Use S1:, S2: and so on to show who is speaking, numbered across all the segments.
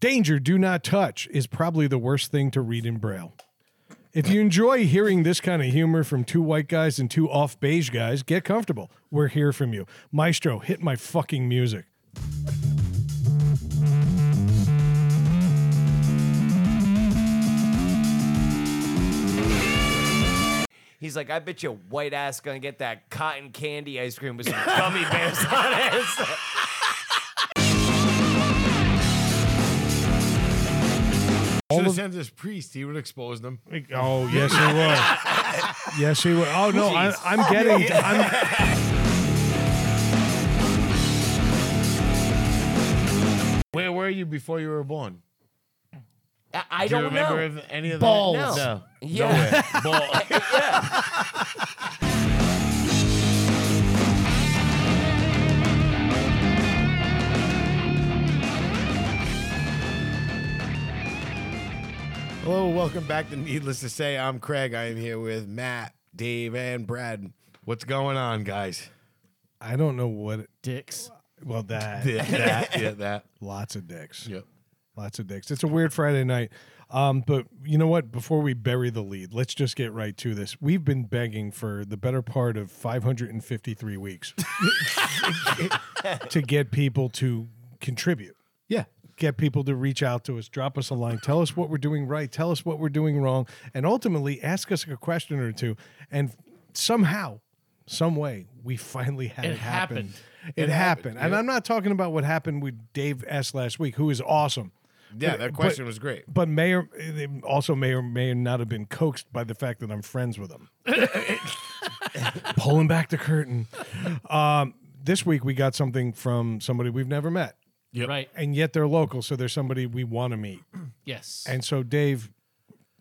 S1: Danger, do not touch is probably the worst thing to read in Braille. If you enjoy hearing this kind of humor from two white guys and two off beige guys, get comfortable. We're here from you. Maestro, hit my fucking music.
S2: He's like, I bet you white ass gonna get that cotton candy ice cream with some gummy bears on it.
S3: Should have sent this priest. He would expose them.
S1: Oh, yes, he will. yes, he will. Oh, no, I, I'm getting. I'm,
S3: Where were you before you were born?
S2: I, I
S3: Do you
S2: don't
S3: remember
S2: know.
S3: if any of
S4: Balls.
S3: that?
S2: No.
S3: No.
S2: Yeah.
S3: Nowhere. Ball. Hello, welcome back to Needless to Say. I'm Craig. I am here with Matt, Dave, and Brad. What's going on, guys?
S1: I don't know what. It,
S4: Dicks.
S1: well, that.
S3: Yeah, that, yeah, that.
S1: Lots of dicks.
S3: Yep.
S1: Lots of dicks. It's a weird Friday night. Um, but you know what? Before we bury the lead, let's just get right to this. We've been begging for the better part of 553 weeks to get people to contribute,
S3: Yeah.
S1: get people to reach out to us, drop us a line, tell us what we're doing right, tell us what we're doing wrong, and ultimately ask us a question or two. And somehow, some way, we finally had it,
S4: It
S1: happen.
S4: happened.
S1: It, happened. And I'm not talking about what happened with Dave S. last week, who is awesome.
S3: Yeah, that question
S1: but-
S3: was great.
S1: But may or also may or may not have been coaxed by the fact that I'm friends with him. Pulling back the curtain. Um, this week we got something from somebody we've never met,
S4: Right.
S1: and yet they're local, so there's somebody we want to meet.
S4: Yes.
S1: And so Dave,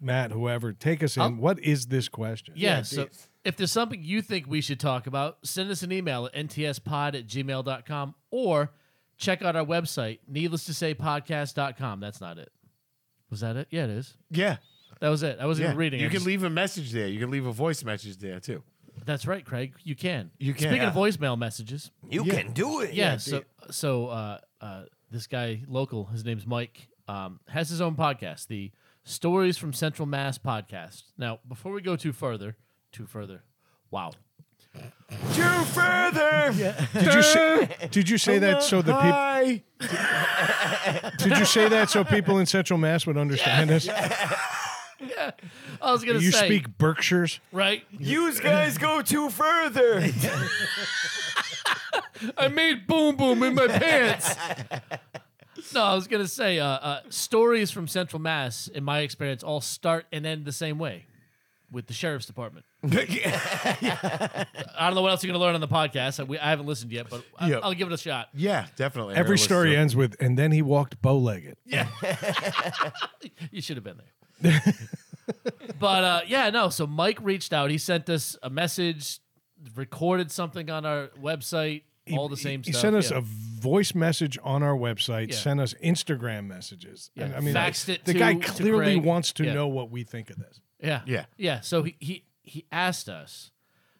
S1: Matt, whoever, take us in. what is this question?
S4: yeah, so if there's something you think we should talk about, send us an email at ntspod at gmail.com or check out our website, needless to say podcast.com. That's not it. Was that it? Yeah, it is.
S3: Yeah.
S4: That was it. I wasn't
S3: Yeah.
S4: even reading.
S3: You
S4: I
S3: can
S4: just-
S3: leave a message there. You can leave a voice message there too.
S4: That's right, Craig. You can.
S3: You can,
S4: Speaking of
S3: yeah.
S4: voicemail messages,
S2: You can do it.
S4: yeah. so so uh, uh, this guy local, his name's Mike, um, has his own podcast, the Stories from Central Mass podcast. Now, before we go too further, too further, wow.
S3: Two further.
S1: Did you say, did you say that so the people
S3: Hi.
S1: did you say that so people in Central Mass would understand us?
S4: I was gonna
S1: You
S4: say,
S1: speak Berkshires.
S4: right?
S2: You guys go too further.
S4: I made boom boom in my pants. No, I was gonna say uh, uh, stories from Central Mass, in my experience, all start and end the same way, with the sheriff's department. I don't know what else you're gonna learn on the podcast. I, we, I haven't listened yet, but I,
S3: Yeah.
S4: will give it a shot.
S3: Yeah, definitely.
S1: Every
S3: Everyone's
S1: story
S3: still-
S1: ends with, and then he walked bow legged.
S4: You should have been there. but uh, yeah, no. So Mike reached out. He sent us a message, recorded something on our website. all the same
S1: He
S4: stuff.
S1: sent us
S4: yeah.
S1: a voice message on our website,
S4: Yeah.
S1: sent us Instagram messages.
S4: Yeah.
S1: And, I mean,
S4: Faxed it
S1: the
S4: to-
S1: guy
S4: to
S1: clearly
S4: Craig.
S1: wants to
S4: Yeah.
S1: know what we think of this.
S4: Yeah.
S3: Yeah.
S4: Yeah. So he, he, he asked us,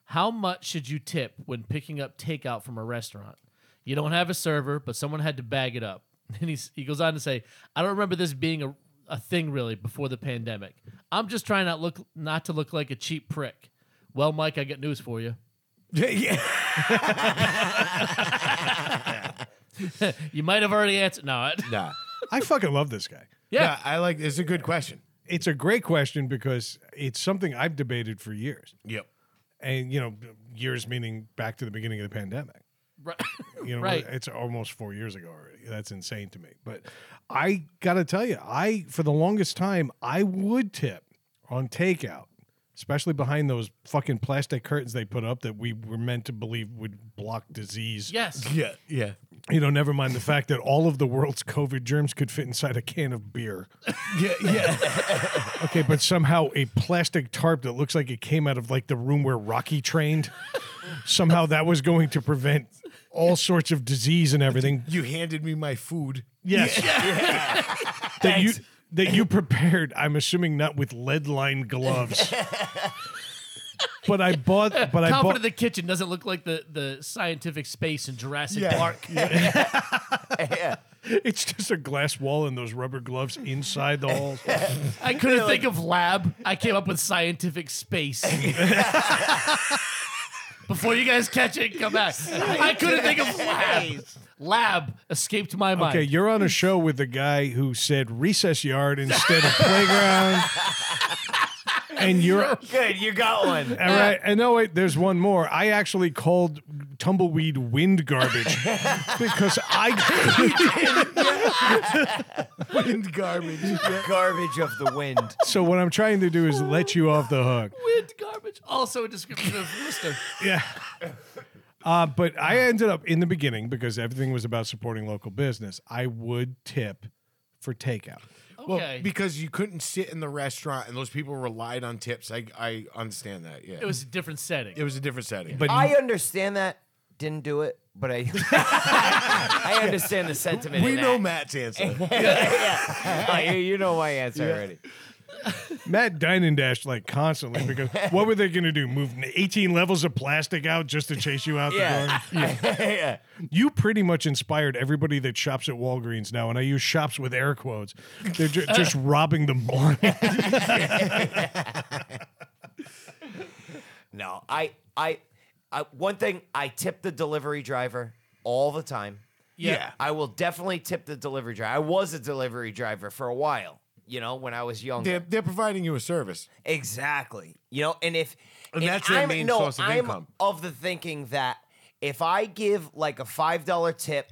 S4: how much should you tip when picking up takeout from a restaurant? You don't have a server, but someone had to bag it up. And he's, he goes on to say, I don't remember this being a, a thing really before the pandemic. I'm just trying not look not to look like a cheap prick. Well, Mike, I got news for you. You might have already answered. No, I-
S3: Nah.
S1: I fucking love this guy.
S4: Yeah.
S3: Nah, I like. It's a good question.
S1: It's a great question because it's something I've debated for years.
S3: Yep.
S1: And, you know, years meaning back to the beginning of the pandemic.
S4: right.
S1: You know,
S4: Right.
S1: it's almost four years ago already. That's insane to me. But I got to tell you, I, for the longest time, I would tip on takeout, especially behind those fucking plastic curtains they put up that we were meant to believe would block disease.
S4: yes.
S3: Yeah. Yeah.
S1: You know, never mind the fact that all of the world's COVID germs could fit inside a can of beer.
S3: Yeah. Yeah.
S1: Okay, but somehow a plastic tarp that looks like it came out of like the room where Rocky trained, somehow that was going to prevent all sorts of disease and everything.
S3: you handed me my food.
S1: Yes. that you that you prepared, I'm assuming not with lead lined gloves. but I bought but I
S4: Comfort
S1: bought
S4: of the kitchen doesn't look like the, the scientific space in Jurassic
S3: Yeah.
S4: Park.
S2: yeah.
S1: It's just a glass wall and those rubber gloves inside the holes.
S4: I couldn't think of lab. I came up with scientific space. Before you guys catch it, come back. I couldn't think of lab. Lab escaped my mind.
S1: Okay, you're on a show with the guy who said recess yard instead of playground. And you're
S2: Good, you got one.
S1: All right. And no, wait, there's one more. I actually called tumbleweed wind garbage because I.
S3: Wind garbage.
S2: Garbage of the wind.
S1: so, what I'm trying to do is let you off the hook.
S4: Wind garbage. Also a description of rooster.
S1: Yeah. Uh, but I ended up in the beginning because everything was about supporting local business. I would tip for takeout.
S4: Okay.
S3: Well, because you couldn't sit in the restaurant and those people relied on tips. I, I understand that. Yeah.
S4: it was a different setting.
S3: it was a different setting.
S1: But
S2: I understand that. Didn't do it, but I I understand the sentiment.
S3: we
S2: in
S3: know
S2: that.
S3: Matt's answer.
S2: yeah. Oh, you, you know my answer already.
S1: Matt dine and dashed like constantly because what were they going to do? Move 18 levels of plastic out just to chase you out the door?
S2: Yeah. yeah.
S1: You pretty much inspired everybody that shops at Walgreens now, and I use shops with air quotes. They're ju-
S2: Uh.
S1: just robbing them blind.
S2: No, I, I, I, one thing, I tip the delivery driver all the time.
S4: Yeah.
S2: I will definitely tip the delivery driver. I was a delivery driver for a while, you know, when I was younger.
S3: They're, they're providing you a service.
S2: Exactly. You know, and if
S3: And
S2: if
S3: that's their
S2: I'm,
S3: main
S2: no,
S3: source of
S2: I'm
S3: income.
S2: of the thinking that if I give like a five dollar tip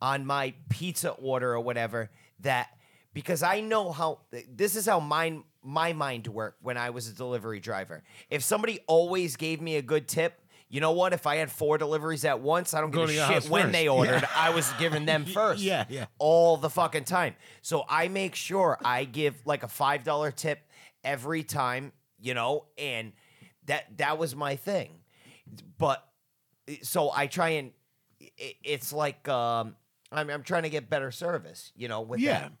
S2: on my pizza order or whatever, that because I know how this is how mine my mind worked when I was a delivery driver. If somebody always gave me a good tip. You know what? If I had four deliveries at once, I don't
S3: Go
S2: give
S3: to
S2: a
S3: your
S2: shit
S3: house
S2: when
S3: first.
S2: they
S3: Yeah.
S2: ordered. I was giving them first.
S3: yeah, yeah.
S2: All the fucking time. So I make sure I give like a five dollar tip every time, you know, and that that was my thing. But so I try and i- it's like um I'm I'm trying to get better service, you know, with
S3: Yeah.
S2: that.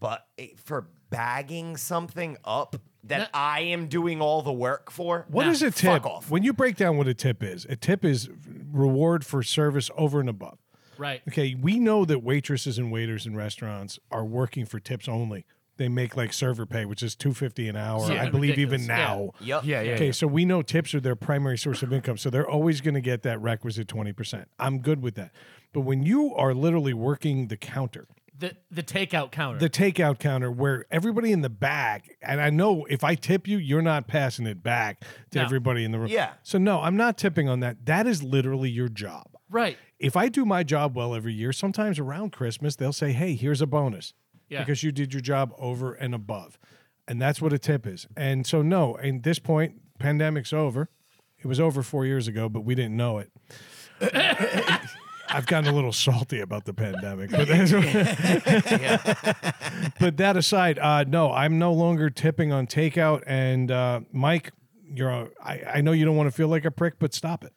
S2: But it- for bagging something up that
S4: No.
S2: I am doing all the work for,
S1: What
S4: Nah,
S1: is a tip?
S2: fuck off.
S1: When you break down what a tip is, a tip is reward for service over and above.
S4: Right.
S1: Okay, we know that waitresses and waiters in restaurants are working for tips only. They make like server pay, which is two fifty an hour,
S4: Yeah,
S1: I believe, even
S4: ridiculous.
S1: now.
S2: Yep.
S1: Okay, so we know tips are their primary source of income, so they're always going to get that requisite twenty percent. I'm good with that. But when you are literally working the counter,
S4: The the takeout counter.
S1: the takeout counter where everybody in the back, and I know if I tip you, you're not passing it back to
S4: No.
S1: everybody in the room.
S2: Yeah.
S1: So no, I'm not tipping on that. That is literally your job.
S4: right.
S1: If I do my job well every year, sometimes around Christmas they'll say, "Hey, here's a bonus."
S4: Yeah.
S1: Because you did your job over and above. And that's what a tip is. And so no, at this point pandemic's over. It was over 4 years ago, but we didn't know it. I've gotten a little salty about the pandemic, but that's but that aside, uh, no, I'm no longer tipping on takeout. And uh, Mike, you're a, I, I know you don't want to feel like a prick, but stop it.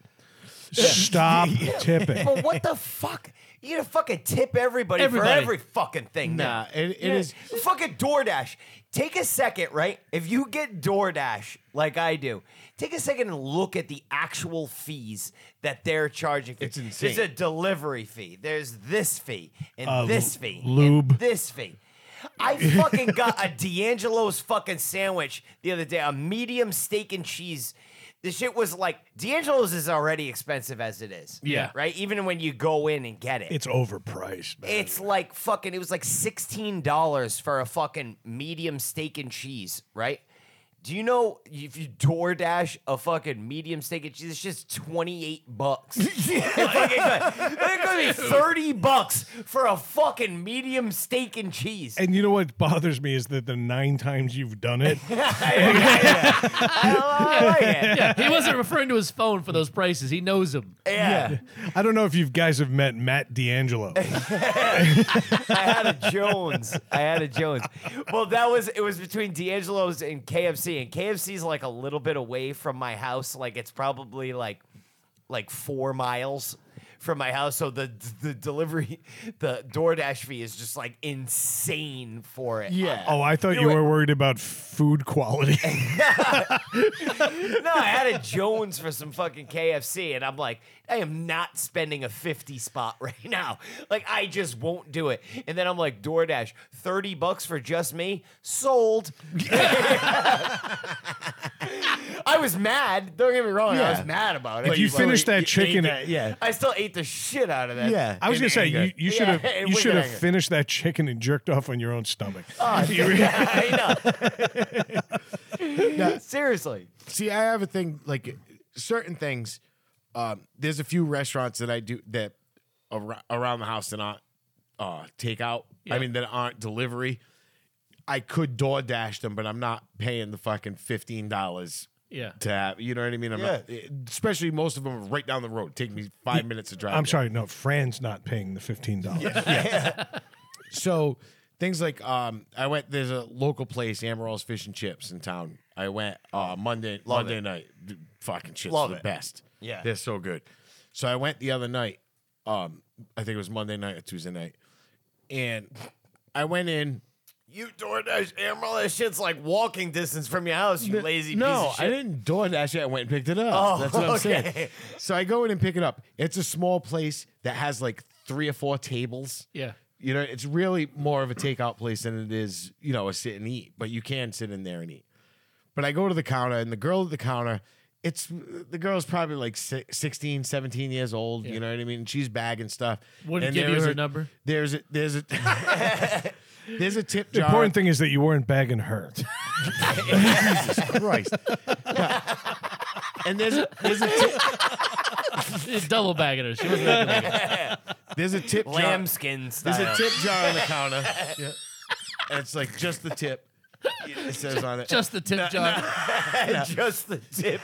S1: Stop tipping.
S2: But what the fuck? You gotta fucking tip everybody,
S4: Everybody.
S2: for every fucking thing.
S3: Nah,
S2: now.
S3: Uh, it- it is-
S2: Fucking DoorDash. Take a second, right? If you get DoorDash like I do, take a second and look at the actual fees that they're charging. For.
S3: It's insane.
S2: There's a delivery fee. There's this fee and
S1: Uh,
S2: this
S1: l-
S2: fee.
S1: lube.
S2: And this fee. I fucking got a D'Angelo's fucking sandwich the other day, a medium steak and cheese. The shit was like D'Angelo's is already expensive as it is.
S4: Yeah.
S2: Right? Even when you go in and get it. It's,
S1: It's overpriced. man.
S2: like fucking it was like $16 for a fucking medium steak and cheese, right? Do you know if you DoorDash a fucking medium steak and cheese, it's just 28 bucks. It's fucking good. It's gonna be 30 bucks for a fucking medium steak and cheese.
S1: and you know what bothers me is that the nine times you've done it,
S2: I like it.
S4: Yeah. He wasn't referring to his phone for those prices. He knows them.
S2: Yeah.
S1: I don't know if you guys have met Matt D'Angelo.
S2: I had a Jones. I had a Jones. Well, that was it was between D'Angelo's and KFC, and KFC's like a little bit away from my house. Like it's probably like like four miles. from my house. So the the delivery, the DoorDash fee is just like insane for it.
S4: Yeah.
S1: Oh, I thought you were worried about food quality.
S2: No, I had a Jones for some fucking KFC, and I'm like, I am not spending a 50 spot right now. Like, I just won't do it. And then I'm like, DoorDash, 30 bucks for just me? Sold. I was mad. Don't get me wrong. I
S3: Yeah.
S2: was mad about it.
S1: If you
S2: Like,
S1: finished
S3: You
S1: that
S3: ate
S1: chicken,
S3: that, yeah.
S2: I still ate the shit out of that.
S3: Yeah.
S1: I was
S3: In
S1: gonna say
S3: anger.
S1: you, you should have
S2: Yeah,
S1: you
S2: wicked
S1: should have
S2: anger.
S1: finished that chicken and jerked off on your own stomach.
S2: I know. Seriously.
S3: See, I have a thing like certain things. Um, there's a few restaurants that I do that ar- around the house that aren't uh, takeout. I mean, that aren't delivery. I could door dash them, but I'm not paying the fucking fifteen dollars.
S4: Yeah.
S3: To have, you know what I mean? I'm not, eh, especially most of them are right down the road. Take me five minutes to drive.
S1: I'm
S3: there.
S1: sorry, no, Fran's not paying the fifteen dollars.
S3: So things like um, I went. There's a local place, Amarillo's Fish and Chips in town. I went uh, Monday Monday
S2: Oh, it.
S3: night. Dude, fucking shit's
S2: Love
S3: the
S2: it.
S3: best.
S2: Yeah.
S3: they're so good. So I went the other night. Um, I think it was Monday night or Tuesday night, and I went in.
S2: You DoorDash Emerald, that shit's like walking distance from your house, you lazy
S3: no,
S2: piece of shit.
S3: I didn't door dash it. I went and picked it up.
S2: Oh,
S3: That's what I'm
S2: okay.
S3: saying. So I go in and pick it up. It's a small place that has like three or four tables.
S4: Yeah.
S3: You know, it's really more of a takeout place than it is, you know, a sit and eat, but you can sit in there and eat. But I go to the counter and the girl at the counter, it's the girl's probably like si- 16, 17 years old, you know what I mean? She's bagging stuff.
S4: Wouldn't
S3: and
S4: give you
S3: there's
S4: her
S3: a-
S4: number?
S3: There's a there's a there's a tip
S1: The
S3: jar.
S1: important thing is that you weren't bagging her.
S3: Jesus Christ. Yeah. And there's a, there's a tip,
S4: Double bagging her. She wasn't that good.
S3: there's a tip jar.
S2: Lambskin
S3: There's
S2: style.
S3: a tip jar on the counter. Yeah. And it's like just the tip. It says on it.
S4: Just the tip jar.
S2: Just the tip.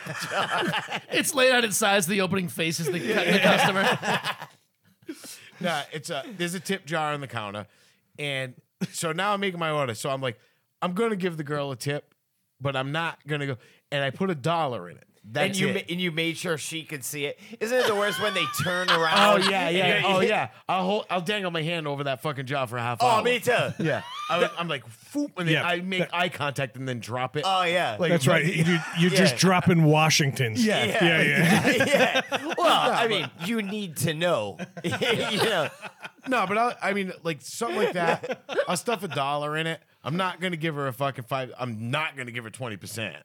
S4: It's laid out in size. The opening faces the, the customer.
S3: Nah, it's a there's a tip jar on the counter, and so now I'm making my order. So I'm like, I'm gonna give the girl a tip, but I'm not gonna go. And I put a dollar in it. That's
S2: and you
S3: it.
S2: ma- and you made sure she could see it. Isn't it the worst when they turn around?
S3: Oh yeah. I'll hold, I'll dangle my hand over that fucking jar for a half hour.
S2: Oh, me too.
S3: Yeah. I was, I'm like, foop, and then
S1: Yeah.
S3: I make eye contact and then drop it.
S2: Oh yeah.
S3: Like-
S1: That's right. You, you're just
S2: Yeah.
S1: dropping Washington's.
S3: Yeah.
S1: yeah, yeah.
S2: yeah. Well, I mean, you need to know. you know.
S3: no, but I'll, I mean, like something like that. I'll stuff a dollar in it. I'm not gonna give her a fucking five. I'm not gonna give her twenty percent.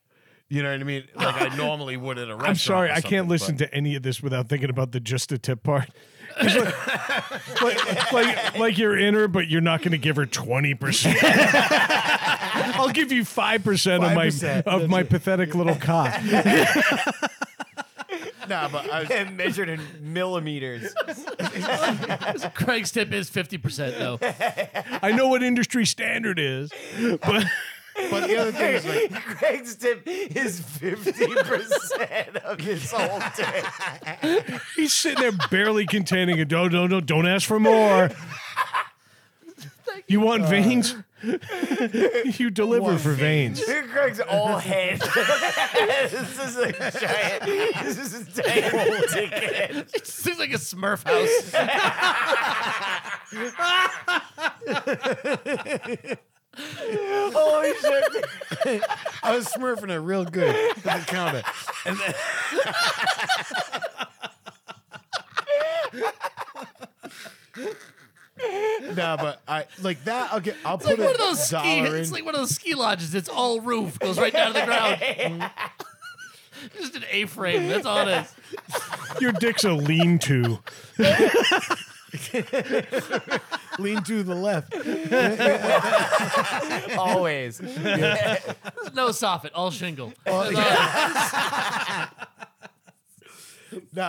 S3: You know what I mean? Like I normally would at a restaurant.
S1: I'm sorry,
S3: or
S1: I can't
S3: something,
S1: listen
S3: but-
S1: to any of this without thinking about the just a tip part. 'Cause Like, like, like, like you're in her, but you're not going to give her twenty percent. I'll give you five percent of my
S3: 5%,
S1: of my pathetic little cock.
S3: Nah, but I was,
S2: And measured in millimeters.
S4: Craig's tip is fifty percent though.
S1: I know what industry standard is, but
S3: but the other thing is like,
S2: Craig's tip is fifty percent of his whole tip.
S1: he's sitting there barely containing it. No, no, no! Don't ask for more. You want veins? you deliver for veins.
S2: Craig's all head. this is a giant. This is a giant dickhead.
S4: It seems like a Smurf house.
S2: Holy shit!
S3: I was smurfing her real good at the counter. And then- nah, but I like that. I'll get. I'll
S4: It's like
S3: put
S4: one
S3: a
S4: of those ski.
S3: dollar in.
S4: It's like one of those ski lodges. It's all roof. Goes right down to the ground. Just an A-frame. That's all it is.
S1: Your dick's a lean-to.
S3: lean to the left.
S2: Always.
S4: No soffit. All shingle.
S3: Nah,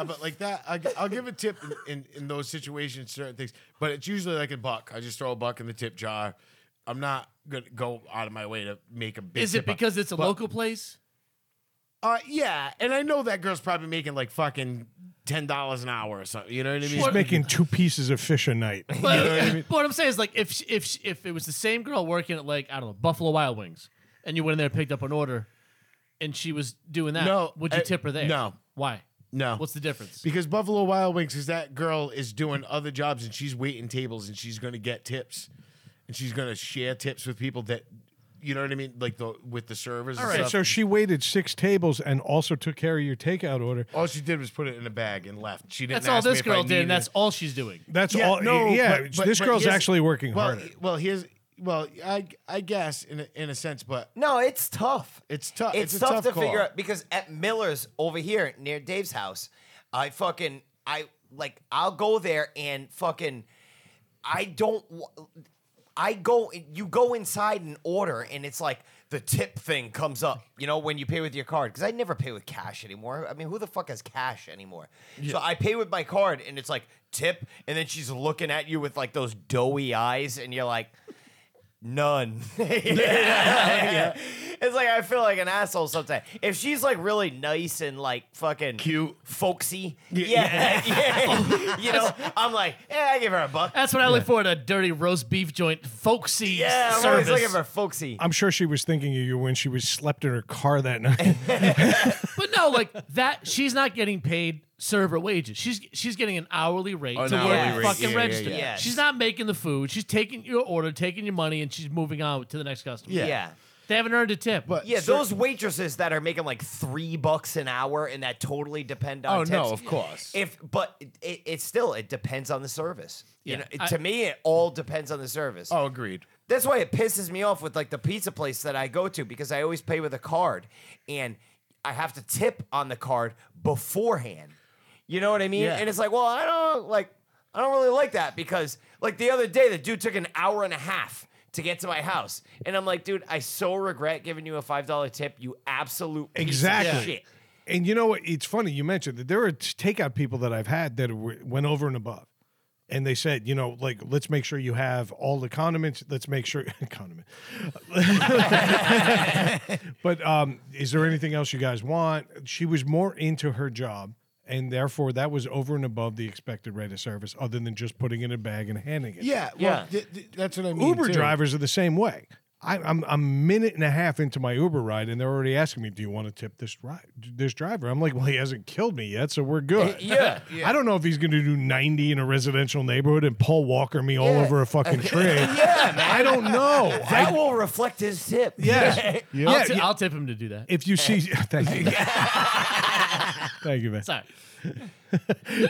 S3: but like that, I, I'll give a tip in, in, in those situations, certain things. But it's usually like a buck. I just throw a buck in the tip jar. I'm not gonna go out of my way to make a big.
S4: Is it
S3: tip up.
S4: because it's a local place?
S3: Uh, yeah, and I know that girl's probably making like fucking ten dollars an hour or something. You know what I mean?
S1: She's making two pieces of fish a night.
S4: But, but what I'm saying is, like, if sh- if sh- if it was the same girl working at like I don't know Buffalo Wild Wings, and you went in there and picked up an order, and she was doing that,
S3: No,
S4: would you
S3: I-
S4: tip her there?
S3: no.
S4: Why?
S3: No.
S4: What's the difference?
S3: because Buffalo Wild Wings is that girl is doing other jobs and she's waiting tables and she's going to get tips and she's going to share tips with people that you know what I mean like the with the servers and
S4: All right,
S3: stuff.
S1: So she waited six tables and also took care of your takeout order.
S3: all she did was put it in a bag and left. She didn't
S4: That's all
S3: ask me
S4: this
S3: if I
S4: girl did,
S3: needed
S4: and that's all she's doing.
S1: That's all. yeah,
S3: but- but-
S1: this
S3: but
S1: girl's
S3: here's-
S1: actually working
S3: well,
S1: harder.
S3: Well, here's well, I I guess in a, in a sense, but
S2: No, it's tough.
S3: it's tough.
S2: It's,
S3: It's, a
S2: tough, to
S3: call.
S2: figure out because at Miller's over here near Dave's house, I fucking I like I'll go there and fucking I don't wa- I go you go inside and order and it's like the tip thing comes up, you know, when you pay with your card because I never pay with cash anymore. I mean, who the fuck has cash anymore? So I pay with my card and it's like tip and then she's looking at you with like those doughy eyes and you're like None. It's like I feel like an asshole sometimes. If she's like really nice and like fucking
S3: Cute.
S2: folksy, yeah, yeah, you know, I'm like, yeah, I give her a buck.
S4: That's what I look for in a dirty roast beef joint, folksy
S2: Yeah, I'm always
S4: service.
S2: looking for folksy.
S1: I'm sure she was thinking of you when she was slept in her car that night.
S4: But no, like that, she's not getting paid server wages. She's she's getting an hourly rate
S3: An
S4: to work
S2: hourly
S4: the
S2: rate,
S4: fucking
S3: yeah, yeah,
S4: register.
S2: yeah. Yes.
S4: She's not making the food. She's taking your order, taking your money, and she's moving on to the next customer.
S2: yeah.
S3: Yeah.
S2: yeah.
S4: They haven't earned a tip.
S3: But
S2: those waitresses that are making like three bucks an hour and that totally depend on.
S3: Oh, no,
S2: tips.
S3: of course.
S2: If but it, it, it still it depends on the service.
S4: Yeah,
S2: You know, it-
S4: I-
S2: to me, it all depends on the service.
S3: oh, agreed.
S2: That's why it pisses me off with like the pizza place that I go to because I always pay with a card and I have to tip on the card beforehand. You know what I mean?
S3: Yeah.
S2: And it's like, well, I don't like I don't really like that because like the other day the dude took an hour and a half to get to my house. And I'm like, dude, I so regret giving you a five dollar tip, you absolute piece of
S1: Exactly.
S2: shit.
S1: And you know what? It's funny you mentioned that there are t- takeout people that I've had that were, went over and above, and they said, you know, like let's make sure you have all the condiments. Let's make sure condiment. but um, is there anything else you guys want? She was more into her job, and therefore that was over and above the expected rate of service, other than just putting it in a bag and handing it.
S3: Yeah,
S2: Yeah.
S3: well, th- th- that's what I mean.
S1: Uber
S3: too.
S1: drivers are the same way. I, I'm I'm a minute and a half into my Uber ride, and they're already asking me, "Do you want to tip this ride, this driver?" I'm like, "Well, he hasn't killed me yet, so we're good."
S2: Yeah.
S1: I don't know if he's going to do 90 in a residential neighborhood and Paul Walker me all
S2: Yeah.
S1: over a fucking tree. yeah, man. I don't know. I-
S2: That will reflect his tip.
S1: yes. Yeah,
S4: I'll, ti-
S1: yeah.
S4: I'll tip him to do that.
S1: If you see, thank you, thank you, man.
S4: Sorry.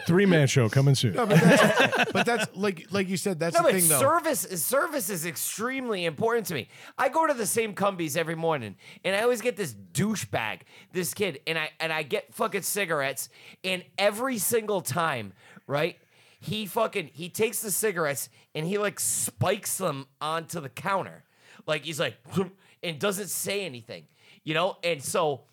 S1: Three man show coming soon.
S3: No, but, that's, but that's like like you said. That's
S2: No,
S3: the
S2: but
S3: thing, though.
S2: service is service is extremely important to me. I go to the same Cumbies every morning, and I always get this douchebag, this kid, and I and I get fucking cigarettes, and every single time, right? He fucking he takes the cigarettes and he like spikes them onto the counter, like he's like and doesn't say anything, you know. And so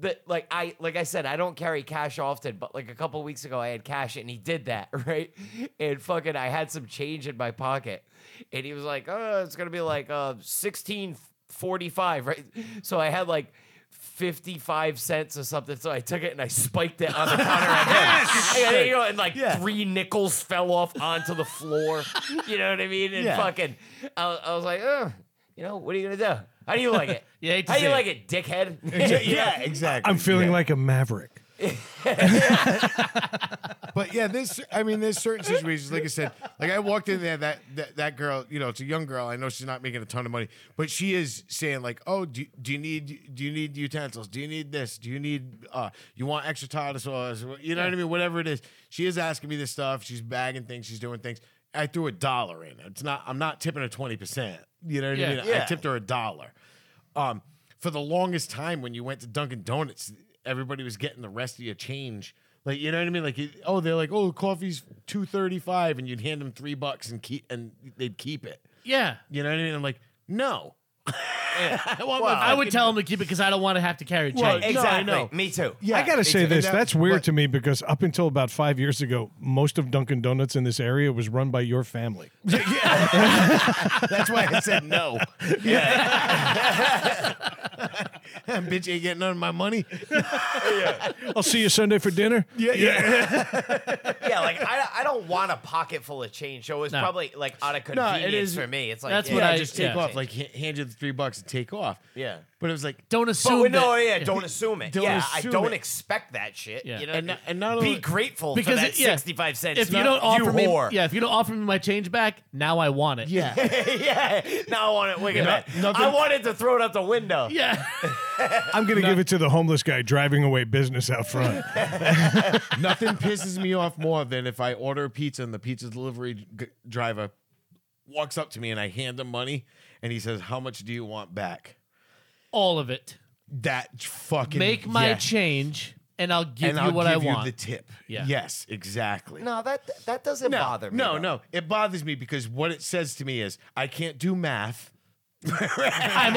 S2: that like I like I said, I don't carry cash often, but like a couple weeks ago I had cash and he did that, right? And fucking I had some change in my pocket. And he was like, Oh, it's gonna be like uh sixteen forty five, right? So I had like 55 cents or something. So I took it and I spiked it on the counter at him. And, then, you know, and like three nickels fell off onto the floor. You know what I mean? And
S3: Yeah.
S2: fucking, I, was- I was like, oh, you know, what are you going to do? How do you like it?
S4: You hate to
S2: How do you
S4: see it.
S2: like it, dickhead?
S3: yeah, exactly.
S1: I'm feeling
S3: Yeah.
S1: like a maverick.
S3: but yeah, this. I mean, there's certain situations. Like I said, like I walked in there. That, that that girl, you know, it's a young girl. I know she's not making a ton of money, but she is saying like, "Oh, do, do you need do you need utensils? Do you need this? Do you need uh you want extra tartar sauce? You know what I mean? Whatever it is, she is asking me this stuff. She's bagging things. She's doing things. I threw a dollar in. It's not. I'm not tipping her twenty percent. You know what
S4: Yeah.
S3: I mean?
S2: Yeah.
S3: I tipped her a dollar. Um, for the longest time when you went to Dunkin' Donuts, everybody was getting the rest of your change. Like you know what I mean? Like it- oh, they're like oh, coffee's two thirty five, and you'd hand them three bucks and keep and they'd keep it.
S4: Yeah.
S3: You know what I mean? I'm like no. I want my
S4: I would
S3: fucking-
S4: tell him to keep it because I don't want to have to carry change.
S3: Well, No, I
S2: exactly.
S3: know.
S2: Me too.
S3: Yeah,
S1: I gotta
S3: it's-
S1: say
S3: and
S1: this.
S3: that-
S1: That's weird
S3: but-
S1: to me because up until about five years ago, most of Dunkin' Donuts in this area was run by your family.
S3: That's why I said no. That bitch ain't getting none of my money.
S1: I'll see you Sunday for dinner.
S3: Yeah, yeah.
S2: yeah, like I, I don't want a pocket full of change. So it was
S4: No.
S2: probably like out of convenience
S3: is-
S2: for me. It's like
S4: that's
S2: yeah,
S4: what
S3: I
S4: I-
S3: just take
S4: yeah.
S3: off, like h- hand you the three bucks and take off.
S2: Yeah.
S3: But it was like,
S4: Don't assume.
S2: But we, no,
S4: that-
S2: yeah, don't assume it.
S3: Don't
S2: yeah, I
S3: assume
S2: don't
S3: it.
S2: expect that shit.
S4: Yeah.
S2: You know,
S3: and not, and not
S2: be
S3: only,
S2: grateful
S4: because
S2: for that
S4: it- yeah,
S2: sixty-five cents.
S4: If you don't offer
S2: you
S4: me,
S2: whore.
S4: yeah, if you don't offer me my change back, now I want it.
S3: yeah,
S2: yeah. Now I want it. Wait a minute.
S3: nothing-
S2: I wanted to throw it out the window.
S4: yeah.
S1: I'm gonna give it to the homeless guy driving away business out front.
S3: nothing pisses me off more than if I order a pizza and the pizza delivery g- driver walks up to me and I hand him money and he says, "How much do you want back?"
S4: All of it.
S3: That fucking
S4: Make my
S3: yeah.
S4: change, and I'll give
S3: and
S4: you
S3: I'll
S4: what
S3: give
S4: I
S3: you
S4: want.
S3: the tip.
S4: Yeah.
S3: Yes, exactly.
S2: No, that that doesn't
S3: no,
S2: bother me.
S3: No,
S2: though.
S3: no, it bothers me because what it says to me is I can't do math.
S4: I'm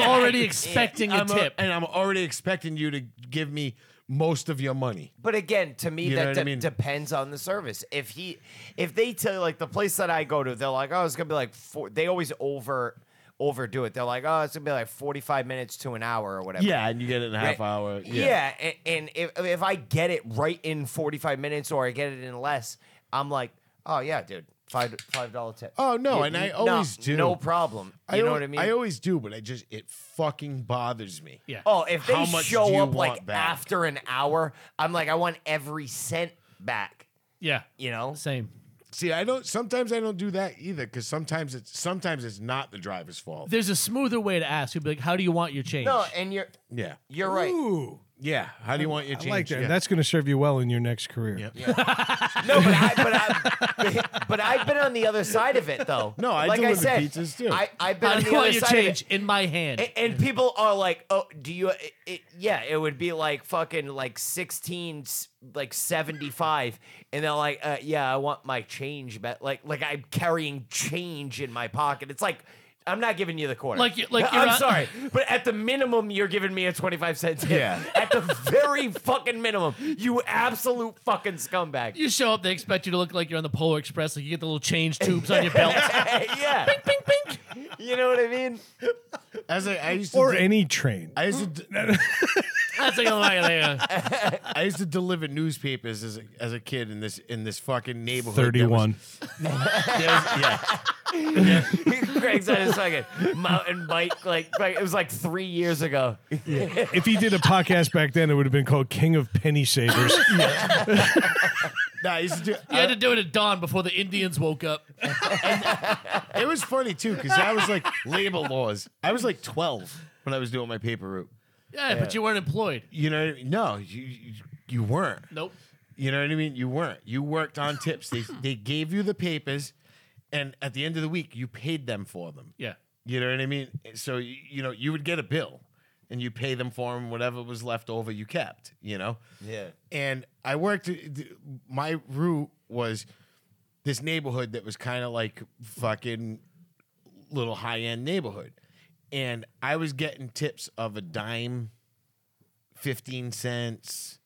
S4: already expecting a
S3: I'm a-
S4: tip.
S3: and I'm already expecting you to give me most of your money.
S2: But again, to me,
S3: You know
S2: that
S3: what I
S2: de-
S3: mean?
S2: depends on the service. If he, if they tell like the place that I go to, they're like, oh, it's gonna be like four. They always over overdo it. They're like, oh, it's gonna be like forty five minutes to an hour or whatever.
S3: Yeah, and you get it in a half
S2: Right.
S3: hour.
S2: Yeah, a- and, if if I get it right in forty five minutes or I get it in less, I'm like, oh yeah, dude, five five dollar tip.
S3: Oh, no,
S2: You-
S3: and I
S2: no,
S3: always do.
S2: No problem. You
S3: I
S2: know
S3: al-
S2: what I mean?
S3: I always do, but I just it fucking bothers me.
S4: yeah.
S2: Oh, if they
S3: How much do
S2: show
S3: you
S2: up like
S3: want back?
S2: after an hour, I'm like, I want every cent back.
S4: yeah.
S2: You know?
S4: Same.
S3: See, I don't. Sometimes I don't do that either because sometimes it's sometimes it's not the driver's fault.
S4: There's a smoother way to ask. You'd be like, "How do you want your change?"
S2: No, and you're
S3: yeah,
S2: you're right.
S1: Ooh,
S3: yeah. How do you want your change?
S1: I like that.
S3: Yeah.
S1: That's gonna serve you well in your next career.
S2: No, but I but I but I've been on the other side of it though.
S3: No, I
S2: like I
S3: deliver
S2: said,
S3: pizzas, too.
S2: I I've been
S4: How
S2: on
S4: do
S2: the
S4: you want
S2: other
S4: your
S2: side of it.
S4: change in my hand?
S2: A- And people are like, oh, do you? It, it, yeah, it would be like fucking like sixteen, s- like seventy five, and they're like, uh, yeah, I want my change, but like, like I'm carrying change in my pocket. It's like. I'm not giving you the quarter.
S4: Like you- like
S2: I'm
S4: you're on-
S2: sorry, but at the minimum, you're giving me a 25 cent tip.
S3: Yeah.
S2: At the very fucking minimum, you absolute fucking scumbag.
S4: you show up, they expect you to look like you're on the Polar Express. Like you get the little change tubes on your belt.
S2: yeah.
S4: Bing, bing.
S2: You know what I mean?
S3: As I, I used to.
S1: Or
S3: do-
S1: any train.
S3: I used to, d-
S4: That's like, oh my God. yeah.
S3: I used to deliver newspapers as a, as a kid in this in this fucking neighborhood. that was-
S1: Thirty-one.
S3: that was- yeah,
S2: Greg's on his fucking mountain bike. Like, like it was like three years ago.
S1: if he did a podcast back then, it would have been called King of Penny Savers.
S3: Nah, I used to do.
S4: You had to do it at dawn before the Indians woke up.
S3: It was funny too because I was like labor laws. I was like twelve when I was doing my paper route.
S4: Yeah, but you weren't employed.
S3: You know, what I mean? no, you you- you weren't.
S4: Nope.
S3: You know what I mean? You weren't. You worked on tips. They they gave you the papers, and at the end of the week, you paid them for them.
S4: Yeah.
S3: You know what I mean? So you, you know you would get a bill, and you pay them for them. Whatever was left over, you kept. You know.
S2: Yeah.
S3: And I worked. uh, My route was this neighborhood that was kind of like fucking little high end neighborhood, and I was getting tips of a dime, fifteen cents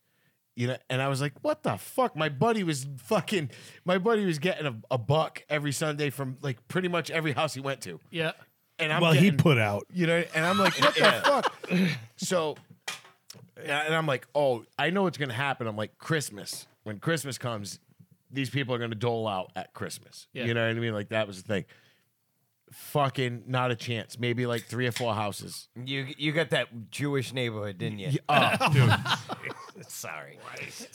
S3: you know and i was like what the fuck my buddy was fucking my buddy was getting a, a buck every sunday from like pretty much every house he went to
S4: Yeah.
S3: and i'm
S1: well, he
S3: getting-
S1: put out.
S3: you know and i'm like what the fuck so and I- and i'm like oh i know what's gonna happen i'm like christmas when christmas comes these people are gonna dole out at christmas
S4: Yeah.
S3: you know what i mean like that was the thing fucking not a chance maybe like three or four houses
S2: You you got that Jewish neighborhood, didn't you?
S3: oh
S2: Sorry.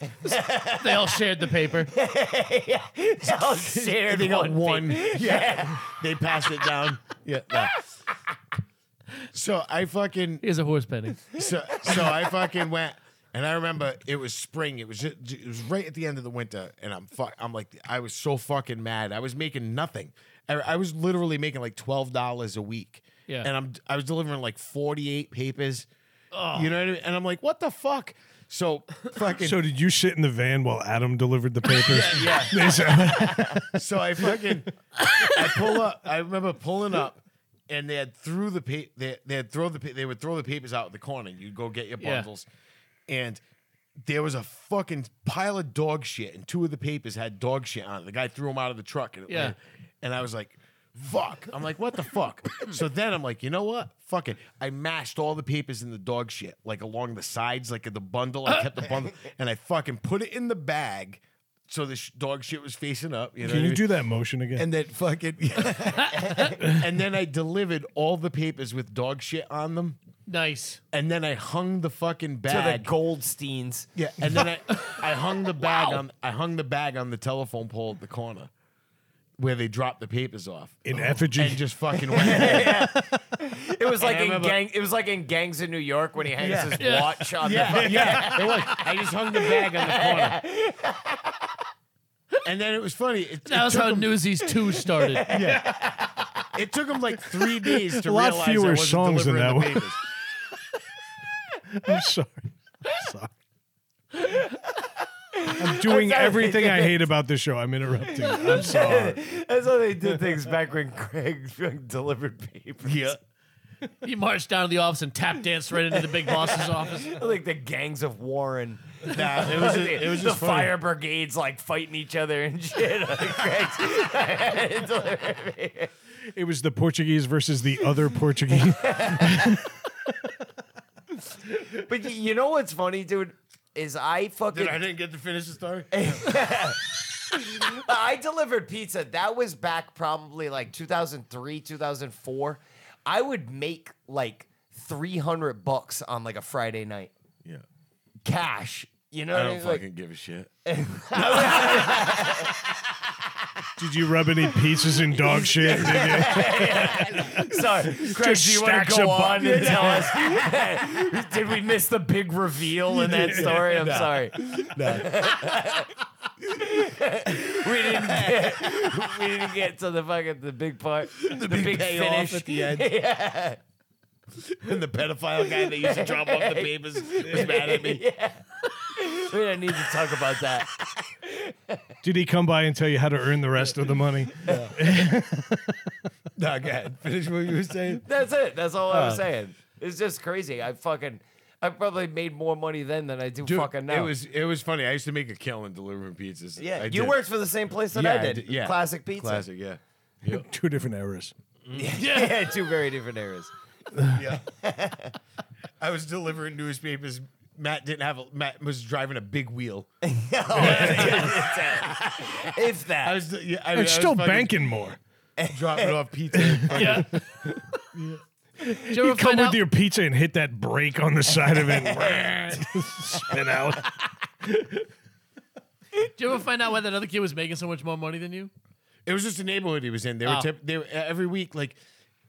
S4: They all shared the paper.
S2: I'll share
S3: they got
S2: one.
S3: one. Yeah. they passed it down. Yeah. no. So I fucking
S4: Here's a horse penny.
S3: so so I fucking went and I remember it was spring. It was just, it was right at the end of the winter and I'm fuck I'm like I was so fucking mad. I was making nothing. I, I was literally making like $12 a week.
S4: Yeah.
S3: And I'm I was delivering like 48 papers. You know what I mean? And I'm like what the fuck? So fucking
S1: So did you sit in the van while Adam delivered the papers? yeah.
S3: So I fucking I pull up. I remember pulling up, and they had threw the pa- they they had throw the pa- they would throw the papers out in the corner. and You'd go get your
S4: Yeah.
S3: bundles, and there was a fucking pile of dog shit, and two of the papers had dog shit on it. The guy threw them out of the truck, and it
S4: Yeah.
S3: and I was like, fuck. I'm like, what the fuck? so then I'm like, you know what? Fuck it. I mashed all the papers in the dog shit, like along the sides, like in the bundle. I kept the bundle and I fucking put it in the bag so the sh- dog shit was facing up. You know
S1: Can
S3: what I
S1: you
S3: mean?
S1: do that motion again?
S3: and then fucking and then I delivered all the papers with dog shit on them.
S4: Nice.
S3: And then I hung the fucking
S2: To the
S3: bag.
S2: Goldsteins.
S3: yeah, and then I, I hung the bag on I hung the bag on the telephone pole at the corner where they dropped the papers off.
S1: In effigy.
S3: And just fucking went.
S2: It was like
S3: I
S2: in
S3: remember-
S2: gang. It was like in Gangs of New York when he hangs his
S4: Yeah.
S2: watch on the.
S3: yeah, yeah. It was. I just hung the bag on the corner. And then it was funny. It,
S4: That
S3: it
S4: was
S3: took
S4: how
S3: 'em-
S4: Newsies 2 started.
S3: It took him like three days to
S1: A lot
S3: realize
S1: fewer
S3: I wasn't
S1: songs in that
S3: delivering the
S1: one.
S3: papers.
S1: I'm sorry. I'm sorry. I'm doing everything I hate about this show. I'm interrupting. you. I'm sorry.
S2: That's how they did things back when Craig delivered papers.
S3: Yeah.
S4: He marched down to the office and tap danced right into the big boss's office.
S2: Like the gangs of Warren.
S3: Nah, it was it was
S2: the
S3: just funny.
S2: fire brigades like fighting each other and shit. Like, Craig's-
S1: It was the Portuguese versus the other Portuguese.
S2: but y- you know what's funny, dude? Is I fucking
S3: Dude, I didn't get to finish the story.
S2: I delivered pizza. That was back probably like 2003, 2004. I would make like 300 bucks on like a Friday night
S3: Yeah.
S2: cash. You know
S3: I
S2: what
S3: don't
S2: I mean? Like,
S3: fucking give a shit.
S1: Did you rub any pieces in dog shit? Did you?
S2: sorry, Craig, do you want
S1: stacks
S2: to go
S1: of bu-
S2: on and tell us? did we miss the big reveal in that story? I'm sorry. we didn't get we didn't get to the fucking the big part, the, big,
S3: payoff
S2: finish
S3: at the end.
S2: Yeah.
S3: And the pedophile guy that used to drop off the papers was mad at me.
S2: We don't need to talk about that.
S1: Did he come by and tell you how to earn the rest of the money?
S3: No, go ahead. Finish what you were saying.
S2: That's it. That's all
S3: Uh.
S2: I was saying. It's just crazy. I fucking, I probably made more money then than I do fucking now.
S3: It was it was funny. I used to make a killing delivering pizzas.
S2: yeah.
S3: I
S2: you
S3: did.
S2: worked for the same place that
S3: Yeah,
S2: I did.
S3: Yeah.
S2: Classic pizza.
S3: Classic. Yeah.
S1: Two different errors.
S2: yeah, two very different eras.
S3: Yeah. I was delivering newspapers. Matt didn't have a Matt was driving a big wheel.
S2: Oh, if that.
S3: I was yeah, I, mean,
S1: It's
S3: I
S1: still
S3: was fucking
S1: banking more.
S3: dropping off pizza.
S4: Yeah. Did you ever
S1: You come
S4: find
S1: with
S4: out-
S1: your pizza and hit that brake on the side of it. Spin out.
S4: did you ever find out why that other kid was making so much more money than you?
S3: It was just the neighborhood he was in. They were
S4: Oh.
S3: tip, they were, every week like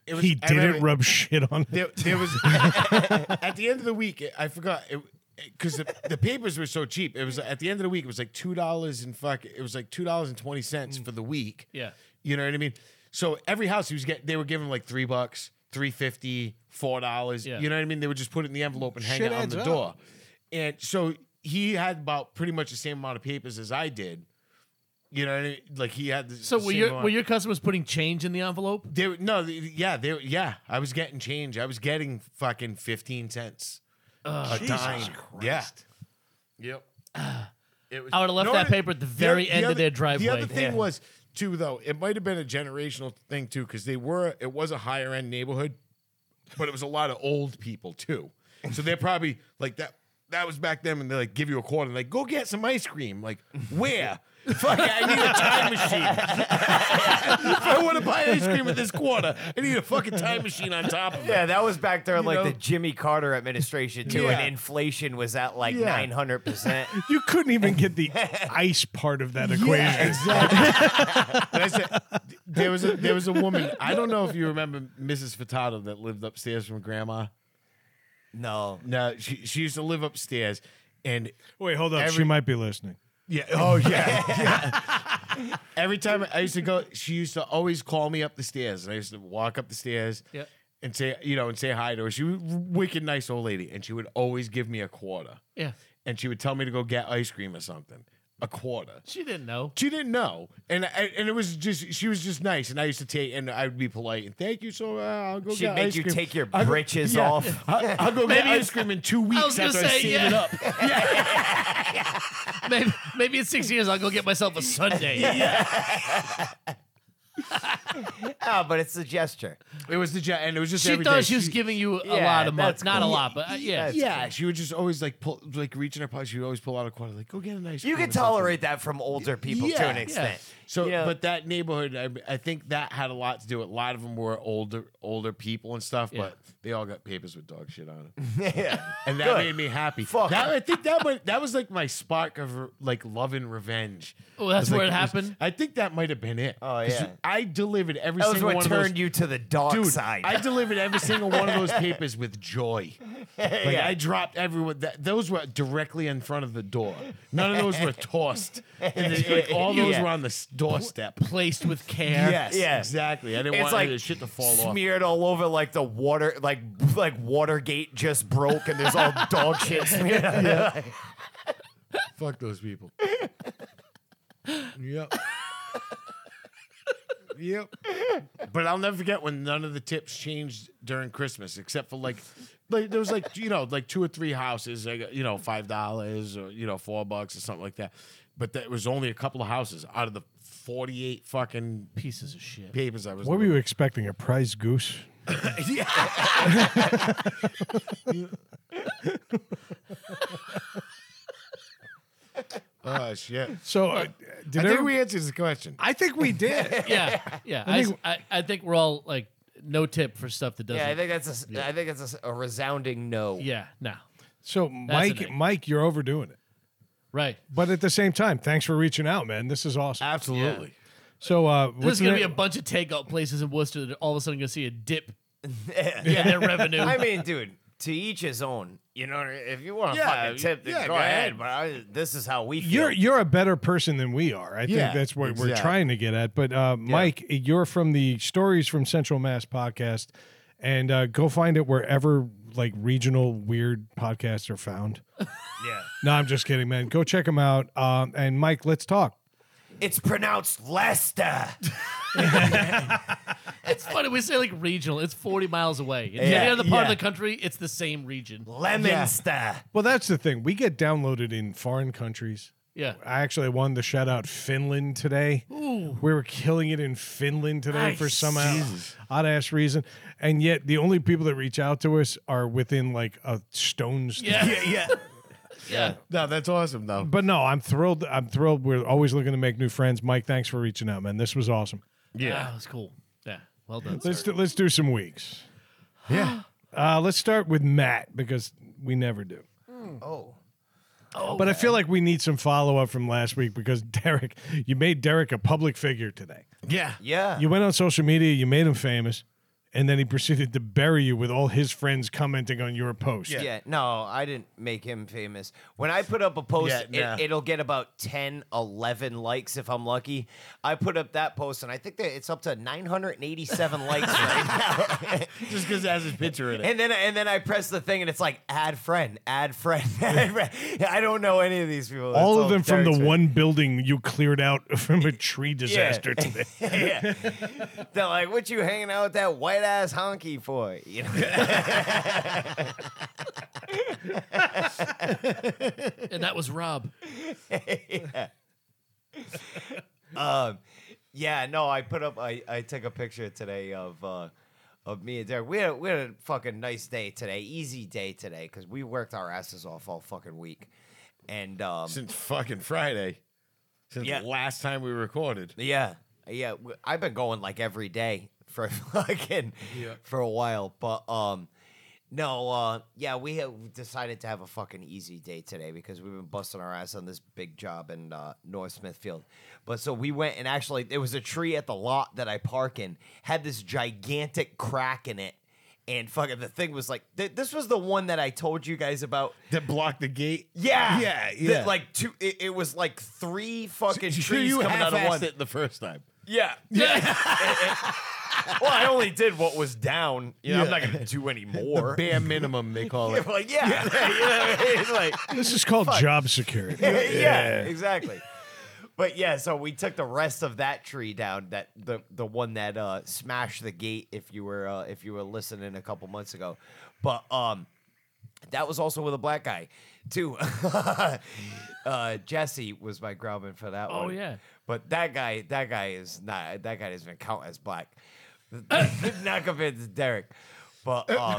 S3: it was
S1: He
S3: I
S1: didn't
S3: remember-
S1: rub shit on it.
S3: there, there was at the end of the week. I forgot because the, the papers were so cheap. It was at the end of the week. It was like two dollars and fuck. It was like two dollars and twenty cents for the week.
S4: Yeah.
S3: you know what I mean. So every house he was get, they were giving like three bucks, three fifty, four dollars.
S4: Yeah.
S3: You know what I mean. They would just put it in the envelope and hang
S1: Shit
S3: it on
S1: adds
S3: the
S1: up.
S3: door. And so he had about pretty much the same amount of papers as I did. You know, what I mean? like he had. The
S4: So were
S3: same
S4: your
S3: amount.
S4: were your customers putting change in the envelope?
S3: They were- no, th- yeah, they were- yeah. I was getting change. I was getting fucking fifteen cents. a dime. Yeah. Yep. It was,
S4: I would've left that paper at the very end of
S3: other-
S4: their
S3: The
S4: driveway.
S3: other thing
S4: Yeah.
S3: was too, though, it might have been a generational thing too, because they were it was a higher end neighborhood, but it was a lot of old people too. So they're probably like that. That was back then, and they like give you a quarter, and like go get some ice cream. Like where? Fuck, I need a time machine. if I want to buy ice cream with this quarter, I need a fucking time machine on top of it.
S2: yeah, that was back during like
S3: know-
S2: the Jimmy Carter administration too,
S3: Yeah.
S2: and inflation was at like
S3: Yeah.
S2: nine hundred percent.
S1: You couldn't even get the ice part of that equation.
S3: But I said, th- there was a, there was a woman. I don't know if you remember Mrs. Furtado that lived upstairs from Grandma.
S2: No,
S3: No, she she used to live upstairs, and
S1: Wait, hold up. she
S3: Every-
S1: might be listening.
S3: yeah, oh yeah, yeah. Every time I used to go, she used to always call me up the stairs, and I used to walk up the stairs.
S4: Yep.
S3: And say you know, and say hi to her. She was a wicked nice old lady, and she would always give me a quarter,
S4: Yeah.
S3: and she would tell me to go get ice cream or something. A quarter.
S4: She didn't know.
S3: she didn't know, and I, and it was just she was just nice, and I used to take and I would be polite and thank you so uh, I'll go
S2: she'd
S3: get
S2: make
S3: ice
S2: you
S3: cream."
S2: take your
S3: I'll go-
S2: britches
S3: yeah,
S2: off.
S3: I, I'll go get
S4: Maybe-
S3: ice cream in two weeks
S4: was gonna
S3: after I
S4: say,
S3: save
S4: yeah.
S3: it up. Yeah,
S4: Maybe, maybe in six years I'll go get myself a Sunday.
S2: Oh, but it's a gesture.
S3: It was the jet, and it was just
S4: She
S3: every
S4: thought
S3: day.
S4: she was giving you a
S2: Yeah,
S4: lot of money.
S2: that's
S4: Not a
S2: cool.
S4: lot, but uh, yeah.
S3: yeah. She would just always like pull, like reach in her pocket. She would always pull out a quarter, like go get a nice.
S2: You can tolerate that from older people to
S3: Yeah,
S2: an
S3: yeah.
S2: extent.
S3: So,
S2: You know,
S3: but that neighborhood, I, I think that had a lot to do. with A lot of them were older, older people and stuff,
S4: Yeah.
S3: but they all got papers with dog shit on it,
S2: yeah.
S3: and that made me happy.
S2: Fuck.
S3: That, I think that was, that was like my spark of like love and revenge.
S4: Oh, that's
S3: It was like-
S4: where it
S3: was-
S4: happened?
S3: I think that might have been it.
S2: Oh,
S3: 'Cause
S2: yeah.
S3: I delivered every
S2: That was
S3: single
S2: what
S3: one of
S2: turned
S3: those.
S2: you to the dark
S3: Dude,
S2: side.
S3: I delivered every single one of those papers with joy. Like
S2: Yeah.
S3: I dropped everyone. That, those were directly in front of the door. None of those were tossed. And they- like, all those
S2: Yeah.
S3: were on the s- doorstep.
S4: Placed with care.
S3: Yes,
S2: Yeah.
S3: exactly. I didn't
S2: it's
S3: want
S2: like
S3: any of the shit to fall off.
S2: smeared all over like the water, like like Watergate just broke and there's all dog shit smeared. on it.
S3: Fuck those people. yep. yep. But I'll never forget when none of the tips changed during Christmas, except for like, like there was like you know like two or three houses, like, you know five dollars or you know four bucks or something like that. But there was only a couple of houses out of the forty-eight fucking
S4: Pieces of shit.
S3: papers I was.
S1: What were you expecting? A prize goose?
S3: Oh shit!
S1: So uh, did
S3: I
S1: every-
S3: think we answered the question.
S1: I think we did.
S4: Yeah. Yeah. I, s- I, I think we're all like, no tip for stuff that doesn't.
S2: Yeah, I
S4: Yeah.
S2: think that's a s I think that's a s- a, resounding no.
S4: no.
S1: So Mike,
S4: night.
S1: Mike, you're overdoing it.
S4: Right.
S1: But at the same time, thanks for reaching out, man. This is awesome.
S3: Absolutely.
S1: So uh, what's
S4: There's
S1: the
S4: going to be
S1: na-
S4: a bunch of takeout places in Worcester that all of a sudden going to see a dip in their revenue.
S2: I mean, dude, to each his own. You know, if you want to
S3: Yeah,
S2: fucking tip, then
S3: yeah,
S2: go
S3: go
S2: ahead.
S3: ahead.
S2: But I, this is how we feel.
S1: you're you're a better person than we are. I
S3: Yeah,
S1: think that's what we're
S3: exactly.
S1: trying to get at. But uh, Mike, you're from the Stories from Central Mass podcast, and uh, go find it wherever like regional weird podcasts are found.
S2: yeah.
S1: no, I'm just kidding, man. Go check them out. Um, and Mike, let's talk.
S2: It's pronounced Lester.
S4: it's funny. We say like regional. It's 40 miles away. In
S2: Yeah,
S4: any other part of
S3: yeah.
S4: the country, it's the same region.
S2: Lemonster.
S1: Well, that's the thing. We get downloaded in foreign countries.
S4: Yeah.
S1: I actually wanted to shout out Finland today. We were killing it in Finland today for
S4: Nice.
S1: some odd ass reason. And yet the only people that reach out to us are within like a stone's throw.
S4: Yeah.
S3: yeah.
S4: Yeah.
S3: No, that's awesome though.
S1: But no, I'm thrilled. I'm thrilled. We're always looking to make new friends. Mike, thanks for reaching out, man. This was awesome.
S4: Yeah. That was cool. Yeah. Well done.
S1: Let's do,
S4: sir.
S1: let's do some weeks.
S3: Yeah.
S1: Uh, let's start with Matt because we never do.
S2: Oh.
S1: But I feel like we need some follow up from last week because Derek, you made Derek a public figure today.
S3: Yeah.
S2: Yeah.
S1: You went on social media, you made him famous, and then he proceeded to bury you with all his friends commenting on your post.
S2: yeah. no, I didn't make him famous. When I put up a post,
S3: Yeah, nah.
S2: it, it'll get about 10, 11 likes if I'm lucky. I put up that post, and I think that it's up to 987 likes right now.
S3: Just because it has his picture in it.
S2: And then and then I press the thing and it's like add friend, add friend. add friend. I don't know any of these people. That's
S1: All of them from the
S2: Derek's
S1: one building you cleared out from a tree disaster today.
S2: friend. Yeah. They're like, "What you hanging out with that white ass honky for?" You know?
S4: and that was Rob.
S2: um, yeah, no, I put up I, I took a picture today of uh of me and Derek. We had we had a fucking nice day today, easy day today cuz we worked our asses off all fucking week. And um
S3: since fucking Friday. Since
S2: Yeah.
S3: last time we recorded.
S2: Yeah, yeah. w- I've been going like every day for fucking for a while, but um, no, uh, yeah. We have decided to have a fucking easy day today because we've been busting our ass on this big job in uh, North Smithfield. But so we went and actually there was a tree at the lot that I park in had this gigantic crack in it. And fucking the thing was like th- this was the one that I told you guys about.
S3: That blocked the gate.
S2: Yeah,
S3: Yeah,
S2: That,
S3: yeah.
S2: like two, it, it was like three fucking
S3: Sure,
S2: trees
S3: you
S2: coming out of
S3: half-assed
S2: one.
S3: it the first time.
S2: Yeah. well, I only did what was down. You know, I'm not gonna do any more.
S3: Bare minimum, they call it.
S2: like, yeah, you know what I mean? It's Like,
S1: This is called job security.
S2: yeah, exactly. But yeah, so we took the rest of that tree down. That the the one that uh, smashed the gate. If you were uh, if you were listening a couple months ago, but um, that was also with a black guy, too. uh, Jesse was my grauman for that one.
S4: Oh, yeah.
S2: But that guy, that guy is not. That guy doesn't count as black. Not compared to Derek, but um,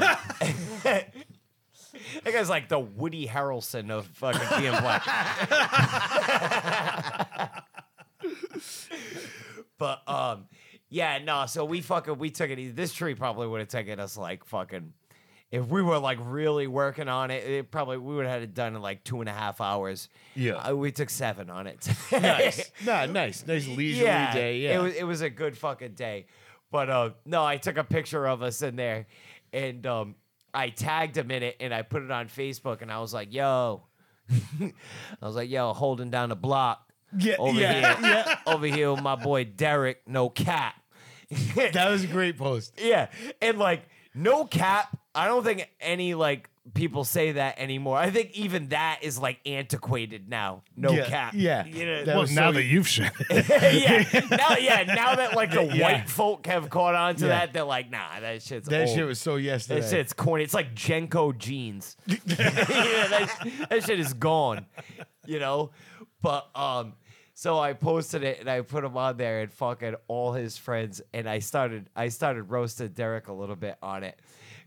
S2: that guy's like the Woody Harrelson of fucking being black. but um, yeah, no. So we fucking we took it. easy. This tree probably would have taken us like fucking. If we were like really working on it, it probably we would have had it done in like two and a half hours.
S3: Yeah.
S2: Uh, we took seven on it.
S3: nice. Nah, nice. Nice leisurely day. Yeah.
S2: It was it was a good fucking day. But uh no, I took a picture of us in there and um I tagged him in it and I put it on Facebook and I was like, yo. I was like, yo, holding down the block.
S3: Yeah,
S2: over
S3: yeah,
S2: here. Over here with my boy Derek, no cap.
S3: that was a great post.
S2: Yeah, and like no cap. I don't think any like people say that anymore. I think even that is like antiquated now. No
S3: Yeah,
S2: cap.
S3: yeah.
S2: You know,
S3: That
S1: Well,
S3: was
S1: now
S3: so-
S1: that you've said it.
S2: yeah. Now, yeah. Now that like the
S3: Yeah.
S2: white folk have caught on to
S3: Yeah.
S2: that, they're like, nah, that shit's
S3: That
S2: old.
S3: shit was so yesterday.
S2: that shit's corny. It's like Jenko jeans. yeah, that, sh- that shit is gone. You know, but um, so I posted it and I put him on there and fucking all his friends and I started I started roasting Derek a little bit on it.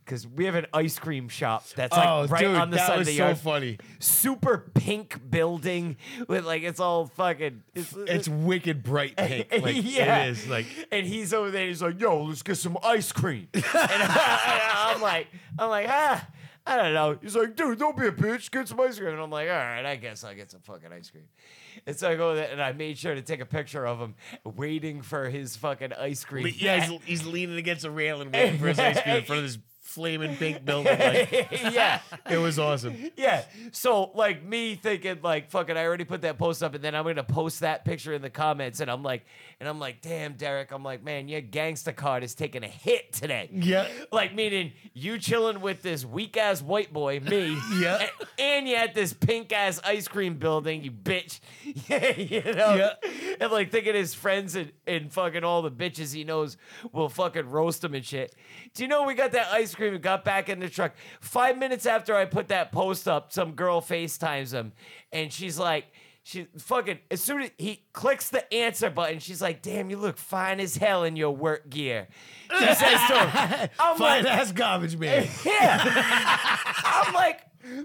S2: Cause we have an ice cream shop that's like
S3: oh,
S2: right
S3: dude,
S2: on the
S3: that
S2: side
S3: was
S2: of the
S3: so
S2: yard.
S3: funny.
S2: Super pink building with like it's all fucking
S3: It's wicked bright pink. Like
S2: Yeah.
S3: it is. Like
S2: and he's over there. He's like, "Yo, let's get some ice cream." and I, am like, I'm like, ah, I don't know. He's like, "Dude, don't be a bitch. Get some ice cream." And I'm like, "All right, I guess I'll get some fucking ice cream." And so I go there, and I made sure to take a picture of him waiting for his fucking ice cream.
S4: Yeah,
S3: he's, he's leaning against a rail and waiting for his ice cream in front of this flaming pink building. Like,
S2: yeah.
S3: it was awesome.
S2: Yeah. So like me thinking like fucking I already put that post up and then I'm gonna post that picture in the comments and I'm like and I'm like, damn Derek, I'm like, man, your gangster card is taking a hit today.
S3: Yeah.
S2: Like meaning you chilling with this weak ass white boy, me.
S3: Yeah.
S2: a- And, you at this pink ass ice cream building, you bitch. you know?
S3: Yeah.
S2: And like thinking his friends and, and fucking all the bitches he knows will fucking roast him and shit. Do you know we got that ice cream and got back in the truck? Five minutes after I put that post up, some girl FaceTimes him and she's like, she fucking as soon as he clicks the answer button, she's like, damn, you look fine as hell in your work gear. She says to him, I'm
S3: Fine
S2: like,
S3: ass garbage man.
S2: yeah. I'm like,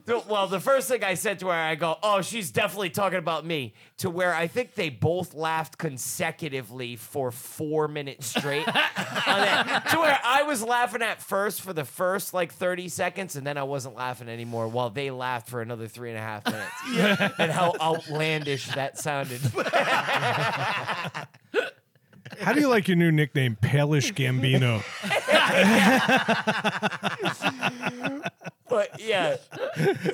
S2: the- well, the first thing I said to her, I go, oh, she's definitely talking about me. To where I think they both laughed consecutively for four minutes straight. on that. To where I was laughing at first for the first like 30 seconds, and then I wasn't laughing anymore while they laughed for another three and a half minutes. And how outlandish that sounded.
S1: How do you like your new nickname, Palish Gambino?
S2: But yeah.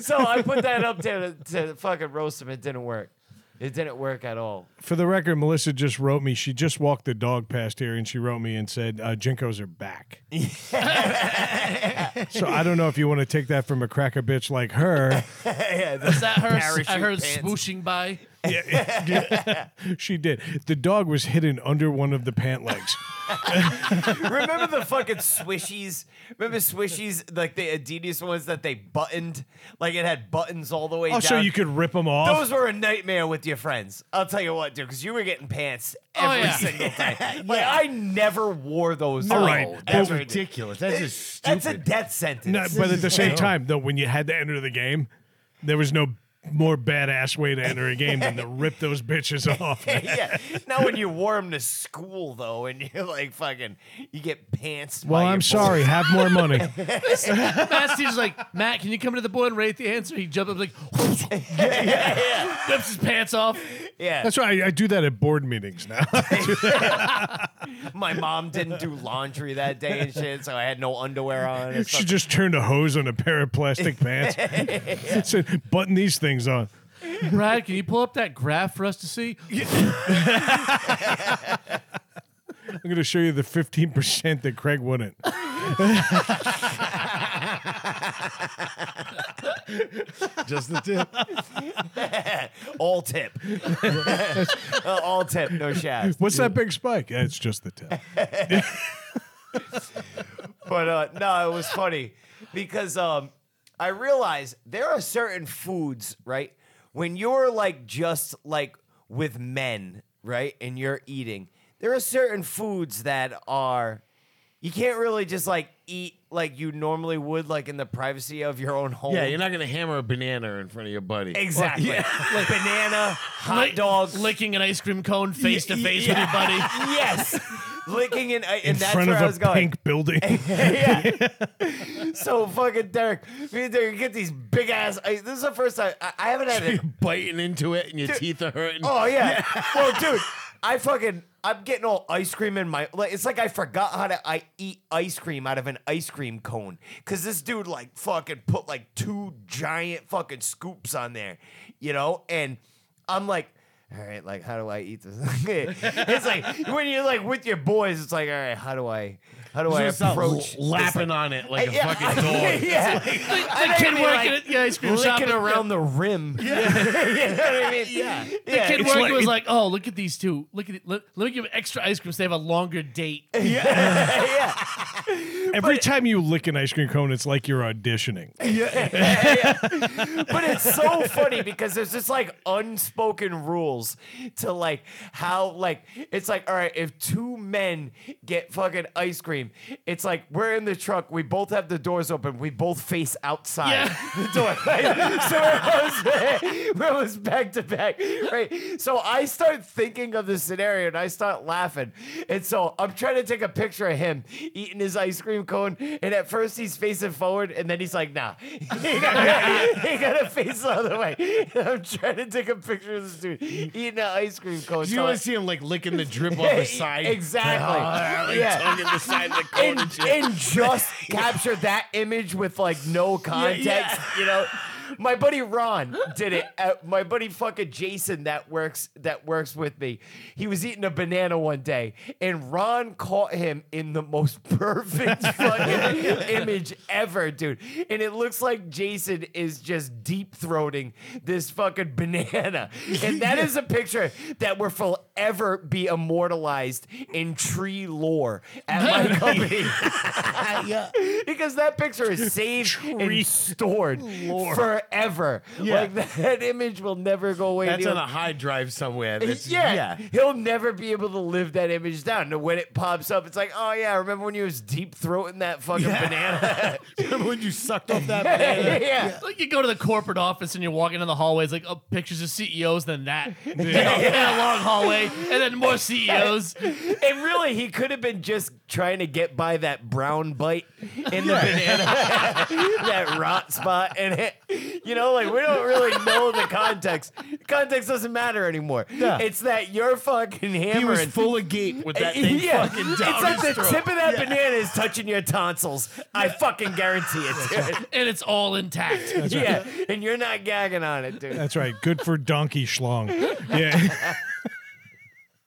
S2: So I put that up there to, to fucking roast him. It didn't work. It didn't work at all.
S1: For the record, Melissa just wrote me. She just walked the dog past here, and she wrote me and said, uh, "Jinkos are back." so I don't know if you want to take that from a cracker bitch like her.
S4: Is that her? I
S2: Parachute
S4: heard
S2: pants.
S4: swooshing by.
S1: She did. The dog was hidden under one of the pant legs.
S2: Remember the fucking swishies? Remember swishies, like the Adidas ones that they buttoned? Like it had buttons all the way
S1: Also,
S2: down.
S1: Oh, you could rip them off.
S2: Those were a nightmare with your friends. I'll tell you what, dude, because you were getting pants
S4: Oh,
S2: every
S4: yeah.
S2: single day. Like I never wore those.
S1: All
S2: out.
S1: right,
S3: That's
S2: Ever.
S3: ridiculous. That's just stupid.
S2: That's a death sentence.
S1: No, but at the same time, though, when you had to enter the game, there was no more badass way to enter a game than to rip those bitches off.
S2: yeah. Now when you wore them to school though, and you're like fucking, you get pants.
S1: Well, I'm sorry. Have more money.
S4: Matt's teacher's like, Matt, can you come to the board and rate the answer? He jumped up like, rips his pants off.
S2: Yeah.
S1: That's why I, I do that at board meetings now.
S2: My mom didn't do laundry that day and shit, so I had no underwear on. and
S1: she just turned a hose on a pair of plastic pants. Said, button these things on.
S4: Brad, can you pull up that graph for us to see?
S1: I'm going to show you the 15% that Craig wouldn't.
S3: just the tip.
S2: All tip. Uh, all tip, no shaft.
S1: What's that big spike? Yeah, it's just the tip.
S2: But uh, no, it was funny because um, I realized there are certain foods, right? When you're like just like with men, right? And you're eating, there are certain foods that are You can't really just like eat like you normally would, like in the privacy of your own home.
S3: Yeah, you're not gonna hammer a banana in front of your buddy.
S2: exactly. Like banana, hot
S4: Lick-
S2: dog,
S4: licking an ice cream cone face to
S2: y-
S4: face with your buddy.
S2: yes, licking uh, and and
S1: in
S2: that's
S1: front
S2: where
S1: of
S2: I
S1: a
S2: was going.
S1: pink building.
S2: yeah. so fucking Derek, me and Derek get these big ass. Ice. This is the first time I, I haven't had
S3: You're
S2: it.
S3: biting into it and your teeth are hurting.
S2: Oh yeah. well, dude, I fucking I'm getting all ice cream in my like. It's like I forgot how to I eat ice cream out of an ice cream cone because this dude like fucking put like two giant fucking scoops on there, you know, and I'm like. All right, like how do I eat this? it's like when you're like with your boys, it's like, all right, how do I, how do I
S3: Just stop
S2: approach?
S3: l- lapping on it like a
S2: Yeah,
S3: fucking dog.
S2: yeah. I
S4: The
S2: think
S4: kid
S2: it'd be
S4: working
S2: like
S4: at the ice cream shop.
S2: licking around the rim. Yeah, you know what I mean. Yeah,
S4: The kid
S1: it's
S4: working
S1: like-
S4: was like, "Oh, look at these two. Look at it. Let, let me give them extra ice cream so they have a longer date."
S2: yeah.
S1: Every time you lick an ice cream cone, it's like you're auditioning.
S2: but it's so funny because there's just like unspoken rules to like how like it's like all right if two men get fucking ice cream it's like we're in the truck we both have the doors open we both face outside
S4: Yeah.
S2: the door right? so we're almost, we're almost back to back right so I start thinking of the scenario and I start laughing and so I'm trying to take a picture of him eating his ice cream cone and at first he's facing forward and then he's like nah he got a face the other way. I'm trying to take a picture of this dude eating an ice cream cone.
S3: You
S2: So I-
S3: want to see him like licking the drip off the side? Oh,
S2: Exactly.
S3: Like
S2: Yeah.
S3: tongue in the side of the cone
S2: And,
S3: and shit.
S2: and just capture that image with like no context, you know. My buddy Ron did it. Uh, my buddy fucking Jason that works that works with me. He was eating a banana one day, and Ron caught him in the most perfect fucking image ever, dude. And it looks like Jason is just deep throating this fucking banana. And that is a picture that will forever be immortalized in tree lore at my company. because that picture is saved and stored forever. Like that image will never go away.
S3: That's
S2: Neil.
S3: on a high drive somewhere. That's-
S2: Yeah. he'll never be able to live that image down. And when it pops up, it's like, oh yeah, remember when you was deep throating that fucking banana?
S3: Remember when you sucked off that
S2: yeah.
S3: banana?
S4: Like you go to the corporate office and you're walking in the hallways, like oh, pictures of CEOs, then that, and a long hallway, and then more E CEOs.
S2: And really, he could have been just trying to get by that brown bite in the banana, that rot spot in it. You know, like we don't really know the context. Context doesn't matter anymore.
S3: Yeah.
S2: It's that you're fucking hammering.
S3: He was full of gape with that thing
S2: Yeah.
S3: fucking
S2: it's
S3: down
S2: like the
S3: his throat.
S2: tip of that banana is touching your tonsils. I fucking guarantee it, dude.
S4: and it's all intact.
S2: yeah, and you're not gagging on it, dude.
S1: That's right. Good for donkey schlong. Yeah.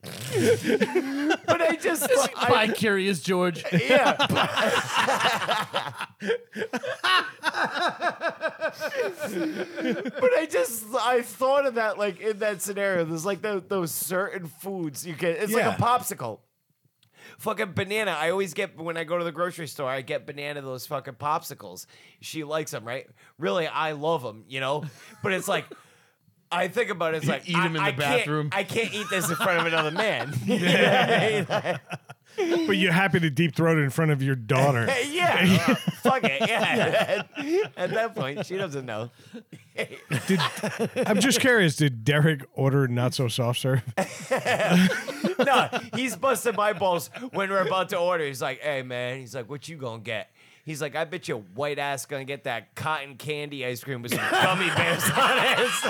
S2: But I just,
S4: By
S2: I,
S4: Curious George.
S2: yeah. but I just I thought of that like in that scenario. There's like tho- those certain foods you get. It's
S3: Yeah.
S2: like a popsicle. Fucking banana. I always get when I go to the grocery store. I get banana those fucking popsicles. She likes them, right? Really, I love them, you know. But it's like. I think about it, it's like
S3: eat
S2: I-
S3: 'em in
S2: I
S3: the
S2: can't-
S3: bathroom.
S2: I can't eat this in front of another man.
S1: but you're happy to deep throat it in front of your daughter.
S2: Hey, yeah, uh, fuck it. Yeah. At, that point, she doesn't know.
S1: Did, I'm just curious. Did Derek order not so soft serve?
S2: No, he's busting my balls when we're about to order. He's like, "Hey, man," he's like, "What you gonna get?" He's like, "I bet your white ass gonna get that cotton candy ice cream with some gummy bears on it."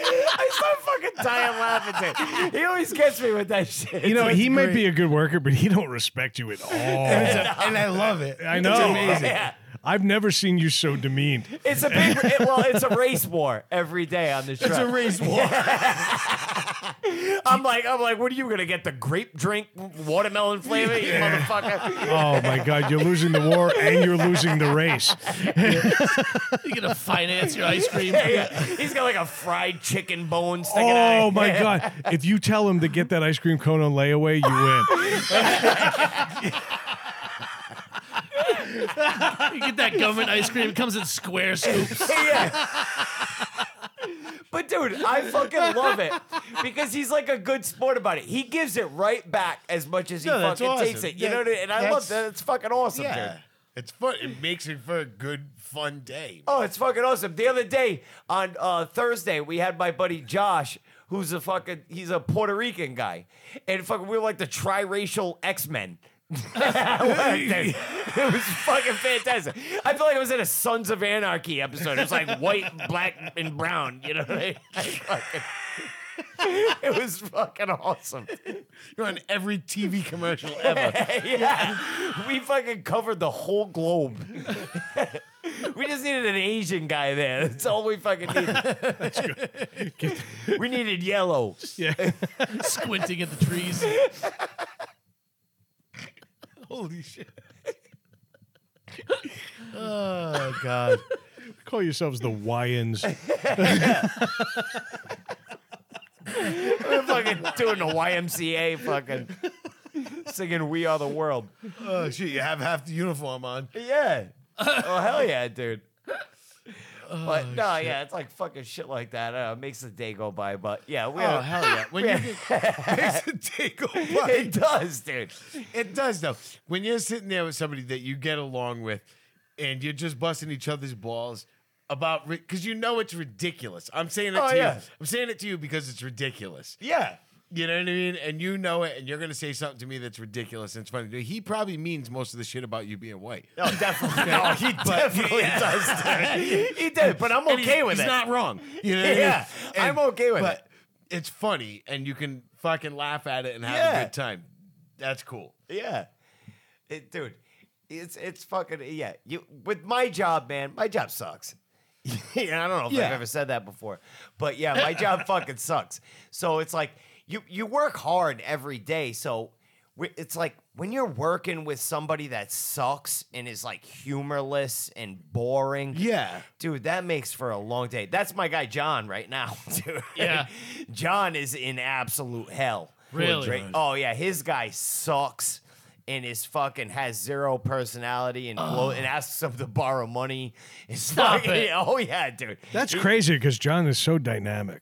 S2: It's like- I start fucking dying laughing. Dude. He always gets me with that shit.
S1: You know,
S3: That's
S1: he might
S3: great.
S1: be a good worker, but he don't respect you at all.
S3: and I love it.
S1: I know.
S2: Yeah.
S1: I've never seen you so demeaned.
S2: It's a big, it- well, it's a race war every day on the truck.
S3: It's a race war.
S2: I'm like, I'm like, what are you gonna get? The grape drink, watermelon flavor, you motherfucker.
S1: Oh my God, you're losing the war and you're losing the race.
S4: You're gonna finance your ice cream.
S2: Yeah, He's got like a fried chicken bone sticking out.
S1: Oh my God. If you tell him to get that ice cream cone on layaway, you win.
S4: You get that government ice cream. It comes in square scoops.
S2: Yeah. But dude, I fucking love it because he's like a good sport about it. He gives it right back as much as he
S3: No, that's
S2: fucking takes
S3: awesome.
S2: it. You
S3: That-
S2: know what I mean? And I love
S3: that's-
S2: that. It's fucking awesome, dude.
S3: yeah. It's fun. It makes it for a good, fun day.
S2: Oh, it's fucking awesome. The other day on uh, Thursday, we had my buddy Josh, who's a fucking he's a Puerto Rican guy, and fucking we were like the triracial X Men. it was fucking fantastic. I feel like I was in a Sons of Anarchy episode. It was like white, black, and brown. You know what I mean? I fucking- it was fucking awesome.
S3: You're on every TV commercial ever.
S2: yeah, we fucking covered the whole globe. we just needed an Asian guy there. That's all we fucking needed. we needed yellow.
S1: Yeah.
S4: squinting at the trees.
S3: Holy shit. oh god.
S1: Call yourselves the Wyans.
S2: We We're fucking doing the YMCA fucking singing "We Are the World."
S3: Oh shit, you have half the uniform on.
S2: Yeah. Oh hell yeah, dude.
S3: Oh,
S2: But no, yeah, it's like fucking shit like that. Uh, it makes the day go by. But yeah, we.
S3: Oh
S2: are-
S3: hell yeah. When you get, makes a take
S2: it does, dude.
S3: It does though. When you're sitting there with somebody that you get along with, and you're just busting each other's balls about because you know it's ridiculous. I'm saying it
S2: Oh,
S3: to
S2: yeah.
S3: you. I'm saying it to you because it's ridiculous.
S2: Yeah.
S3: You know what I mean? And you know it, and you're gonna say something to me that's ridiculous and it's funny. He probably means most of the shit about you being white.
S2: No, definitely. No, he definitely does. Dude. He did, but I'm
S3: And he's-
S2: okay with
S3: he's
S2: it.
S3: not wrong. You know what I mean?
S2: yeah, I'm
S3: And-
S2: okay with
S3: but it's funny, and you can fucking laugh at it and have
S2: Yeah.
S3: a good time. That's cool.
S2: it. Yeah, it, dude, it's it's fucking yeah. You with my job, man. My job sucks. yeah, I don't know if I've
S3: Yeah.
S2: ever said that before, but yeah, my job fucking sucks. So it's like you you work hard every day. So we- it's like when you're working with somebody that sucks and is like humorless and boring.
S3: Yeah.
S2: Dude, that makes for a long day. That's my guy John right now, dude.
S4: Yeah.
S2: John is in absolute hell.
S4: Really?
S2: Right? Oh yeah, his guy sucks and is fucking has zero personality and blo- and asks him to borrow money. It's
S4: Stop
S2: fucking-
S4: it.
S2: Oh yeah, dude.
S1: That's crazy because John is so dynamic.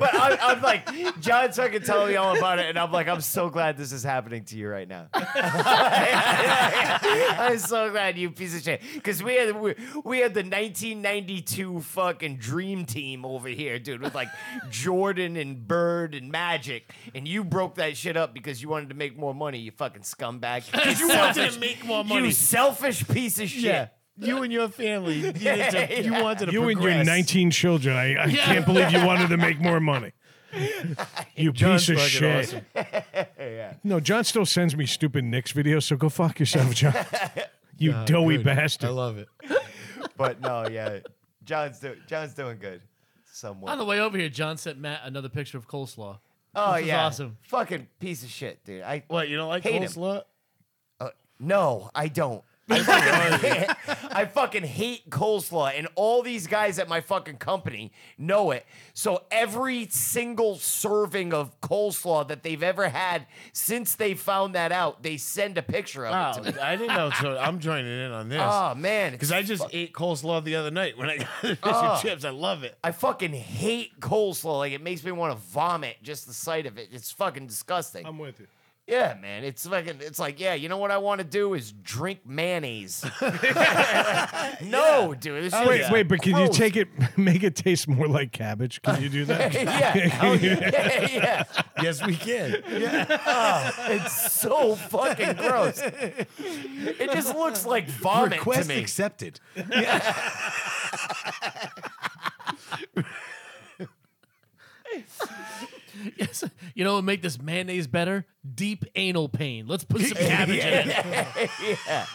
S2: But I'm, I'm like, John's fucking telling me all about it, and I'm like, I'm so glad this is happening to you right now. I'm so glad you piece of shit. Because we had we, we had the 1992 fucking dream team over here, dude, with like Jordan and Bird and Magic, and you broke that shit up because you wanted to make more money. You fucking scumbag. You
S4: You wanted to
S2: selfish-
S4: make more money.
S2: You selfish piece of shit.
S3: You and your family, you, did to- you wanted to
S1: You and your
S3: progress.
S1: 19 children. I, I can't believe you wanted to make more money. You
S3: John's
S1: piece of
S3: fucking
S1: shit.
S3: awesome.
S1: No, John still sends me stupid Knicks videos, so go fuck yourself, John. You doughy
S3: Good. I
S1: bastard.
S3: love it.
S2: But no, yeah, John's do, John's doing good. Somewhat.
S4: On the way over here, John sent Matt another picture of coleslaw.
S2: Oh
S4: This is
S2: yeah,
S4: awesome.
S2: Fucking piece of shit, dude. I
S3: What you don't like
S2: Hate him.
S3: coleslaw?
S2: uh, no, I don't. I fucking, I fucking hate coleslaw, and all these guys at my fucking company know it. So every single serving of coleslaw that they've ever had since they found that out, they send a picture of
S3: Wow,
S2: it to me.
S3: Oh, I didn't know. So I'm joining in on this
S2: Oh man,
S3: because I just ate coleslaw the other night when I got the fish
S2: Oh.
S3: and chips. I love it.
S2: I fucking hate coleslaw. Like it makes me want to vomit just the sight of it. It's fucking disgusting.
S1: I'm with you.
S2: Yeah, man. It's fucking it's like, yeah, you know what I want to do is drink mayonnaise. no, dude. This
S1: Oh,
S2: shit
S1: Wait,
S2: is
S1: wait, but can you
S2: gross.
S1: take it, make it taste more like cabbage? Can you do that?
S2: yeah. Oh, yeah. yeah, yeah. Oh,
S3: yes, we can.
S2: It's so fucking gross. It just looks like vomit to
S3: Request
S2: me.
S3: accepted.
S4: Yes. You know what would make this mayonnaise better? Deep anal pain. Let's put some cabbage in it.
S2: yeah.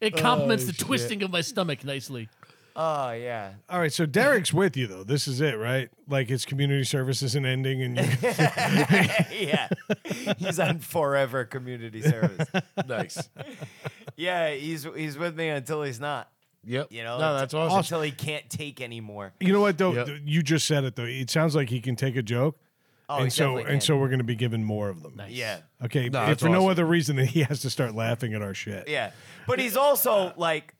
S4: It
S3: Oh,
S4: complements the twisting of my stomach nicely.
S2: Oh, yeah.
S1: All right, so Derek's with you though. This is it, right? Like his community service isn't ending, and you,
S2: yeah. He's on forever community service.
S3: nice.
S2: Yeah, he's he's with me until he's not.
S3: Yep.
S2: You know,
S3: no,
S2: it's-
S3: that's awesome.
S2: Until he can't take anymore.
S1: you know what though?
S3: Yep.
S1: You just said it though. It sounds like he can take a joke,
S2: Oh, he
S1: and so
S2: definitely
S1: and
S2: can.
S1: so we're going to be given more of them.
S2: Yeah.
S1: Okay,
S3: No,
S1: if
S3: that's
S1: for no
S3: awesome.
S1: other reason than he has to start laughing at our shit.
S2: Yeah. But he's also like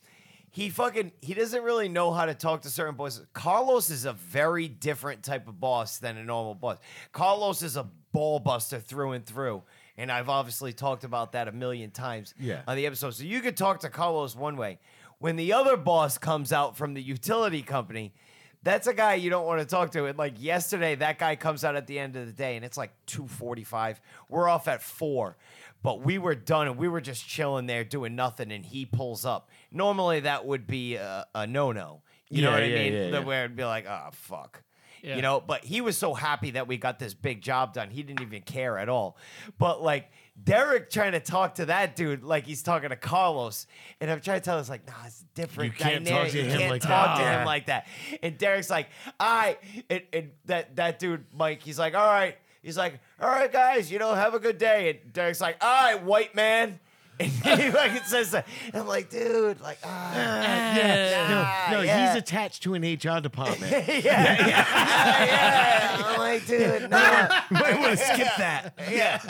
S2: he fucking he doesn't really know how to talk to certain bosses. Carlos is a very different type of boss than a normal boss. Carlos is a ball buster through and through. And I've obviously talked about that a million times
S1: Yeah.
S2: on the episode. So you could talk to Carlos one way. When the other boss comes out from the utility company, that's a guy you don't want to talk to. And like yesterday, that guy comes out at the end of the day, and it's like two forty-five. We're off at four, but we were done, and we were just chilling there doing nothing. And he pulls up. Normally, that would be a, a no-no. You know
S3: Yeah,
S2: what I
S3: yeah,
S2: mean?
S3: yeah,
S2: The-
S3: yeah.
S2: Where it'd be like, oh fuck.
S4: Yeah.
S2: You know, but he was so happy that we got this big job done. He didn't even care at all. But like Derek trying to talk to that dude like he's talking to Carlos, and I'm trying to tell us like, nah, it's different.
S3: You can't talk
S2: dynamic.
S3: to
S2: You
S3: him
S2: can't
S3: like
S2: talk
S3: that."
S2: to him
S3: Yeah.
S2: like that. And Derek's like, I and, and that that dude Mike, he's like, all right, he's like, all right, guys, you know, have a good day. And Derek's like, all right, white man. And he like says that. And I'm like, dude, like, ah.
S3: yeah.
S2: yeah,
S3: No, no,
S2: Ah, yeah.
S3: he's attached to an HR department.
S2: yeah, yeah, yeah, yeah. I'm like, dude, no.
S3: Might want to skip that.
S2: Yeah.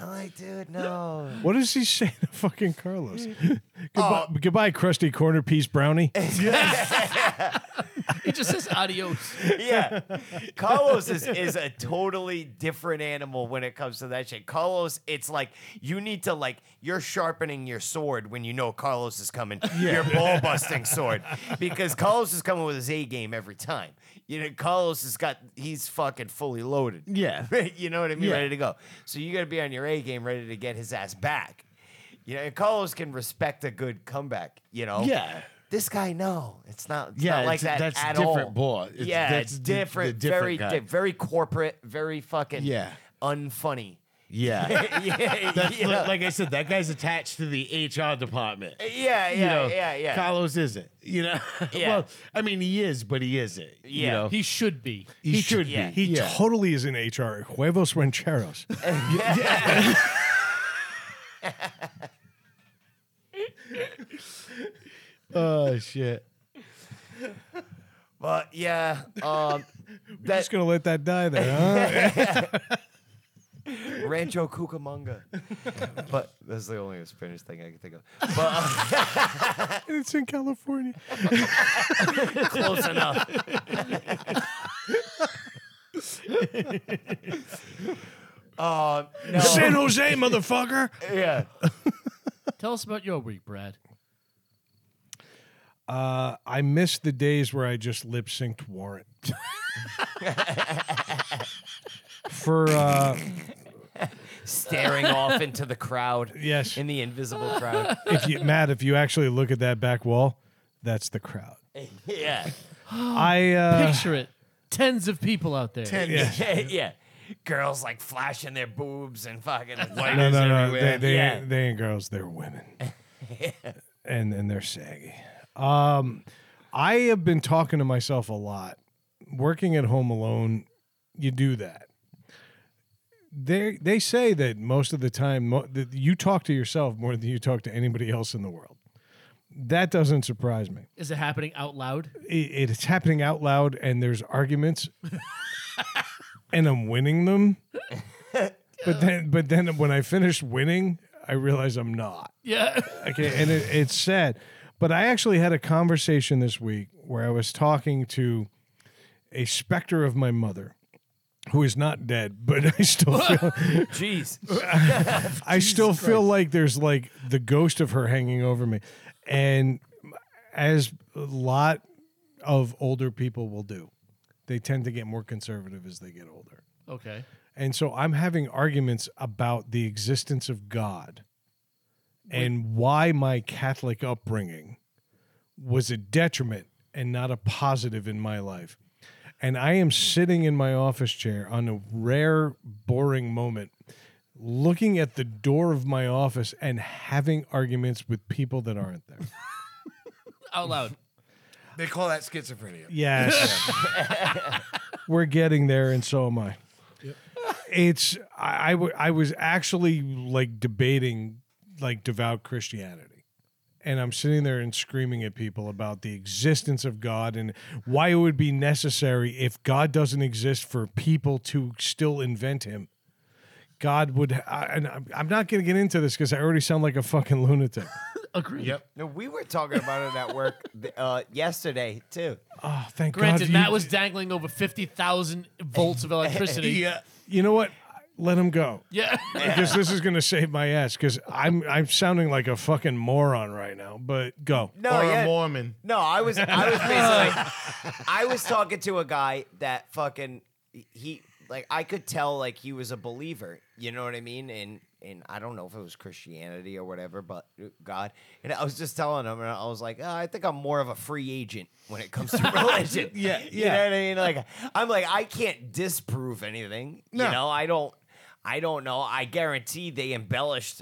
S2: I'm like, dude, no.
S1: What does he say to fucking Carlos? goodbye,
S3: Oh.
S1: goodbye, crusty corner piece brownie.
S3: Eh,
S4: It just says adios.
S2: Yeah. Carlos is, is a totally different animal when it comes to that shit. Carlos, it's like you need to like you're sharpening your sword when you know Carlos is coming. Your ball busting sword. Because Carlos is coming with his A game every time. You know, Carlos has got he's fucking fully loaded.
S3: Yeah.
S2: you know what I mean?
S3: Yeah.
S2: Ready to go. So you gotta be on your A game ready to get his ass back. You know, and Carlos can respect a good comeback, you know?
S3: Yeah.
S2: This guy, no, it's not. It's
S3: Yeah,
S2: not like
S3: it's-
S2: that
S3: that's
S2: at
S3: different
S2: all.
S3: boy. It's-
S2: yeah, it's
S3: that's the- the
S2: different,
S3: different
S2: very,
S3: guy.
S2: di- very corporate, very fucking,
S3: Yeah.
S2: unfunny.
S3: Yeah.
S2: yeah, yeah,
S3: That's
S2: yeah,
S3: like, like I said, that guy's attached to the HR department.
S2: yeah,
S3: You know,
S2: yeah, yeah.
S3: Carlos isn't. You know,
S2: Yeah.
S3: well, I mean, he is, but he isn't.
S2: Yeah.
S3: You know,
S4: He should be.
S3: he, should
S2: yeah.
S1: He
S3: be. yeah. Eh.
S1: totally is in HR. Huevos rancheros.
S3: oh shit.
S2: but yeah, um, that
S1: Just gonna let that die there, huh?
S2: Rancho Cucamonga. but that's the only Spanish thing I can think of. But uh,
S1: it's in California.
S2: close enough. Um, no,
S3: Oh.
S1: San Jose, motherfucker.
S2: yeah.
S4: Tell us about your week, Brad.
S1: Uh, I miss the days where I just lip synced Warrant. For uh,
S2: staring off into the crowd.
S1: Yes.
S2: In the invisible crowd.
S1: if you, Matt, if you actually look at that back wall, that's the crowd.
S2: yeah.
S3: Oh.
S1: I uh,
S4: Picture it. Tens of people out there.
S1: yeah.
S2: yeah. Yeah. Girls like flashing their boobs and fucking white.
S1: No, no, no. They,
S3: everywhere.
S1: they,
S2: Yeah.
S1: ain't, they ain't girls. They're women. And and they're saggy. Um, I have been talking to myself a lot. Working at home alone, you do that. They they say that most of the time mo- that you talk to yourself more than you talk to anybody else in the world. That doesn't surprise me.
S4: Is it happening out loud?
S1: It, it's happening out loud, and there's arguments, and I'm winning them. But then, but then when I finish winning, I realize I'm not.
S4: Yeah.
S1: Okay, and it, it's sad. But I actually had a conversation this week where I was talking to a specter of my mother, who is not dead, but I still feel,
S2: Jeez.
S1: I still feel like there's like the ghost of her hanging over me, and as a lot of older people will do, they tend to get more conservative as they get older.
S4: Okay.
S1: And so I'm having arguments about the existence of God and why my Catholic upbringing was a detriment and not a positive in my life. And I am sitting in my office chair on a rare, boring moment, looking at the door of my office and having arguments with people that aren't there.
S4: Out loud.
S3: They call that schizophrenia.
S1: Yes. We're getting there, and so am I. It's I I wa- I was actually like debating like devout Christianity, and I'm sitting there and screaming at people about the existence of God and why it would be necessary if God doesn't exist for people to still invent Him. God would, I, and I'm I'm not going to get into this because I already sound like a fucking lunatic.
S4: Agreed.
S3: Yep.
S2: No, we were talking about it at work th- uh, yesterday too.
S1: Oh, thank God.
S4: Granted,
S1: you-
S4: Matt was dangling over fifty thousand volts of electricity.
S1: You know what? Let him go.
S4: Yeah.
S1: Because this is going to save my ass. Because I'm I'm sounding like a fucking moron right now. But go.
S2: No,
S3: or
S2: yeah.
S3: a Mormon.
S2: No, I was I was basically I was talking to a guy that fucking he like I could tell like he was a believer, you know what I mean? And and I don't know if it was Christianity or whatever, but God. And I was just telling him, and I was like, oh, I think I'm more of a free agent when it comes to religion.
S1: Yeah,
S2: you
S1: yeah.
S2: know what I mean. Like I'm like I can't disprove anything.
S3: No.
S2: You know, I don't. I don't know. I guarantee they embellished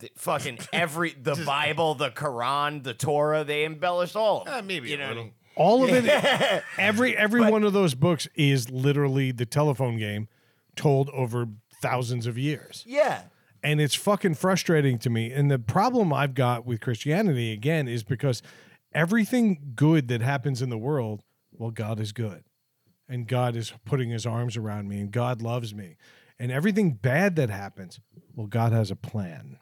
S2: the fucking every the Bible, the Quran, the Torah. They embellished all. Of
S3: Uh,
S2: it,
S3: maybe
S2: you
S3: a
S2: know what I
S3: little.
S2: mean?
S1: All of it. Every every one of those books is literally the telephone game told over thousands of years.
S2: Yeah.
S1: and it's fucking frustrating to me. And the problem I've got with Christianity again is because everything good that happens in the world, well, God is good, and God is putting His arms around me, and God loves me, and everything bad that happens, well, God has a plan.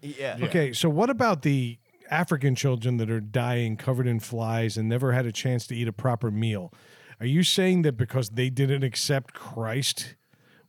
S2: Yeah.
S1: Okay, so what about the African children that are dying covered in flies and never had a chance to eat a proper meal? Are you saying that because they didn't accept Christ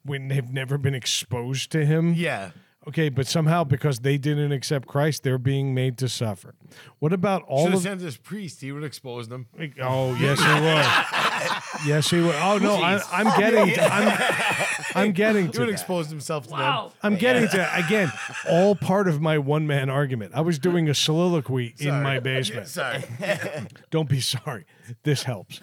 S1: when they've never been exposed to him?
S3: Yeah.
S1: Okay, but somehow because they didn't accept Christ, they're being made to suffer. What about all
S3: Should have
S1: of
S3: sent this priest. He would expose them.
S1: Oh, yes he would. yes he would. Oh no, I, I'm getting to, I'm I'm getting
S3: He
S1: to
S3: would
S1: that.
S3: expose himself to
S4: Wow.
S1: I'm getting to again all part of my one man argument. I was doing a soliloquy
S3: them.
S1: in my
S3: Sorry.
S1: basement.
S3: Sorry.
S1: Don't be sorry. This helps.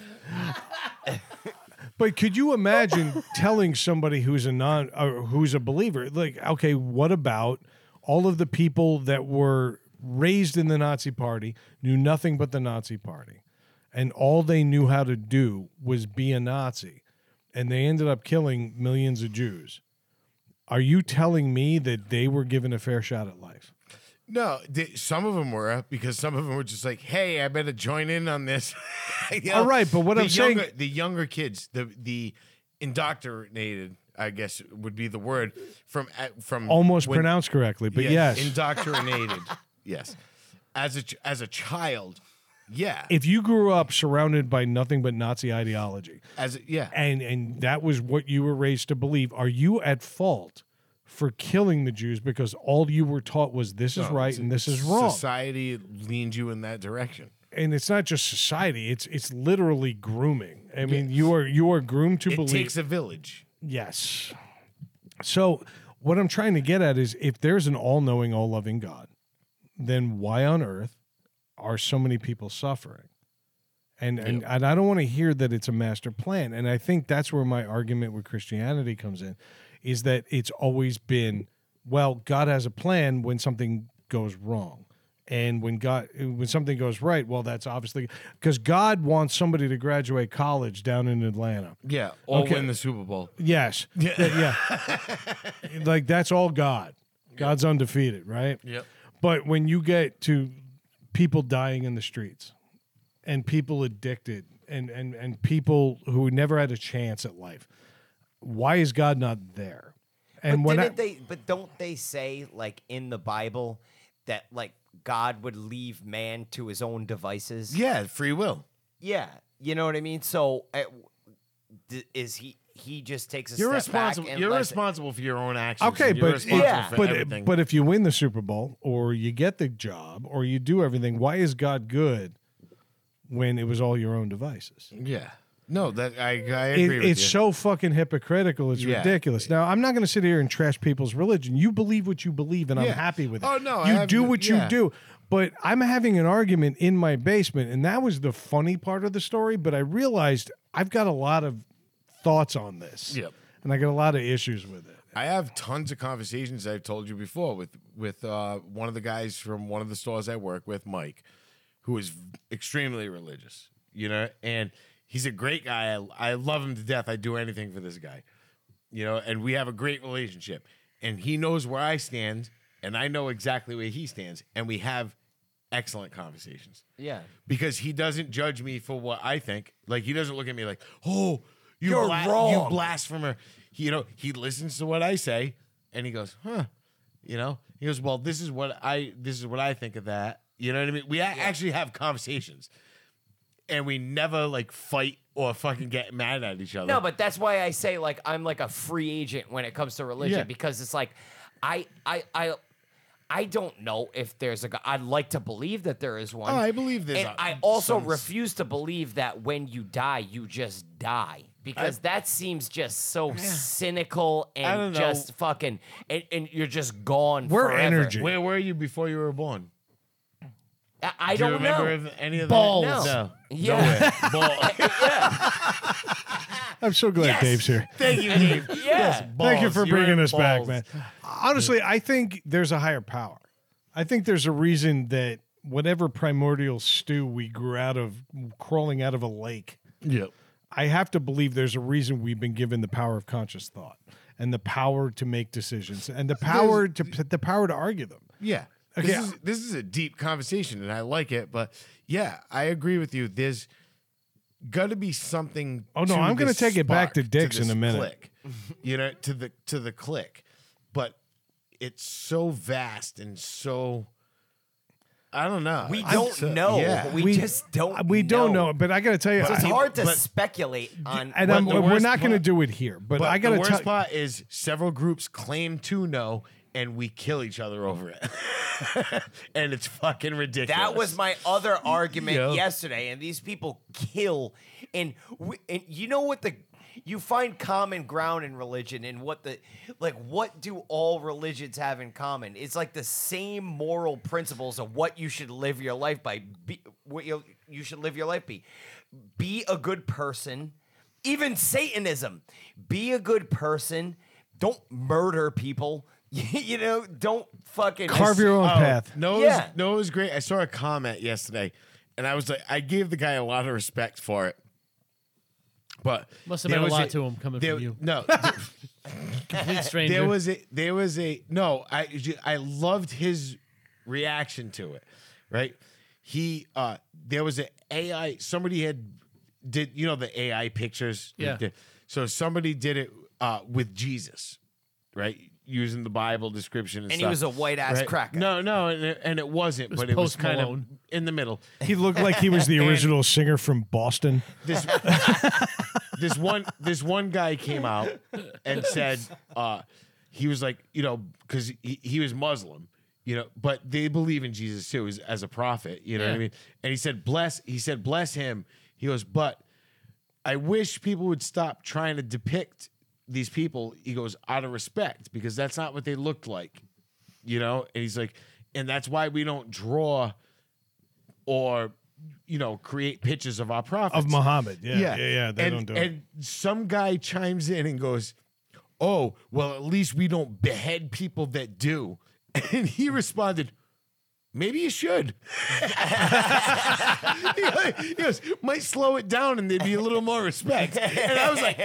S1: But could you imagine telling somebody who's a non or who's a believer like okay, what about all of the people that were raised in the Nazi party, knew nothing but the Nazi party, and all they knew how to do was be a Nazi, and they ended up killing millions of Jews. Are you telling me that they were given a fair shot at life?
S3: No, th- some of them were because some of them were just like, "Hey, I better join in on this." You
S1: All right, but what
S3: the
S1: I'm saying-
S3: younger, the younger kids, the the indoctrinated, I guess would be the word from at- from
S1: Almost
S3: when-
S1: pronounced correctly, but
S3: yeah,
S1: yes.
S3: indoctrinated, yes. As a ch- as a child, yeah,
S1: if you grew up surrounded by nothing but Nazi ideology,
S3: as a, yeah,
S1: and and that was what you were raised to believe are you at fault for killing the jews because all you were taught was this is
S3: No,
S1: right
S3: it's-
S1: and this is wrong
S3: Society leaned you in that direction.
S1: and it's not just society it's it's literally grooming i mean you are you are groomed to
S3: It
S1: believe
S3: takes a village.
S1: yes so what i'm trying to get at is if there's an all-knowing all-loving god then why on earth are so many people suffering and, and and I don't want to hear that it's a master plan. And I think that's where my argument with Christianity comes in, is that it's always been, well, God has a plan when something goes wrong, and when God when something goes right, well, that's obviously because God wants somebody to graduate college down in Atlanta.
S3: Yeah, or
S1: Okay.
S3: win the Super Bowl.
S1: Yes, yeah, yeah. like that's all God. God's undefeated, right?
S3: Yep.
S1: But when you get to people dying in the streets and people addicted and, and, and people who never had a chance at life, why is God not there? And
S2: But
S1: when I,
S2: didn't they? But don't they say like in the Bible that like God would leave man to his own devices?
S3: Yeah, free will.
S2: Yeah, you know what I mean. So uh, d- is he? He just takes a
S3: You're
S2: step back
S3: responsible.
S2: and
S3: You're
S2: lets it-
S3: responsible for your own actions.
S1: okay,
S3: and you're
S1: but
S3: responsible
S2: Yeah.
S3: for
S1: but
S3: everything.
S1: but if you win the Super Bowl or you get the job or you do everything, why is God good when it was all your own devices?
S3: yeah, no, that I, I
S1: It-
S3: agree with
S1: it's
S3: you.
S1: so fucking hypocritical. It's
S3: Yeah.
S1: ridiculous. Now, I'm not going to sit here and trash people's religion. You believe what you believe, and I'm
S3: Yeah.
S1: happy with it.
S3: Oh, no, I
S1: you
S3: have
S1: do
S3: no-
S1: what
S3: yeah.
S1: you do. But I'm having an argument in my basement, and that was the funny part of the story. But I realized I've got a lot of thoughts on this,
S3: Yep.
S1: and I got a lot of issues with it.
S3: I have tons of conversations I've told you before with with uh, one of the guys from one of the stores I work with, Mike, who is extremely religious. You know, and he's a great guy. I, I love him to death. I do anything for this guy. You know, and we have a great relationship. And he knows where I stand, and I know exactly where he stands, and we have excellent conversations.
S2: Yeah.
S3: because he doesn't judge me for what I think. Like he doesn't look at me like, "Oh, you
S2: You're
S3: bla-
S2: wrong."
S3: you blasphemer." He, you know, he listens to what I say, and he goes, "Huh." You know, he goes, "Well, this is what I this is what I think of that." You know what I mean? We a- actually have conversations, and we never like fight or fucking get mad at each other.
S2: No, but that's why I say like I'm like a free agent when it comes to religion
S4: Yeah.
S2: because it's like I I I I don't know if there's a God. I'd like to believe that there is one.
S3: Oh, I believe there's
S2: And
S3: a-
S2: I also
S3: some-
S2: refuse to believe that when you die, you just die because that seems just so cynical
S3: don't
S2: and
S3: know.
S2: just fucking and, and you're just gone.
S1: We're
S2: forever.
S1: energy.
S3: where were you before you were born?
S2: I, I
S3: Do you
S2: don't
S3: remember
S2: know.
S3: if any of
S4: Balls.
S3: that?
S2: No. Yeah.
S3: Nowhere. Ball.
S1: I'm so glad Dave's here.
S3: Thank you, Dave.
S2: Yeah.
S1: Thank you
S3: balls.
S1: for
S3: You're
S1: bringing
S3: in
S1: us
S3: balls.
S1: back, man. Honestly, I think there's a higher power. I think there's a reason that whatever primordial stew we grew out of, crawling out of a lake,
S4: Yep.
S1: I have to believe there's a reason we've been given the power of conscious thought and the power to make decisions and the power to the power to argue them.
S3: Yeah.
S1: Okay,
S3: This is, this is a deep conversation and I like it, but yeah, I agree with you. There's got to be something.
S1: Oh, no,
S3: to
S1: I'm gonna
S3: this
S1: take it back to
S3: spark,
S1: dicks in
S3: this
S1: a minute.
S3: Click, you know, to the to the click, but it's so vast and so. I don't know.
S2: We
S3: It's
S2: don't
S3: so-
S2: know.
S3: yeah.
S2: We, just don't.
S1: We don't know, but I got to tell you,
S2: It's
S1: I-
S2: hard to
S3: but-
S2: speculate on.
S1: and
S3: But
S1: I'm,
S3: the
S1: we're
S3: worst
S1: not going to
S3: part-
S1: do it here. But,
S3: But
S1: I got
S3: the
S1: to
S3: worst
S1: tell you,
S3: part is several groups claim to know, and we kill each other over it, and it's fucking ridiculous.
S2: That was my other argument
S3: Yeah.
S2: yesterday, and these people kill, and we, and you know what the you find common ground in religion, and what the like what do all religions have in common? It's like the same moral principles of what you should live your life by. Be, what you you should live your life be, be a good person. Even Satanism, be a good person. Don't murder people. you know, don't fucking
S1: carve your own
S3: Oh,
S1: path.
S3: No, it
S2: Yeah.
S3: was, no, it was great. I saw a comment yesterday, and I was like, I gave the guy a lot of respect for it. But
S4: Must have
S3: there
S4: meant a
S3: was
S4: lot to him coming
S3: there-
S4: from you.
S3: No,
S4: Complete stranger.
S3: there was a there was a no. I ju- I loved his reaction to it. Right, he uh there was a AI. Somebody had did you know the AI pictures?
S4: Yeah.
S3: So somebody did it uh with Jesus, right? Using the Bible description, and,
S2: And he
S3: stuff,
S2: was a white-ass
S3: right?
S2: cracker.
S3: No, no, and it, and it wasn't,
S4: was
S3: but it was
S4: Post
S3: kind of
S4: Malone.
S3: in the middle.
S1: He looked like he was the original singer from Boston.
S3: this this one this one guy came out and said uh he was like you know because he, he was muslim you know but they believe in jesus too as, as a prophet you know what
S4: Yeah.
S3: i mean and he said bless he said bless him he goes but i wish people would stop trying to depict these people he goes out of respect because that's not what they looked like you know and he's like and that's why we don't draw or you know create pictures of our prophets
S1: of Muhammad. Yeah, yeah,
S3: yeah,
S1: yeah. they
S3: and,
S1: don't do it.
S3: And some guy chimes in and goes, "Oh, well, at least we don't behead people that do." And he responded, "Maybe you should." he goes, "Might slow it down, and there'd be a little more respect." And I was like.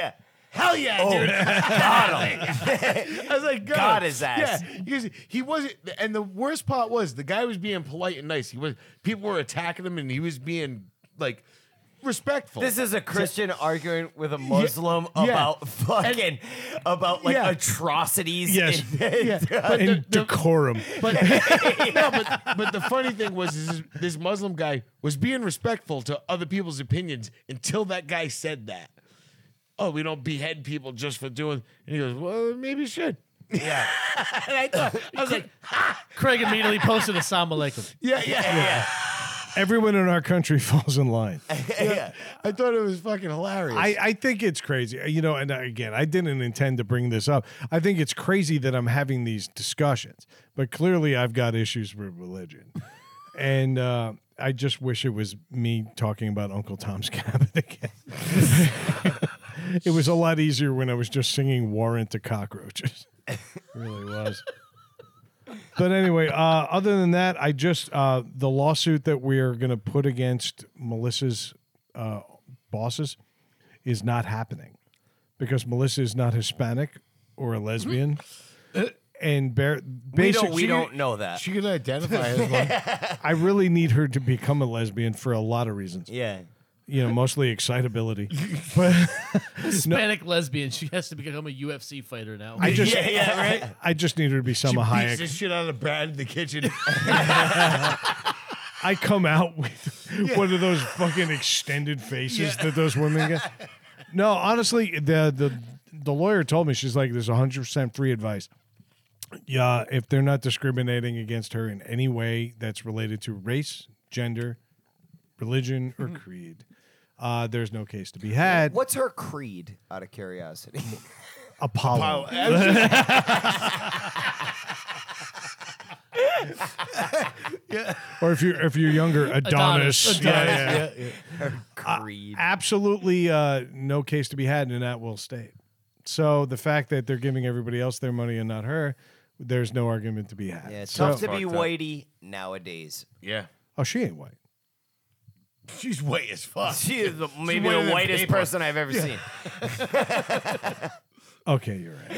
S3: Hell yeah, dude! I was like, God,
S2: Oh. God his ass.
S3: Yeah, because he wasn't. And the worst part was the guy was being polite and nice. He was people were attacking him, and he was being like respectful.
S2: This is a Christian arguing with a Muslim
S3: yeah.
S2: about fucking about like
S3: Yeah.
S2: atrocities.
S1: Yes.
S2: in-
S3: yeah, but
S1: And
S3: the- the-
S1: decorum.
S3: but no, but but the funny thing was is this, this Muslim guy was being respectful to other people's opinions until that guy said that. Oh, we don't behead people just for doing. And he goes, well, maybe you should.
S2: yeah.
S3: And I thought I was like,
S4: Craig immediately posted Assalamu alaikum.
S3: yeah, yeah, yeah.
S1: Everyone in our country falls in line.
S3: I thought it was fucking hilarious.
S1: I, I think it's crazy. Uh, You know, and I- again, I didn't intend to bring this up. I think it's crazy that I'm having these discussions, but clearly I've got issues with religion. and uh, I just wish it was me talking about Uncle Tom's Cabin again. it was a lot easier when I was just singing Warrant to Cockroaches. It really was. But anyway, uh, other than that, I just uh, the lawsuit that we are going to put against Melissa's uh, bosses is not happening because Melissa is not Hispanic or a lesbian, and bear,
S2: We don't
S1: basically-
S2: we don't know that.
S3: she could identify as one.
S1: I really need her to become a lesbian for a lot of reasons.
S2: yeah.
S1: you know, mostly excitability. But
S4: Hispanic lesbian. She has to become a UFC fighter now.
S1: I just,
S3: Yeah, yeah, right.
S1: I just needed to be some
S3: Beats the
S1: Hayek.
S3: shit out of Brad in the kitchen.
S1: I come out with one of those fucking extended faces that those women get. No, honestly, the the the lawyer told me she's like, "There's 100 percent free advice. Yeah, if they're not discriminating against her in any way that's related to race, gender, religion, or creed, uh, there's no case to be had."
S2: What's her creed? Out of curiosity. Oh,
S1: Apollo.
S3: I
S2: eh?
S3: was just-
S1: or if you're if you're younger, Adonis.
S4: Adonis.
S1: Yeah,
S4: Adonis,
S1: yeah.
S2: her creed.
S1: absolutely uh, no case to be had in that will state. So the fact that they're giving everybody else their money and not her, there's no argument to be had.
S2: yeah, it's
S1: So-
S2: tough to be
S3: Fucked up.
S2: whitey nowadays.
S3: yeah.
S1: oh, she ain't white.
S3: She's white as fuck.
S2: She is the, maybe
S3: whiter
S2: the
S3: than
S2: whitest
S3: paper.
S2: person I've ever seen.
S1: Okay, you're right.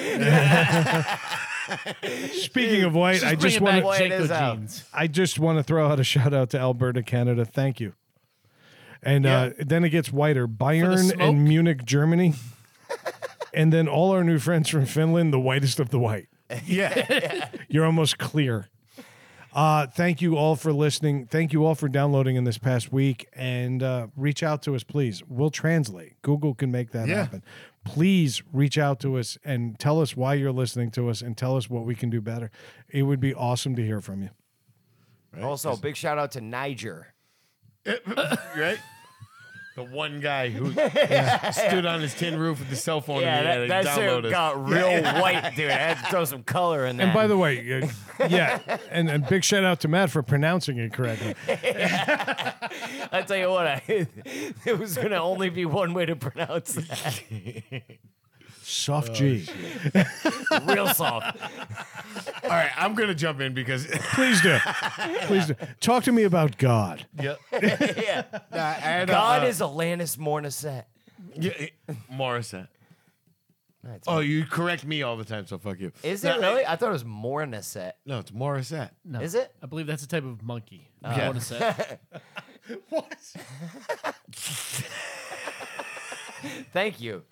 S1: Speaking of white, I
S4: Just bring
S1: just
S4: it back
S1: want to
S2: wanna- White is
S4: Jenko
S2: out.
S4: jeans.
S1: I just want to throw out a shout out to Alberta, Canada. Thank you. And uh, then it gets whiter. Bayern
S4: smoke?
S1: and Munich, Germany. and then all our new friends from Finland, the whitest of the white.
S3: Yeah.
S1: You're almost clear. Uh, thank you all for listening. Thank you all for downloading in this past week. And uh, reach out to us, please. We'll translate. Google can make that
S3: Yeah.
S1: happen. Please reach out to us and tell us why you're listening to us and tell us what we can do better. It would be awesome to hear from you.
S2: Also, big shout out to Niger.
S3: right? The one guy who stood on his tin roof with the cell phone in
S2: Yeah,
S3: the
S2: that,
S3: air and
S2: that
S3: downloaded.
S2: shit got real white, dude. I had to throw some color in there.
S1: And by the way, uh, yeah, and, and big shout out to Matt for pronouncing it correctly.
S2: I tell you what, I, there was gonna only be one way to pronounce that.
S3: Oh,
S1: Soft G.
S2: Real soft.
S3: All right, I'm gonna jump in because
S1: Please do. Please do. Talk to me about God.
S2: yeah.
S3: I had
S2: God
S3: a,
S2: is Alanis Morissette.
S3: yeah, eh, Morissette.
S2: That's-
S3: Oh, you correct me all the time, so fuck you.
S2: Is it
S3: No,
S2: really? I thought it was Morissette.
S3: No, it's Morissette.
S4: No.
S2: Is it?
S4: I believe that's a type of monkey. I
S3: Yeah.
S4: want to say.
S2: Thank you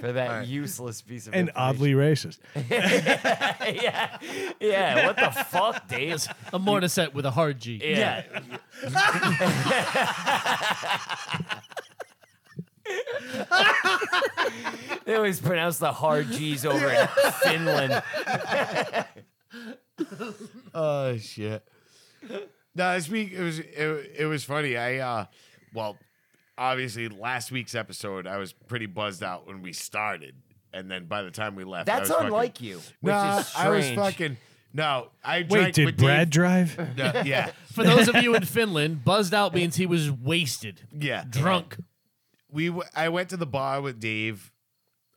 S2: for that useless piece of
S1: And
S2: information.
S1: oddly racist.
S2: yeah, yeah. What the fuck, Dave?
S4: A Mortiset with a hard G.
S2: Yeah. they always pronounce the hard G's over in Finland.
S3: Oh shit. No, this week it was it, it was funny. I uh well, obviously last week's episode I was pretty buzzed out when we started, and then by the time we left, I
S2: That's
S3: was fucking-
S2: unlike you, which
S3: Nah,
S2: is
S3: I was
S2: strange.
S3: fucking no. I drank
S1: Wait, did
S3: with
S1: Brad
S3: Dave- Uh,
S1: drive?
S3: No, yeah,
S4: For those of you in Finland, buzzed out means he was wasted,
S3: yeah.
S4: drunk.
S3: We w- I went to the bar with Dave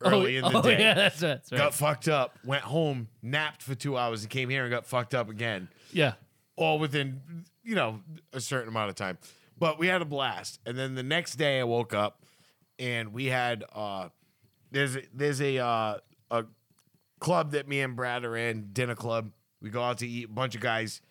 S3: early
S4: oh,
S3: in the
S4: oh,
S3: day.
S4: Yeah, that's, that's right.
S3: Got fucked up, went home, napped for two hours, and came here and got fucked up again.
S4: yeah.
S3: all within you know a certain amount of time. But we had a blast, and then the next day I woke up, and we had uh, there's a, there's a uh, a club that me and Brad are in, dinner club. We go out to eat, a bunch of guys.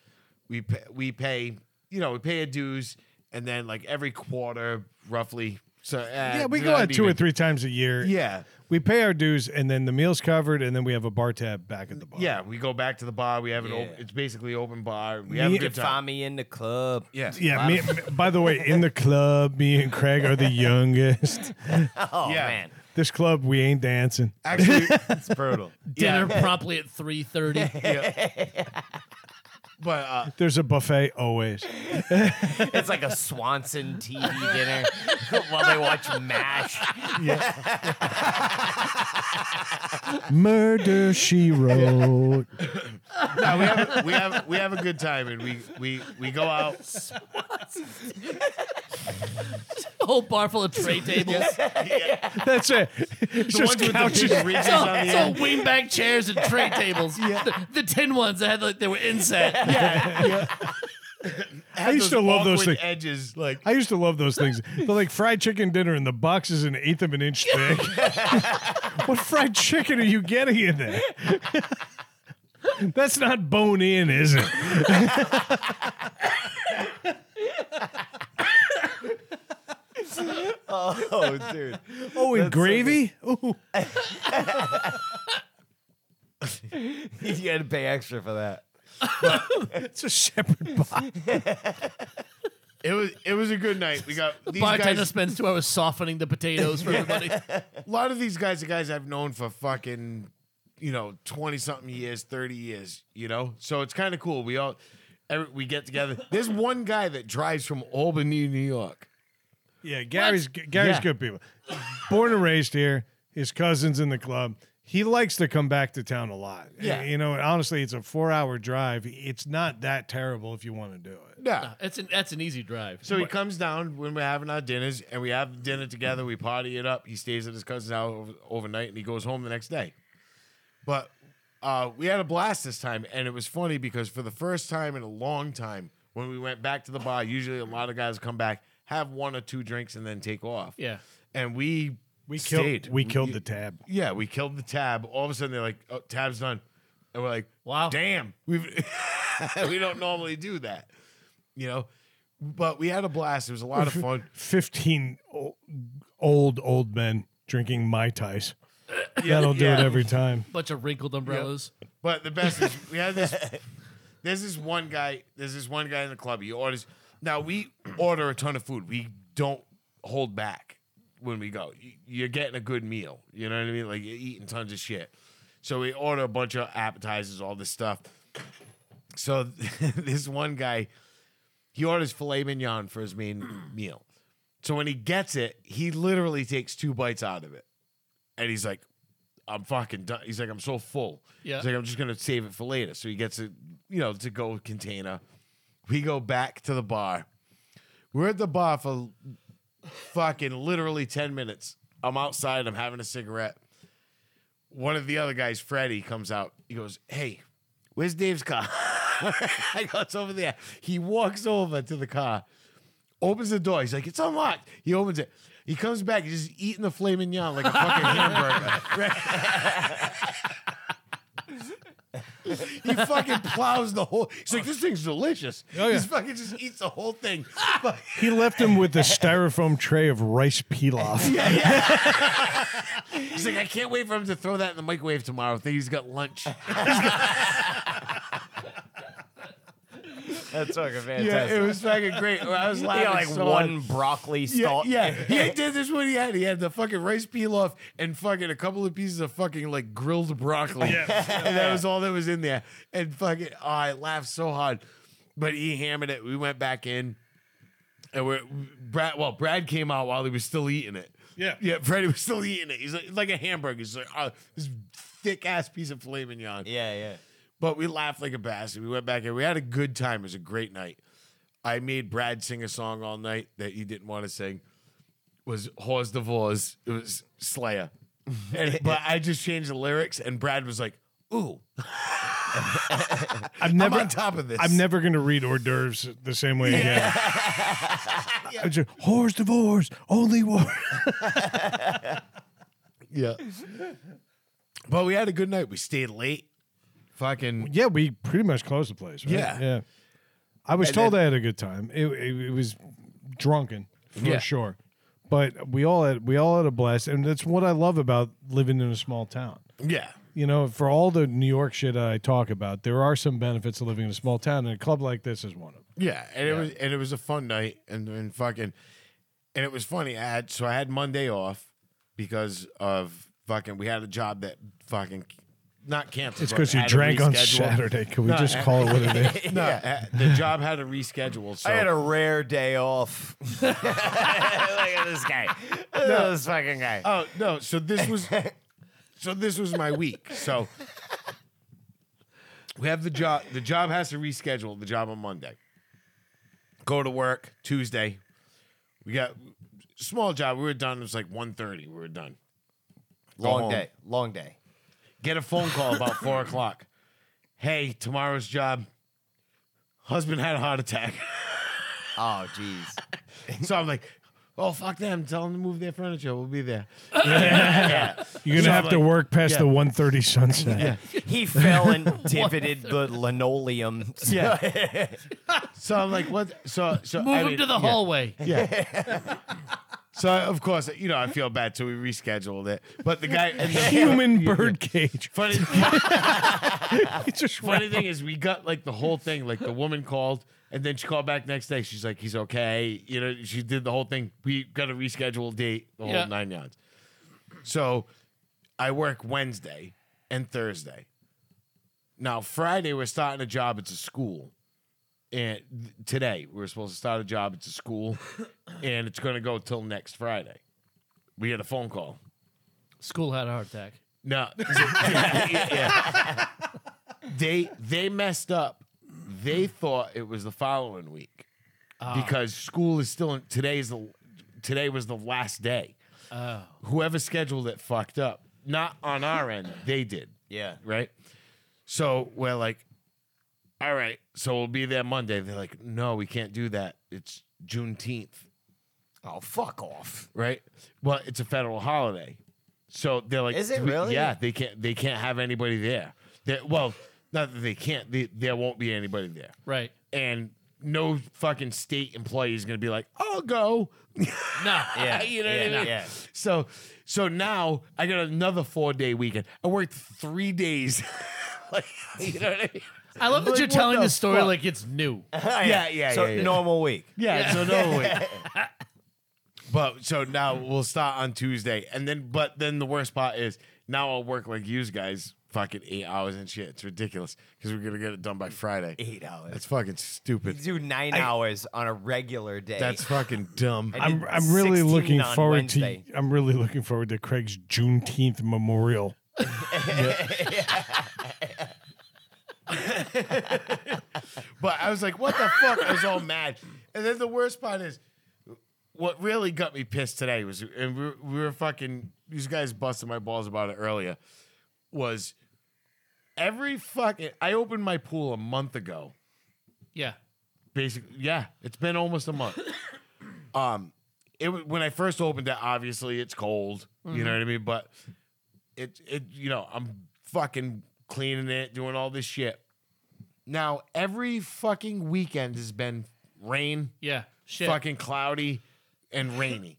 S3: We pay, we pay you know we pay a dues, and then like every quarter roughly. So uh,
S1: Yeah, we go out two or three times a year.
S3: Yeah,
S1: We pay our dues and then the meal's covered and then we have a bar tab back at the bar.
S3: yeah. We go back to the bar. We have an open,
S2: Yeah.
S3: it's basically open bar. We have a
S1: You
S3: good time.
S2: Find me in the club.
S3: Yeah,
S1: Yeah, me, by the way, in the club, me and Craig are the youngest.
S2: Oh
S3: Yeah.
S2: man,
S1: This club, we ain't dancing.
S3: Actually, it's brutal. Yeah.
S4: Dinner promptly at three thirty.
S3: But uh,
S1: There's a buffet always.
S2: it's like a Swanson TV dinner while they watch Mash.
S1: Murder, she wrote.
S3: no, we have we have we have a good time, and we we we go out.
S4: whole bar full of tray tables.
S1: That's it. It's just
S3: The ones with the
S1: couches.
S3: big ridges
S4: It's all,
S3: on the
S4: it's all
S3: end.
S4: wingback chairs and tray tables. The, the tin ones that had like they were inset.
S1: I used to
S3: Those
S1: love those
S3: awkward
S1: things.
S3: edges, like
S1: I used to love those things. They're like fried chicken dinner, and the box is an eighth of an inch thick. what fried chicken are you getting in there? That's not bone in, is it?
S2: Oh, dude.
S1: Oh, and gravy? Ooh.
S2: you had to pay extra for that.
S1: It's a shepherd pie.
S3: It was it was a good night. We got these
S4: Bartender
S3: guys.
S4: spends two hours softening the potatoes for everybody.
S3: A lot of these guys are guys I've known for fucking, you know, twenty something years, thirty years. You know, so it's kind of cool. We all every, we get together. There's one guy that drives from Albany, New York.
S1: Yeah, Gary's Gary's
S4: Yeah.
S1: good people. Born and raised here. His cousins in the club. He likes to come back to town a lot.
S3: Yeah.
S1: you know, and honestly, it's a four-hour drive. It's not that terrible if you want to do it.
S3: Yeah.
S4: That's an that's an easy drive.
S3: So he comes down when we're having our dinners, and we have dinner together. We party it up. He stays at his cousin's house over, overnight, and he goes home the next day. But uh, we had a blast this time, and it was funny because for the first time in a long time, when we went back to the bar, usually a lot of guys come back, have one or two drinks, and then take off.
S4: Yeah.
S3: and we
S1: We
S3: stayed.
S1: killed. We killed the tab.
S3: yeah, we killed the tab. All of a sudden, they're like, oh, "Tab's done," and we're like,
S4: Wow.
S3: damn, we've we don't normally do that, you know." But we had a blast. It was a lot of fun.
S1: Fifteen o- old old men drinking mai tais. That'll do
S3: yeah.
S1: it every time.
S4: bunch of wrinkled umbrellas.
S3: But the best is we had this. There's this one guy. There's this one guy in the club. He orders. Now we order a ton of food. We don't hold back when we go. Y- You're getting a good meal. You know what I mean? Like you're eating tons of shit. So we order a bunch of appetizers, all this stuff. So this one guy, he orders filet mignon for his main meal. So when he gets it, he literally takes two bites out of it, and he's like, "I'm fucking done." He's like, "I'm so full."
S4: Yeah.
S3: He's like, "I'm just gonna save it for later." So he gets a, you know, to go container. We go back to the bar. We're at the bar for fucking literally ten minutes. I'm outside. I'm having a cigarette. One of the other guys, Freddie, comes out. He goes, "Hey, where's Dave's car?" I go, "It's over there." He walks over to the car opens the door. He's like, it's unlocked. He opens it. He comes back. He's just eating the filet mignon like a fucking hamburger. he fucking plows the whole. He's like, this thing's delicious.
S1: Oh, yeah.
S3: He's fucking just eats the whole thing. But-
S1: He left him with a styrofoam tray of rice pilaf.
S3: He's like, I can't wait for him to throw that in the microwave tomorrow. I think he's got lunch.
S2: That's fucking fantastic.
S3: Yeah, it was fucking great. I was
S2: He
S3: laughing.
S2: got like
S3: so hard.
S2: one broccoli
S3: Yeah,
S2: stalk.
S3: yeah. He did this what he had. He had the fucking rice pilaf and fucking a couple of pieces of fucking like grilled broccoli. and that was all that was in there. And fucking oh, I laughed so hard. But he hammered it. We went back in. And we're Brad well, Brad came out while he was still eating it.
S1: Yeah.
S3: Yeah, Freddie was still eating it. He's like, like a hamburger. He's like, oh, this thick ass piece of filet mignon.
S2: yeah, yeah.
S3: But we laughed like a bastard. We went back in. We had a good time. It was a great night. I made Brad sing a song all night that he didn't want to sing. Was Hors de Vos. It was Slayer. And- but I just changed the lyrics, and Brad was like, ooh,
S1: I've
S3: I'm
S1: never
S3: on top of this.
S1: I'm never going to read hors d'oeuvres the same way again. I just, whores divorce, only war.
S3: Yeah. But we had a good night. We stayed late. Fucking.
S1: yeah, we pretty much closed the place. Right?
S3: Yeah.
S1: yeah. I was
S3: And
S1: told
S3: then-
S1: I had a good time. It, it, it was drunken for
S3: Yeah.
S1: sure, but we all had we all had a blast, and that's what I love about living in a small town.
S3: Yeah.
S1: You know, for all the New York shit I talk about, there are some benefits of living in a small town, and a club like this is one of them.
S3: Yeah, and it was and it was a fun night, and and fucking, and it was funny. I had so I had Monday off because of fucking. We had a job that fucking not canceled.
S1: It's
S3: but
S1: because you
S3: had to
S1: drank on
S3: reschedule.
S1: Saturday. Can we
S3: No,
S1: just
S3: I-
S1: call it what it is?
S3: No, uh, the job had to reschedule. So
S2: I had a rare day off. Look at this guy. Look at this fucking guy.
S3: oh no, so this was, so this was my week. So we have the job. The job has to reschedule. The job on Monday. Go to work Tuesday. We got small job. We were done. It was like 1.30. We were done. Go
S2: long
S3: home.
S2: day. Long day.
S3: get a phone call about four o'clock. Hey, tomorrow's job. Husband had a heart attack.
S2: Oh, jeez.
S3: so I'm like, oh fuck them. Tell them to move their furniture. We'll be there.
S1: You're gonna
S3: So,
S1: have to
S3: like,
S1: work past
S3: yeah.
S1: the 1:30 sunset.
S2: He fell and tiveted the linoleum.
S3: Yeah. so I'm like, what so so
S4: Move
S3: I
S4: him
S3: mean,
S4: to the
S3: yeah.
S4: hallway.
S3: Yeah. So of course, you know, I feel bad, so we rescheduled it. But the guy, and the
S1: Human birdcage.
S3: funny,
S1: It's just
S3: funny thing is, we got like the whole thing. Like the woman called, and then she called back next day. She's like, "He's okay." You know, she did the whole thing. We got a rescheduled date, the
S4: Yeah.
S3: whole nine yards. So, I work Wednesday and Thursday. Now Friday, we're starting a job. It's a school, and th- today we were supposed to start a job. It's a school, and it's going to go till next Friday. We had a phone call.
S4: School had a heart attack.
S3: No. Yeah, yeah. They they messed up. They thought it was the following week because school is still in, today's the today was the last day.
S4: Oh.
S3: Whoever scheduled it fucked up. Not on our end, they did,
S2: Yeah.
S3: right? So we're like, all right, so we'll be there Monday. They're like, no, we can't do that. It's Juneteenth
S2: Oh, fuck off.
S3: right? Well, it's a federal holiday, so they're like,
S2: Is it
S3: "We-
S2: really?
S3: Yeah, they can't. They can't have anybody there. They, well, not that they can't. They, there won't be anybody there,
S4: Right.
S3: and no fucking state employee is going to be like, "I'll go."
S4: No.
S2: Yeah.
S3: you know
S2: yeah,
S3: what I mean?
S2: yeah.
S3: So, so now I got another four day weekend. I worked three days. like, you know what I mean?
S4: I love that
S3: Like,
S4: you're
S3: what
S4: telling
S3: the
S4: this story
S3: fuck?
S4: like it's new.
S3: Yeah, yeah,
S2: So
S3: yeah, yeah.
S2: normal week.
S3: Yeah, so no way. but so now we'll start on Tuesday, and then but then the worst part is now I'll work like you guys, fucking eight hours and shit. It's ridiculous because we're gonna get it done by Friday.
S2: Eight hours.
S3: That's fucking
S2: You
S3: stupid.
S2: do nine hours on a regular day.
S3: That's fucking dumb.
S2: I
S1: I'm
S2: did
S1: I'm really
S2: 16
S1: looking
S2: on
S1: forward
S2: Wednesday.
S1: to I'm really looking forward to Craig's Juneteenth memorial.
S3: But I was like, what the fuck? I was all mad. And then the worst part is, what really got me pissed today was, and we were, we were fucking, these guys busted my balls about it earlier, was every fucking, I opened my pool a month ago.
S4: Yeah.
S3: Basically, yeah, it's been almost a month. um, it wa- when I first opened it, obviously it's cold. You know what I mean? But it, it, you know, I'm fucking cleaning it, doing all this shit. Now every fucking weekend has been rain,
S4: Yeah. Shit.
S3: fucking cloudy, and rainy,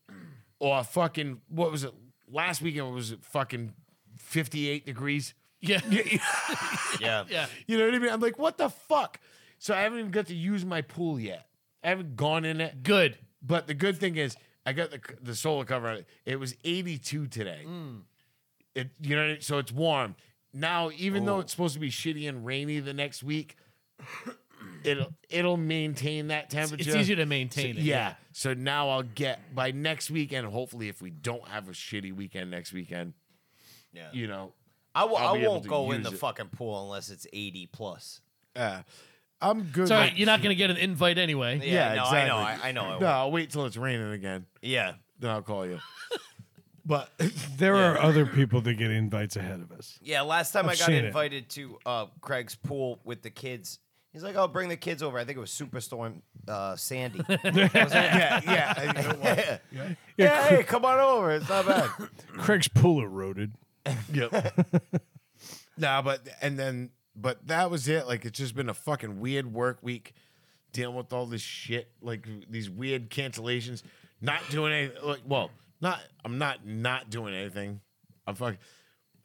S3: or fucking what was it? Last weekend was it fucking 58 degrees?
S4: Yeah.
S2: Yeah.
S4: Yeah.
S3: You know what I mean? I'm like, what the fuck? So I haven't even got to use my pool yet. I haven't gone in it.
S4: Good.
S3: But the good thing is, I got the the solar cover on it. It was 82 today.
S4: Hmm.
S3: It you know, what I mean? so it's warm now. Even
S4: Oh.
S3: though it's supposed to be shitty and rainy the next week, it'll it'll maintain that temperature.
S4: It's easier to maintain
S3: So-
S4: it.
S3: yeah. So now I'll get by next weekend. Hopefully, if we don't have a shitty weekend next weekend,
S2: Yeah.
S3: you know,
S2: I w-
S3: I'll
S2: I
S3: be able
S2: won't
S3: to
S2: go in
S3: use
S2: the
S3: it.
S2: fucking pool unless it's 80 plus.
S3: uh, I'm good.
S4: Sorry,
S3: with-
S4: you're not going to get an invite anyway.
S2: Yeah, no, I know. I, I know. I
S3: No,
S2: won't.
S3: I'll wait till it's raining again.
S2: Yeah.
S3: Then I'll call you. but
S1: There are other people that get invites ahead of us.
S2: Yeah. Last time i
S1: I've
S2: got
S1: seen it.
S2: invited to uh, Craig's pool with the kids. He's like, "Oh, bring the kids over." I think it was Superstorm uh, Sandy. yeah, yeah, yeah. hey, come on over. It's not bad.
S1: Craig's pool eroded.
S3: Yep. nah, but and then but that was it. Like it's just been a fucking weird work week dealing with all this shit, like these weird cancellations, not doing anything like well, not I'm not not doing anything. I'm fucking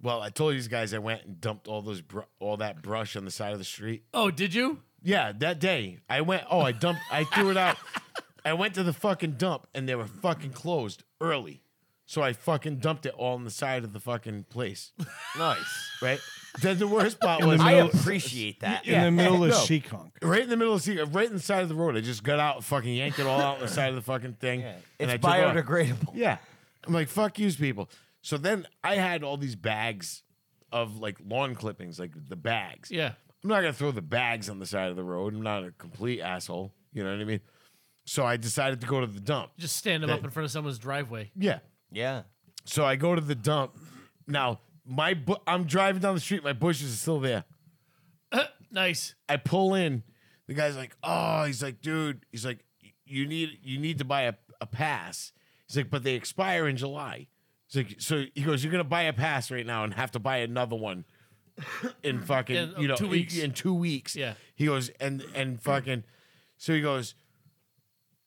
S3: well, I told these guys I went and dumped all those br- all that brush on the side of the street.
S4: Oh, did you?
S3: Yeah, that day I went. Oh, I dumped. I threw it out. I went to the fucking dump and they were fucking closed early, so I fucking dumped it all on the side of the fucking place
S2: Nice.
S3: right? Then the worst part
S1: the
S3: was
S2: I
S1: middle-
S2: appreciate that.
S1: In the middle of
S3: No.
S1: Seekonk.
S3: right in the middle of the sea, right in the side of the road. I just got out, and fucking yanked it all out on the side of the fucking thing. and I
S2: It's
S3: took off.
S2: biodegradable.
S3: Yeah, I'm like, fuck yous, people. So then I had all these bags of like lawn clippings, like the bags.
S4: Yeah.
S3: I'm not gonna throw the bags on the side of the road. I'm not a complete asshole. You know what I mean? So I decided to go to the dump.
S4: Just stand them up in front of someone's driveway.
S3: Yeah.
S2: Yeah.
S3: So I go to the dump. Now my bu- I'm driving down the street. My bushes are still there.
S4: Nice.
S3: I pull in. The guy's like, "Oh, he's like, dude, he's like, you need you need to buy a, a pass." He's like, "But they expire in July." He's like, "So he goes, you're gonna buy a pass right now and have to buy another one in fucking
S4: In, uh,
S3: you know
S4: two
S3: in-
S4: weeks.
S3: in two weeks."
S4: Yeah.
S3: He goes and and fucking, so he goes,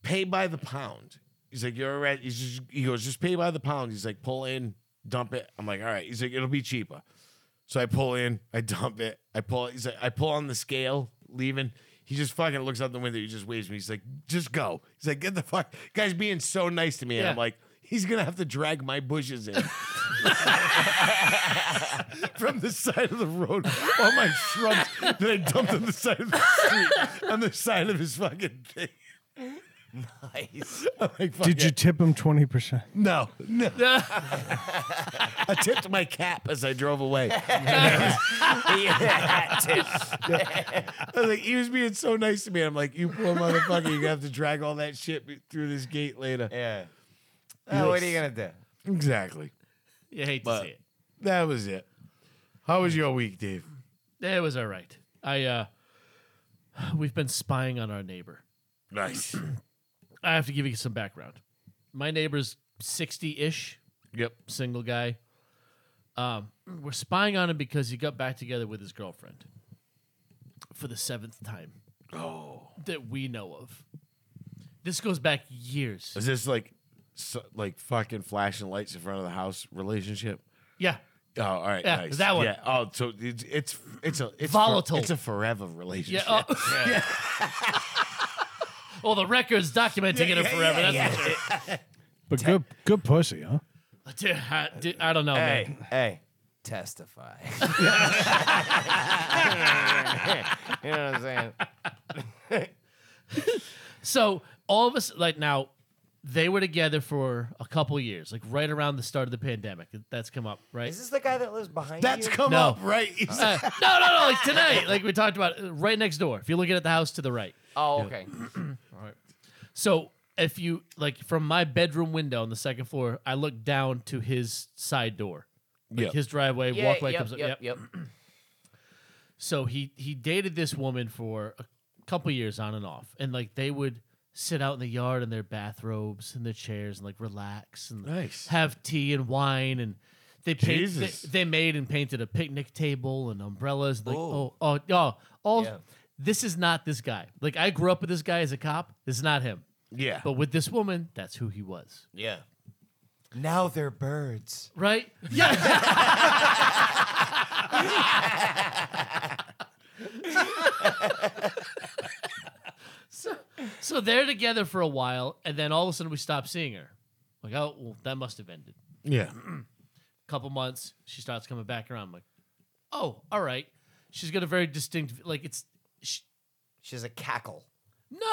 S3: pay by the pound. He's like, you're right. He's just, he goes, just pay by the pound. He's like, pull in, dump it. I'm like, all right. He's like, it'll be cheaper. So I pull in, I dump it, I pull. He's like, I pull on the scale, leaving. He just fucking looks out the window. He just waves me. He's like, just go. He's like, get the fuck. Guy's being so nice to me. And I'm
S4: Yeah.
S3: like, he's gonna have to drag my bushes in from the side of the road. All my shrubs that I dumped on the side of the street on the side of his fucking thing.
S2: Nice.
S3: I'm like, fuck
S1: Did you
S3: it.
S1: tip him 20%?
S3: No, no. I tipped my cap as I drove away.
S2: yeah, tip.
S3: I was like, he was being so nice to me. I'm like, you poor motherfucker, you're gonna have to drag all that shit be- through this gate later.
S2: yeah. Oh, what are you gonna do?
S3: Exactly.
S4: You hate to see it.
S3: That was it. How was your week, Dave?
S4: It was all right. I uh we've been spying on our neighbor.
S3: Nice.
S4: I have to give you some background. My neighbor's 60-ish,
S3: yep.
S4: single guy. Um, we're spying on him because he got back together with his girlfriend for the seventh time
S3: Oh,
S4: that we know of. This goes back years.
S3: is this like, so, like fucking flashing lights in front of the house relationship?
S4: Yeah.
S3: Oh, all right.
S4: Yeah,
S3: nice.
S4: that one.
S3: Yeah. Oh, so it's it's it's a it's for-
S4: Volatile.
S3: it's a forever
S4: Yeah.
S3: relationship.
S4: Oh. well, the record's documenting it forever. That's for sure.
S1: But good good pussy, huh?
S4: Dude, I, dude, I don't know, man.
S2: Hey, hey, testify. you know what I'm saying?
S4: So all of us, like now, they were together for a couple years, like right around the start of the pandemic. That's come up, right?
S2: Is this the guy that lives behind
S3: That's
S2: you?
S3: come
S4: No.
S3: up right. He's-
S4: Uh, no, no, no. Like tonight, like we talked about, uh, right next door. If you're looking at the house to the right,
S2: oh, okay.
S4: so if you like from my bedroom window on the second floor, I look down to his side door, like
S3: Yep.
S4: his driveway,
S2: Yeah,
S4: walkway
S2: yep,
S4: comes up.
S2: yep,
S4: yep.
S2: yep.
S4: So he he dated this woman for a couple years on and off, and like they would sit out in the yard in their bathrobes and their chairs and like relax and
S3: Nice.
S4: have tea and wine and. They, paint, they,
S3: Jesus.
S4: they made and painted a picnic table and umbrellas. Like, oh, oh, oh, all.
S2: Yeah.
S4: This is not this guy. Like, I grew up with this guy as a cop. This is not him.
S3: yeah.
S4: But with this woman, that's who he was.
S2: Yeah. Now they're birds.
S4: Right? Yeah. so, so they're together for a while, and then all of a sudden we stop seeing her. Like, oh, well, that must have ended.
S3: Yeah.
S4: Couple months, she starts coming back around. I'm like, oh, all right. She's got a very distinct, like, it's sh
S2: She's a cackle.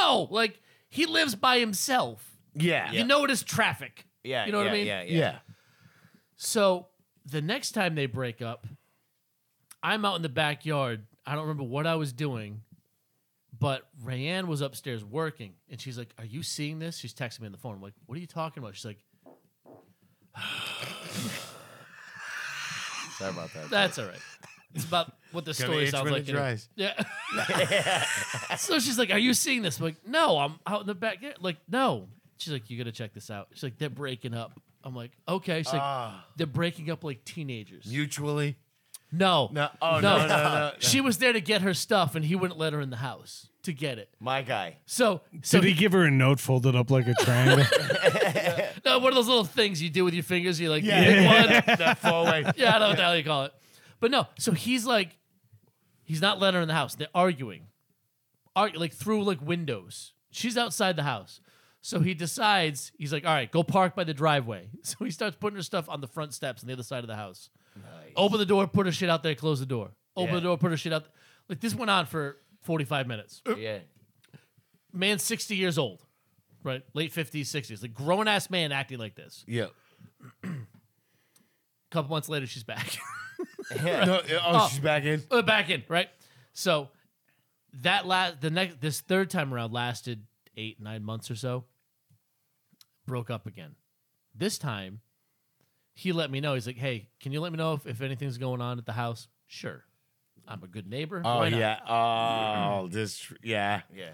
S4: no, like, he lives by himself.
S3: Yeah.
S4: You know it is traffic.
S2: Yeah.
S4: You know
S2: yeah,
S4: what I mean?
S2: Yeah. Yeah.
S3: Yeah.
S4: So the next time they break up, I'm out in the backyard. I don't remember what I was doing, but Rayanne was upstairs working, and she's like, "Are you seeing this?" She's texting me on the phone. I'm like, "What are you talking about?" She's like,
S2: Sorry about that.
S4: "That's all right." It's about what the
S3: Gonna
S4: story
S3: itch
S4: sounds
S3: when
S4: like.
S3: it
S4: in a-
S3: dries.
S4: Yeah. so she's like, "Are you seeing this?" I'm like, "No, I'm out in the backyard." Like, no. She's like, "You gotta check this out." She's like, "They're breaking up." I'm like, "Okay." She's like,
S3: Ah.
S4: "They're breaking up like teenagers."
S3: Mutually.
S4: No.
S3: No. Oh no no no. no.
S4: She was there to get her stuff, and he wouldn't let her in the house to get it.
S2: My guy.
S4: So, so
S1: Did he give her a note folded up like a triangle?
S4: no, one of those little things you do with your fingers. You like,
S3: Yeah.
S4: yeah, one.
S3: that four way.
S4: yeah, I don't know what the hell you call it. But no, so he's like, he's not letting her in the house. They're arguing, Argu- like through like windows. She's outside the house. So he decides, he's like, all right, go park by the driveway. So he starts putting her stuff on the front steps on the other side of the house. Open the door, put her shit out there, close the door. Open
S2: Yeah.
S4: the door, put her shit out. Like this went on for 45 minutes.
S2: Yeah.
S4: man 60 years old right late 50s 60s like grown ass man acting like this
S3: Yeah.
S4: a couple months later she's back
S3: No, oh, she's back in.
S4: Uh, back in right so that last the next this third time around lasted eight nine months or so broke up again this time he let me know he's like hey can you let me know if, if anything's going on at the house sure i'm a good neighbor
S3: Oh
S4: Why not?
S3: yeah. Oh, this. Yeah.
S2: Yeah.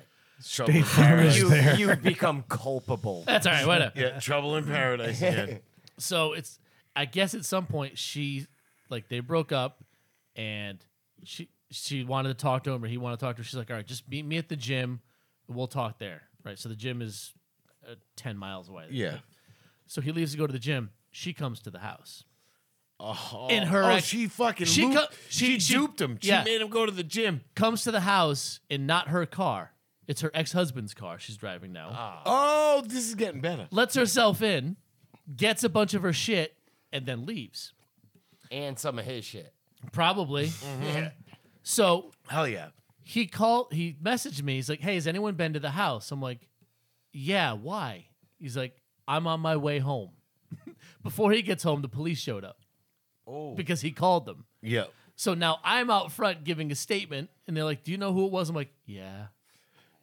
S3: Trouble
S1: State Farm is
S2: You
S1: there.
S2: you become culpable.
S4: that's all right whatever
S3: Yeah, trouble in paradise. Yeah.
S4: so it's i guess at some point she like they broke up and she she wanted to talk to him or he wanted to talk to her she's like all right just meet me at the gym and we'll talk there right so the gym is uh, 10 miles away.
S3: Yeah.
S4: So he leaves to go to the gym. She comes to the house.
S3: Oh,
S4: In her
S3: oh,
S4: ex-
S3: she fucking
S4: She
S3: she,
S4: co- she-
S3: she,
S4: she-
S3: duped him. She
S4: yeah.
S3: made him go to the gym.
S4: Comes to the house in not her car. It's her ex husband's car she's driving now.
S3: Oh, this is getting better.
S4: Lets herself in, gets a bunch of her shit, and then leaves.
S5: and some of his shit.
S4: Probably. So
S3: Hell yeah.
S4: he called he messaged me he's like hey has anyone been to the house i'm like yeah why he's like i'm on my way home before he gets home the police showed up oh because he called them
S3: Yeah.
S4: so now i'm out front giving a statement and they're like do you know who it was i'm like yeah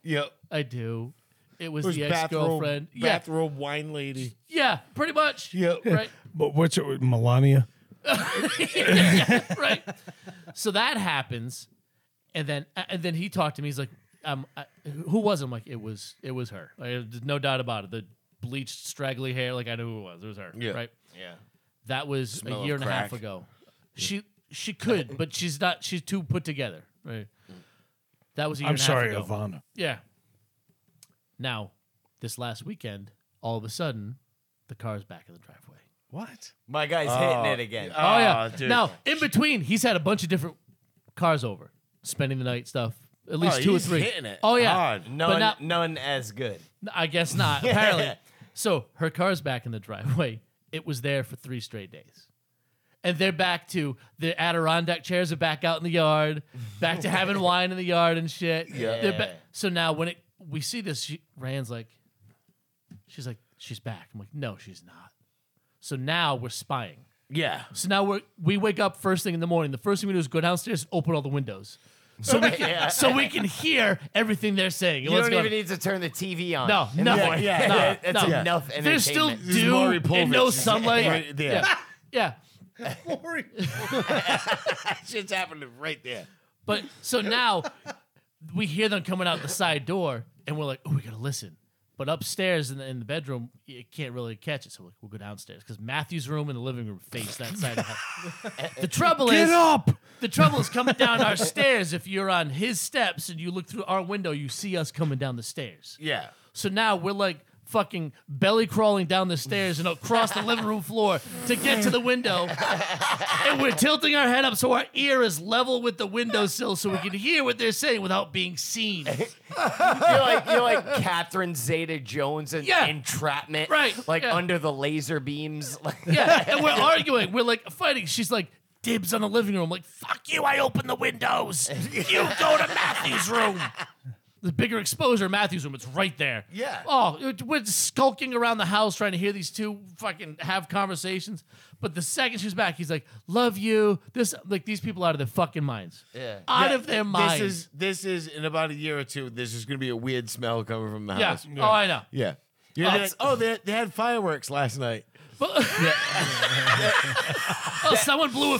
S3: Yeah.
S4: i do it was,
S3: It was
S4: the
S3: bathrobe,
S4: ex-girlfriend yeah
S3: bathrobe wine lady.
S4: yeah pretty much
S3: Yep.
S4: right
S1: But what's it, Melania?
S4: right? So that happens, and then uh, and then he talked to me. He's like, um, I, who was it? I'm like, it was it was her. Like, there's no doubt about it. The bleached, straggly hair. Like I knew who it was. It was her.
S3: Yeah.
S4: Right.
S5: Yeah.
S4: That was
S3: Smell
S4: a
S3: of
S4: year and a half
S3: crack.
S4: ago. She she could, but she's not. She's too put together. Right. That was a year
S1: I'm
S4: and a
S1: sorry,
S4: half ago.
S1: Ivana.
S4: Yeah. Now, this last weekend, all of a sudden, the car's back in the driveway.
S1: What?
S2: My guy's hitting it again.
S4: Oh yeah.
S3: dude.
S4: Now in between, he's had a bunch of different cars over, spending the night stuff. At least
S3: Oh,
S4: two
S3: he's
S4: or three.
S3: hitting it
S4: Oh yeah.
S3: hard.
S4: but
S2: None,
S4: not-
S2: none as good.
S4: I guess not. Apparently. So her car's back in the driveway. It was there for three straight days. And they're back to the Adirondack chairs are back out in the yard, back to having wine in the yard and shit.
S5: Yeah.
S4: They're ba- so now when it we see this, she, Rand's like, she's like, she's back. I'm like, no, she's not. So now we're spying.
S3: Yeah.
S4: So now we we wake up first thing in the morning. The first thing we do is go downstairs and open all the windows, so we can so we can hear everything they're saying.
S2: You don't even need to turn the TV on.
S4: No,
S2: in the
S4: no,
S2: morning.
S4: yeah, no,
S2: that's
S4: no.
S2: enough entertainment.
S4: There's still
S3: is
S4: dew
S3: Maury
S4: and no
S3: Povich.
S4: sunlight.
S3: Right there.
S4: Yeah. yeah,
S3: Shit's happening right there.
S4: but so now we hear them coming out the side door, and we're like, oh, we gotta listen. But upstairs in the, in the bedroom, you can't really catch it. So we're like, we'll go downstairs because Matthew's room and the living room face that side of the house. the trouble is,
S1: Get up!
S4: The trouble is coming down our stairs. If you're on his steps and you look through our window, you see us coming down the stairs.
S3: Yeah.
S4: So now we're like fucking belly crawling down the stairs and across the living room floor to get to the window. and we're tilting our head up so our ear is level with the windowsill so we can hear what they're saying without being seen.
S2: you're like you're like Catherine Zeta Jones and
S4: Yeah.
S2: entrapment,
S4: Right,
S2: Like
S4: yeah.
S2: under the laser beams.
S4: Yeah. And we're arguing. We're like fighting. She's like, dibs on the living room. I'm like, fuck you, I open the windows. You go to Matthew's room. The bigger exposure, Matthew's room, it's right there.
S3: Yeah.
S4: Oh, it- we're skulking around the house trying to hear these two fucking have conversations. But the second she's back, he's like, love you. This like these people out of their fucking minds.
S5: Yeah.
S4: Out
S3: Yeah,
S4: of their minds.
S3: This is this is in about a year or two. This is going to be a weird smell coming from the
S4: yeah.
S3: house.
S4: Oh, I know.
S3: Yeah. You're gonna be
S4: it's-
S3: like, oh, they, they had fireworks last night.
S4: But- oh, someone blew a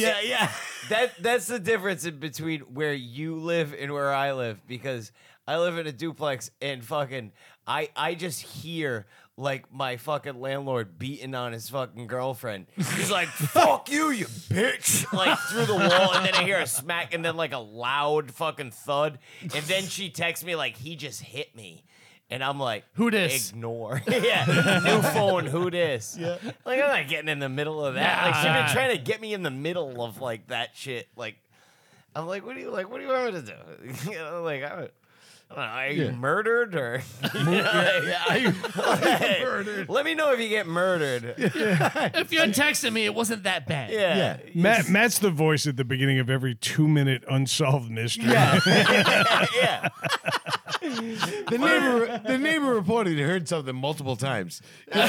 S3: yeah.
S2: that that's the difference in between where you live and where I live because I live in a duplex and fucking I I just hear like my fucking landlord beating on his fucking girlfriend. He's like, "Fuck you, you bitch!" Like through the wall, and then I hear a smack, and then like a loud fucking thud, and then she texts me like, "He just hit me," and I'm like,
S4: Who dis?
S2: Ignore. yeah, new phone. Who dis? Yeah, like I'm not getting in the middle of that. like she's
S4: Nah.
S2: been trying to get me in the middle of like that shit. Like I'm like, what do you like? What do you want me to do? you know, like I don't. I don't know, Are you
S3: Yeah.
S2: murdered or? murdered? Let me know if you get murdered. Yeah,
S4: If you're texting me, it wasn't that bad.
S2: yeah.
S1: Matt, Matt's the voice at the beginning of every two minute unsolved mystery.
S3: The neighbor the neighbor reported he heard something multiple times.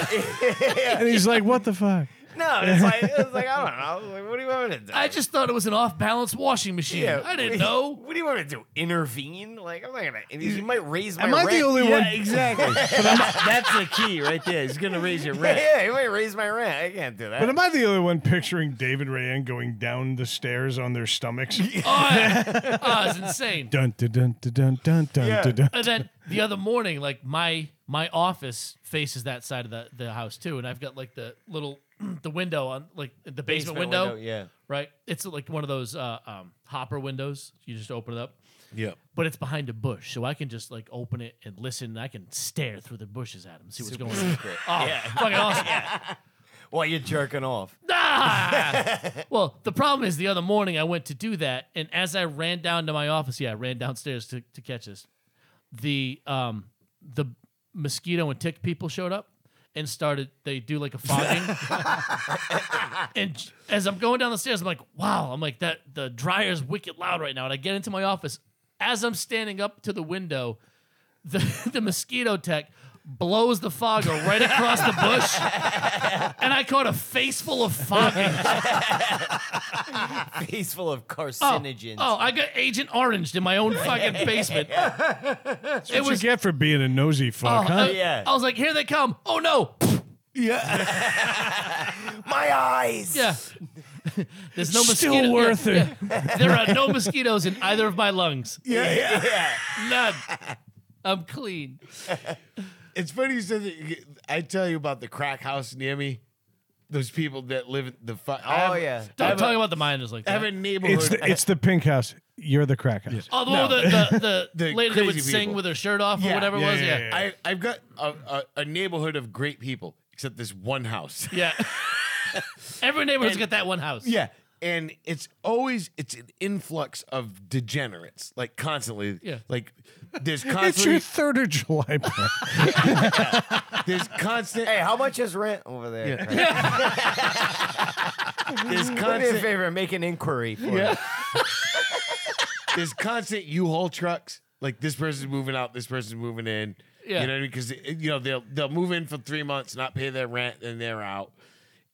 S1: And he's like, what the fuck?
S2: No, it's like it's like I don't know. I was like, what do you want me to do?
S4: I just thought it was an off balance washing machine.
S2: Yeah.
S4: I didn't know.
S2: What do you want me to do? Intervene? Like I'm not gonna. You might raise my.
S1: Am I
S2: rent.
S1: the only one?
S3: exactly. that's the key right there. He's going to raise your rent.
S2: Yeah, you might raise my rent. I can't do that.
S1: But am I the only one picturing David Rayan going down the stairs on their stomachs?
S4: Oh, yeah. oh, it was insane.
S1: Dun dun dun dun dun dun dun dun, dun.
S4: And then the other morning, like my my office faces that side of the, the house too, and I've got like the little the window on like the basement, window,
S2: Yeah.
S4: right? It's like one of those uh, um, hopper windows. You just open it up.
S3: Yeah.
S4: but it's behind a bush, so I can just like open it and listen. And I can stare through the bushes at him, see what's going on. Oh, fucking awesome!
S2: While you're jerking off.
S4: Ah! well, the problem is the other morning I went to do that, and as I ran down to my office, yeah, I ran downstairs to, to catch this. The um the mosquito and tick people showed up and started. They do like a fogging, and j- as I'm going down the stairs, I'm like, wow, I'm like that. The dryer's wicked loud right now, and I get into my office. As I'm standing up to the window, the, the mosquito tech blows the fogger right across the bush and I caught a face full of fucking.
S2: He's full of
S4: oh,
S2: carcinogens.
S4: oh, I got Agent Orange in my own fucking basement. it
S1: What
S4: was.
S1: you get for being a nosy
S4: oh,
S1: fuck, huh?
S4: I,
S2: yeah.
S4: I was like, here they come. Oh no.
S2: My eyes.
S4: Yeah. There's no
S1: Still
S4: mosquito. yeah,
S1: worth
S4: yeah. There are no mosquitoes in either of my lungs.
S2: Yeah. yeah.
S4: None. I'm clean.
S3: It's funny you said that. you- I tell you about the crack house near me. Those people that live in the fu- I
S2: Oh,
S3: have-
S2: yeah.
S3: I
S4: Don't
S3: have,
S4: talk
S3: a,
S4: about the miners like
S3: I have
S4: that.
S3: a neighborhood.
S1: It's the, it's the pink house. You're the crack house.
S4: Although
S3: No.
S4: the, the, the,
S3: The
S4: lady that would
S3: crazy
S4: sing
S3: people.
S4: with her shirt off or
S3: Yeah,
S4: whatever
S1: yeah,
S4: it was.
S1: yeah,
S4: Yeah.
S1: yeah.
S3: I, I've got a, a, a neighborhood of great people, except this one house.
S4: Yeah. Every neighborhood's got that one house.
S3: Yeah. And it's always it's an influx of degenerates, like constantly.
S4: Yeah.
S3: Like there's
S1: It's your
S3: constantly
S1: third of July. bro.
S3: there's constant
S2: Hey, how much is rent over there? Craig?
S3: there's
S2: Do me a
S3: constant
S2: favor, make an inquiry. For yeah.
S3: there's constant U-Haul trucks. Like this person's moving out, this person's moving in.
S4: Yeah.
S3: You know what I mean? Because you know they'll they'll move in for three months, not pay their rent, and they're out.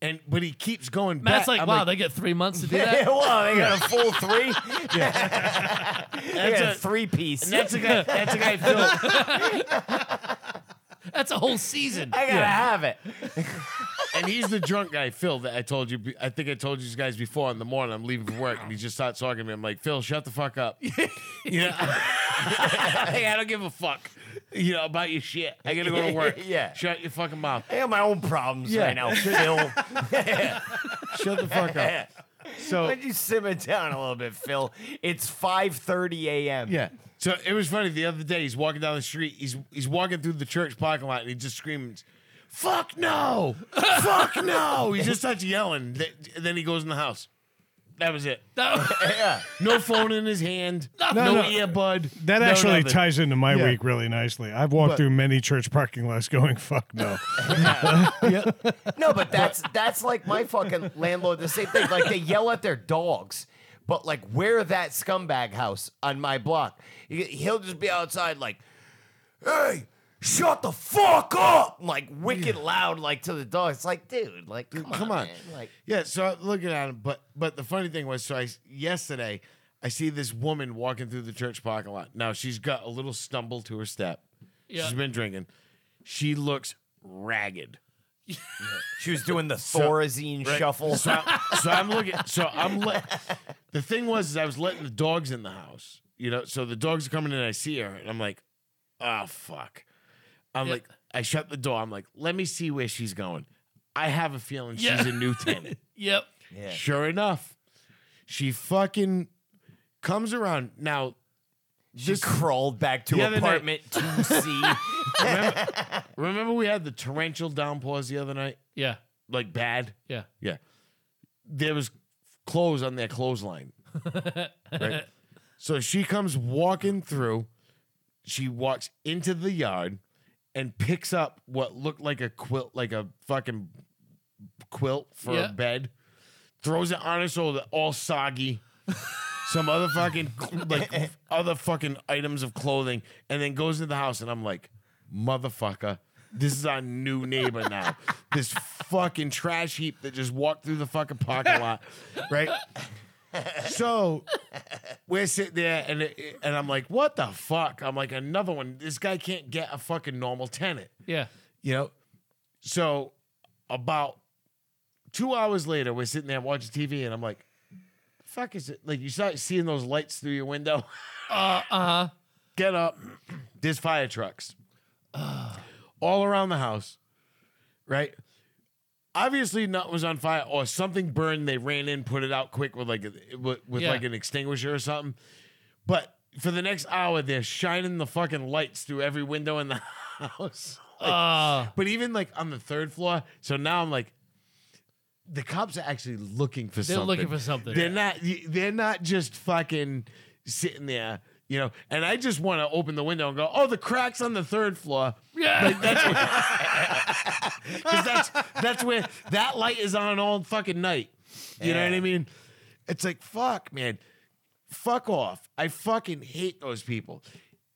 S3: And but he keeps going
S4: Matt's
S3: back.
S4: like,
S3: I'm
S4: wow, they get three months to do
S2: Yeah,
S4: that.
S2: well, they got a full three. they
S3: that's,
S2: got a
S3: a,
S2: three piece. I
S3: that's a guy. That's a guy. Phil.
S4: That's a whole season.
S2: gotta have it.
S3: and he's the drunk guy, Phil, that I told you. I think I told you guys before in the morning. I'm leaving for work, and he just starts talking to me. I'm like, Phil, shut the fuck up. you know, hey, I don't give a fuck. You know about your shit. I gotta go to work.
S2: Yeah.
S3: shut your fucking mouth.
S2: I got my own problems
S3: Yeah.
S2: right now, Phil.
S3: Shut the fuck up. So
S2: Why'd you simmer down a little bit, Phil? It's 5:30 a.m.
S3: Yeah. So it was funny the other day. He's walking down the street. He's he's walking through the church parking lot, and he just screams, "Fuck no! Fuck no!" He just starts yelling. Th- Then he goes in the house. That was it.
S4: No.
S3: No phone in his hand. No,
S1: No, no.
S3: earbud.
S1: That
S3: no
S1: actually
S3: nothing.
S1: ties into my week really nicely. I've walked through many church parking lots going, fuck no.
S2: No, but that's that's like my fucking landlord. The same thing. Like they yell at their dogs, but like where that scumbag house on my block, He- he'll just be outside like, "Hey, shut the fuck up!" Like wicked loud, like to the dog. It's like, dude, like come,
S3: Come on.
S2: man. like
S3: Yeah. So I'm looking at him, but but the funny thing was, so I yesterday I see this woman walking through the church parking lot. Now she's got a little stumble to her step.
S4: Yeah.
S3: She's been drinking. She looks ragged.
S2: she was doing the Thorazine shuffle.
S3: So, I, so I'm looking. So I'm. Le- the thing was, is I was letting the dogs in the house. You know, so the dogs are coming in. I see her, and I'm like, oh fuck. I'm
S4: Yeah.
S3: like, I shut the door. I'm like, let me see where she's going. I have a feeling
S4: Yeah.
S3: she's a new tenant.
S4: Yep.
S2: yeah.
S3: Sure enough, she fucking comes around. Now,
S2: She crawled back to
S3: The other
S2: apartment
S3: night-
S2: two C.
S3: remember, remember we had the torrential downpours the other night,
S4: Yeah.
S3: like bad.
S4: Yeah.
S3: Yeah. There was clothes on their clothesline. right? So she comes walking through. She walks into the yard and picks up what looked like a quilt, like a fucking quilt for
S4: Yeah.
S3: a bed, throws it on her shoulder, all soggy. Some other fucking like other fucking items of clothing, and then goes into the house, and I'm like, motherfucker, this is our new neighbor now. This fucking trash heap that just walked through the fucking parking lot, right? So we're sitting there, and it- it- and I'm like, what the fuck? I'm like, another one. This guy can't get a fucking normal tenant,
S4: Yeah.
S3: you know. So about two hours later, we're sitting there watching TV, and I'm like, fuck is it? Like you start seeing those lights through your window.
S4: Uh huh.
S3: get up. There's fire trucks all around the house, right? Obviously, nothing was on fire or something burned. They ran in, put it out quick with like a, with, with
S4: Yeah.
S3: like an extinguisher or something. But for the next hour they're shining the fucking lights through every window in the house. Like,
S4: Uh,
S3: but even like on the third floor, so now I'm like, the cops are actually looking for
S4: They're
S3: something.
S4: looking for something.
S3: They're not. They're not just fucking sitting there, you know. And I just want to open the window and go, "Oh, the cracks on the third floor."
S4: yeah.
S3: Because that's that's where that light is on all fucking night. You know what I mean? It's like fuck, man. Fuck off. I fucking hate those people.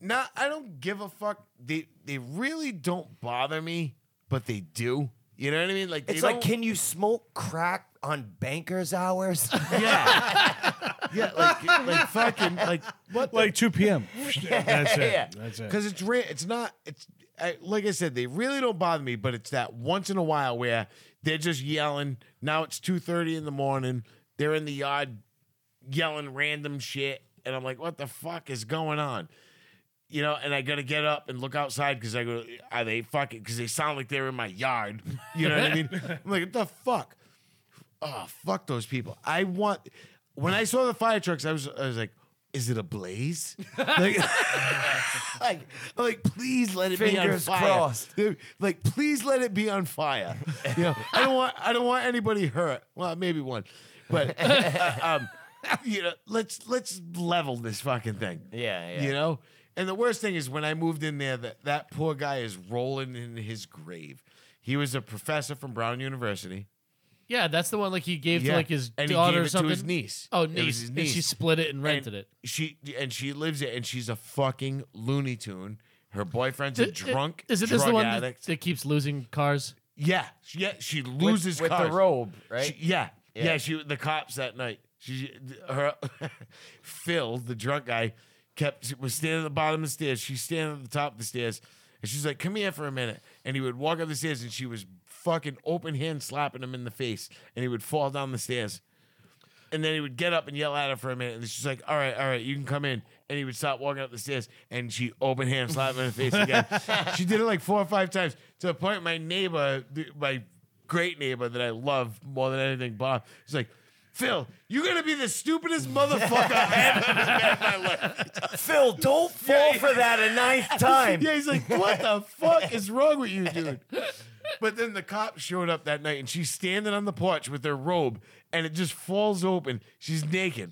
S3: Now I don't give a fuck. They they really don't bother me, but they do. You know what I mean? Like they
S2: It's like,
S3: don't-
S2: can you smoke crack on bankers' hours?
S3: yeah, yeah, like like fucking like what the
S1: Like 2 p.m. That's it.
S2: Yeah.
S1: That's it.
S3: Because it's rare. It's not. It's I, like I said. They really don't bother me, but it's that once in a while where they're just yelling. Now it's two thirty in the morning. They're in the yard yelling random shit, and I'm like, "What the fuck is going on?" You know, and I gotta get up and look outside because I go, "Are they fucking?" Because they sound like they're in my yard. You know what I mean? I'm like, "What the fuck?" Oh fuck those people! I want. When I saw the fire trucks, I was I was like, "Is it a blaze?" Like- like, like please let it be on
S2: Fingers
S3: fire.
S2: crossed.
S3: Like, please let it be on fire. You know, I don't want I don't want anybody hurt. Well, maybe one, but uh, um, you know, let's let's level this fucking thing.
S2: Yeah, yeah.
S3: You know, and the worst thing is when I moved in there, that that poor guy is rolling in his grave. He was a professor from Brown University.
S4: yeah, that's the one like he gave
S3: Yeah.
S4: to like his
S3: And he
S4: daughter
S3: gave
S4: or
S3: it to
S4: something.
S3: his niece.
S4: Oh,
S3: It was
S4: niece.
S3: his
S4: And she
S3: niece.
S4: split it and rented
S3: and
S4: it.
S3: She and she lives it, and she's a fucking Looney Tune. Her boyfriend's a drunk.
S4: Is it this the
S3: drug
S4: one that,
S3: addict.
S4: that keeps losing cars?
S3: Yeah, she- yeah. She loses
S2: with
S3: cars.
S2: the robe, right?
S3: She- yeah, yeah,
S2: Yeah.
S3: She the cops that night. She her Phil, the drunk guy, kept was standing at the bottom of the stairs. She's standing at the top of the stairs, and she's like, "Come here for a minute." And he would walk up the stairs, and she was fucking open hand slapping him in the face, and he would fall down the stairs. And then he would get up and yell at her for a minute, and she's like, "All right, all right, you can come in." And he would stop walking up the stairs, and she open hand slapped him in the face again. she did it like four or five times to the point my neighbor, th- my great neighbor that I love more than anything, Bob, he's like, "Phil, you're gonna be the stupidest motherfucker I've ever met in my life."
S2: Phil, don't fall for that a ninth time.
S3: Yeah, he's like, what the fuck is wrong with you, dude? But then the cop showed up that night and she's standing on the porch with her robe and it just falls open. She's naked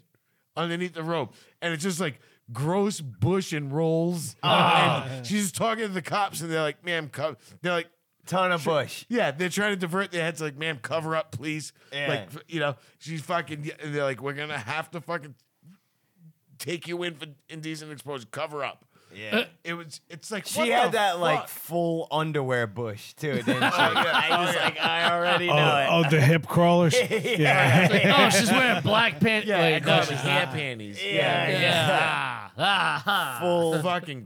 S3: underneath the robe. And it's just like gross bush and rolls.
S2: Ah.
S3: And she's talking to the cops and they're like, ma'am, co-. they're like,
S2: Ton of bush.
S3: yeah, they're trying to divert their heads, like, ma'am, cover up, please.
S2: Yeah.
S3: Like, you know, she's fucking, and they're like, we're going to have to fucking take you in for indecent exposure. Cover up.
S2: Yeah.
S3: It was, it's like,
S2: She
S3: Uh, what
S2: had
S3: the
S2: that like
S3: fuck? Oh,
S2: full underwear bush too, didn't she? I was like, I already know it.
S1: Oh, oh, the hip crawlers. yeah.
S4: Like, oh, she's wearing black pants.
S3: Yeah, I
S4: Wait, no,
S3: call them
S4: she's
S3: hair
S4: not.
S3: panties.
S2: Yeah,
S4: Yeah. Ah, ah, ah.
S3: Full fucking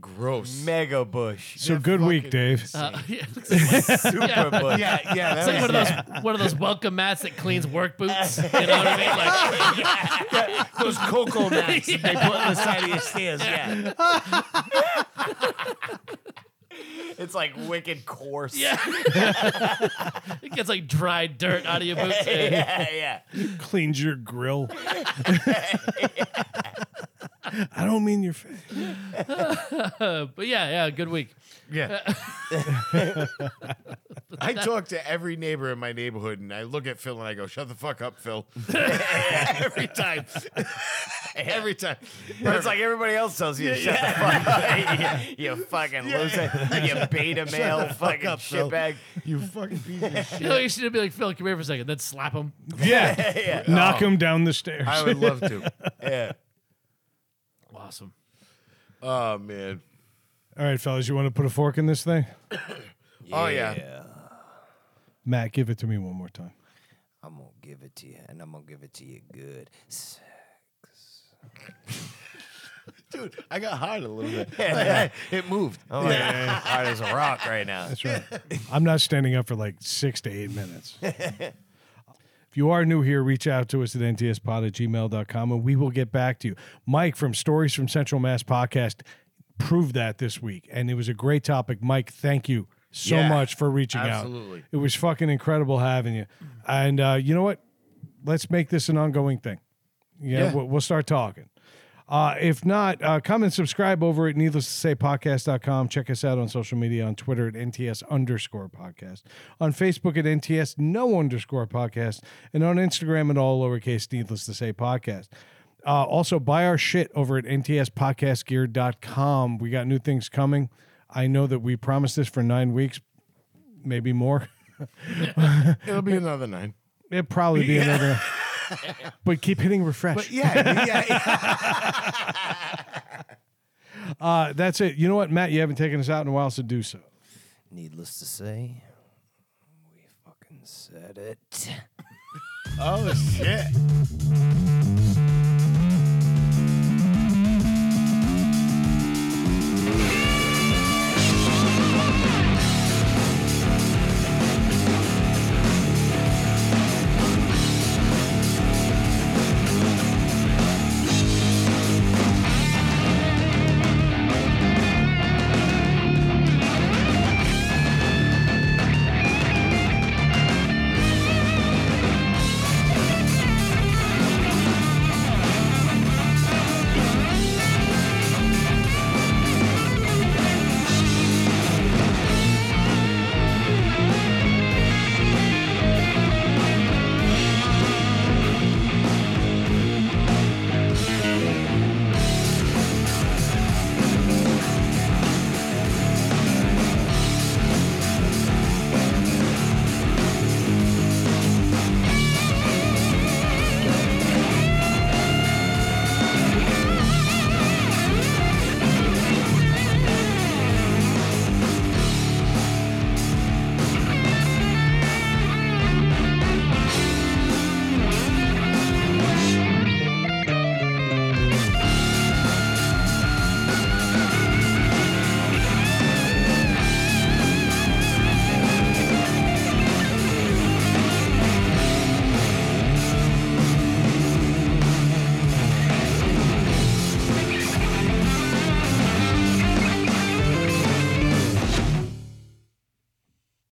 S3: gross.
S2: Mega bush.
S1: So good week, Dave.
S4: Uh, yeah, it looks like-
S2: Super bush.
S3: Yeah, yeah. That
S4: it's like
S3: was,
S4: one of those one of those welcome mats that cleans work boots. You know what I mean? Like,
S3: those cocoa mats that they put on the side of your stairs. Yeah.
S2: It's like wicked coarse.
S4: it gets like dried dirt out of your boots. Yeah.
S2: yeah, yeah.
S1: Cleans your grill. I don't mean your face.
S4: Uh, but yeah, yeah, good week.
S3: Yeah. I talk to every neighbor in my neighborhood, and I look at Phil and I go, "Shut the fuck up, Phil." every time. every time.
S2: But it's like everybody else tells you, to shut the fuck up. you, you fucking loser. You beta male fucking
S3: up, Phil.
S2: shitbag.
S3: You fucking piece of shit.
S4: You know, you should be like Phil, come here for a second, then slap him.
S1: Yeah.
S2: Yeah.
S1: Knock him down the stairs.
S3: I would love to.
S2: Yeah.
S4: Awesome.
S3: Oh man.
S1: All right, fellas, you want to put a fork in this thing?
S3: Oh yeah.
S1: Matt, give it to me one more time.
S2: I'm gonna give it to you, and I'm gonna give it to you good. S-
S3: Dude, I got hard a little bit. Like, it moved.
S2: I'm like, hard as a rock right now.
S1: That's right. I'm not standing up for like six to eight minutes. if you are new here, reach out to us at ntspod at gmail.com and we will get back to you. Mike from Stories from Central Mass podcast proved that this week, and it was a great topic. Mike, thank you so
S3: Yeah,
S1: much for reaching out.
S3: absolutely.
S1: It was fucking incredible having you. And uh, you know what? Let's make this an ongoing thing. Yeah,
S3: Yeah.
S1: We'll, we'll start talking. Uh, if not, uh, come and subscribe over at needless to say podcast.com. Check us out on social media on Twitter at NTS underscore podcast, on Facebook at NTS no underscore podcast, and on Instagram at all lowercase needless to say podcast. Uh, also, buy our shit over at ntspodcastgear.com. We got new things coming. I know that we promised this for nine weeks, maybe more.
S3: It'll be another nine.
S1: It'd probably be another. but keep hitting refresh.
S2: Yeah, yeah, yeah.
S1: Uh, that's it. You know what, Matt? You haven't taken us out in a while, so do so.
S2: Needless to say, we fucking said it.
S3: Oh shit.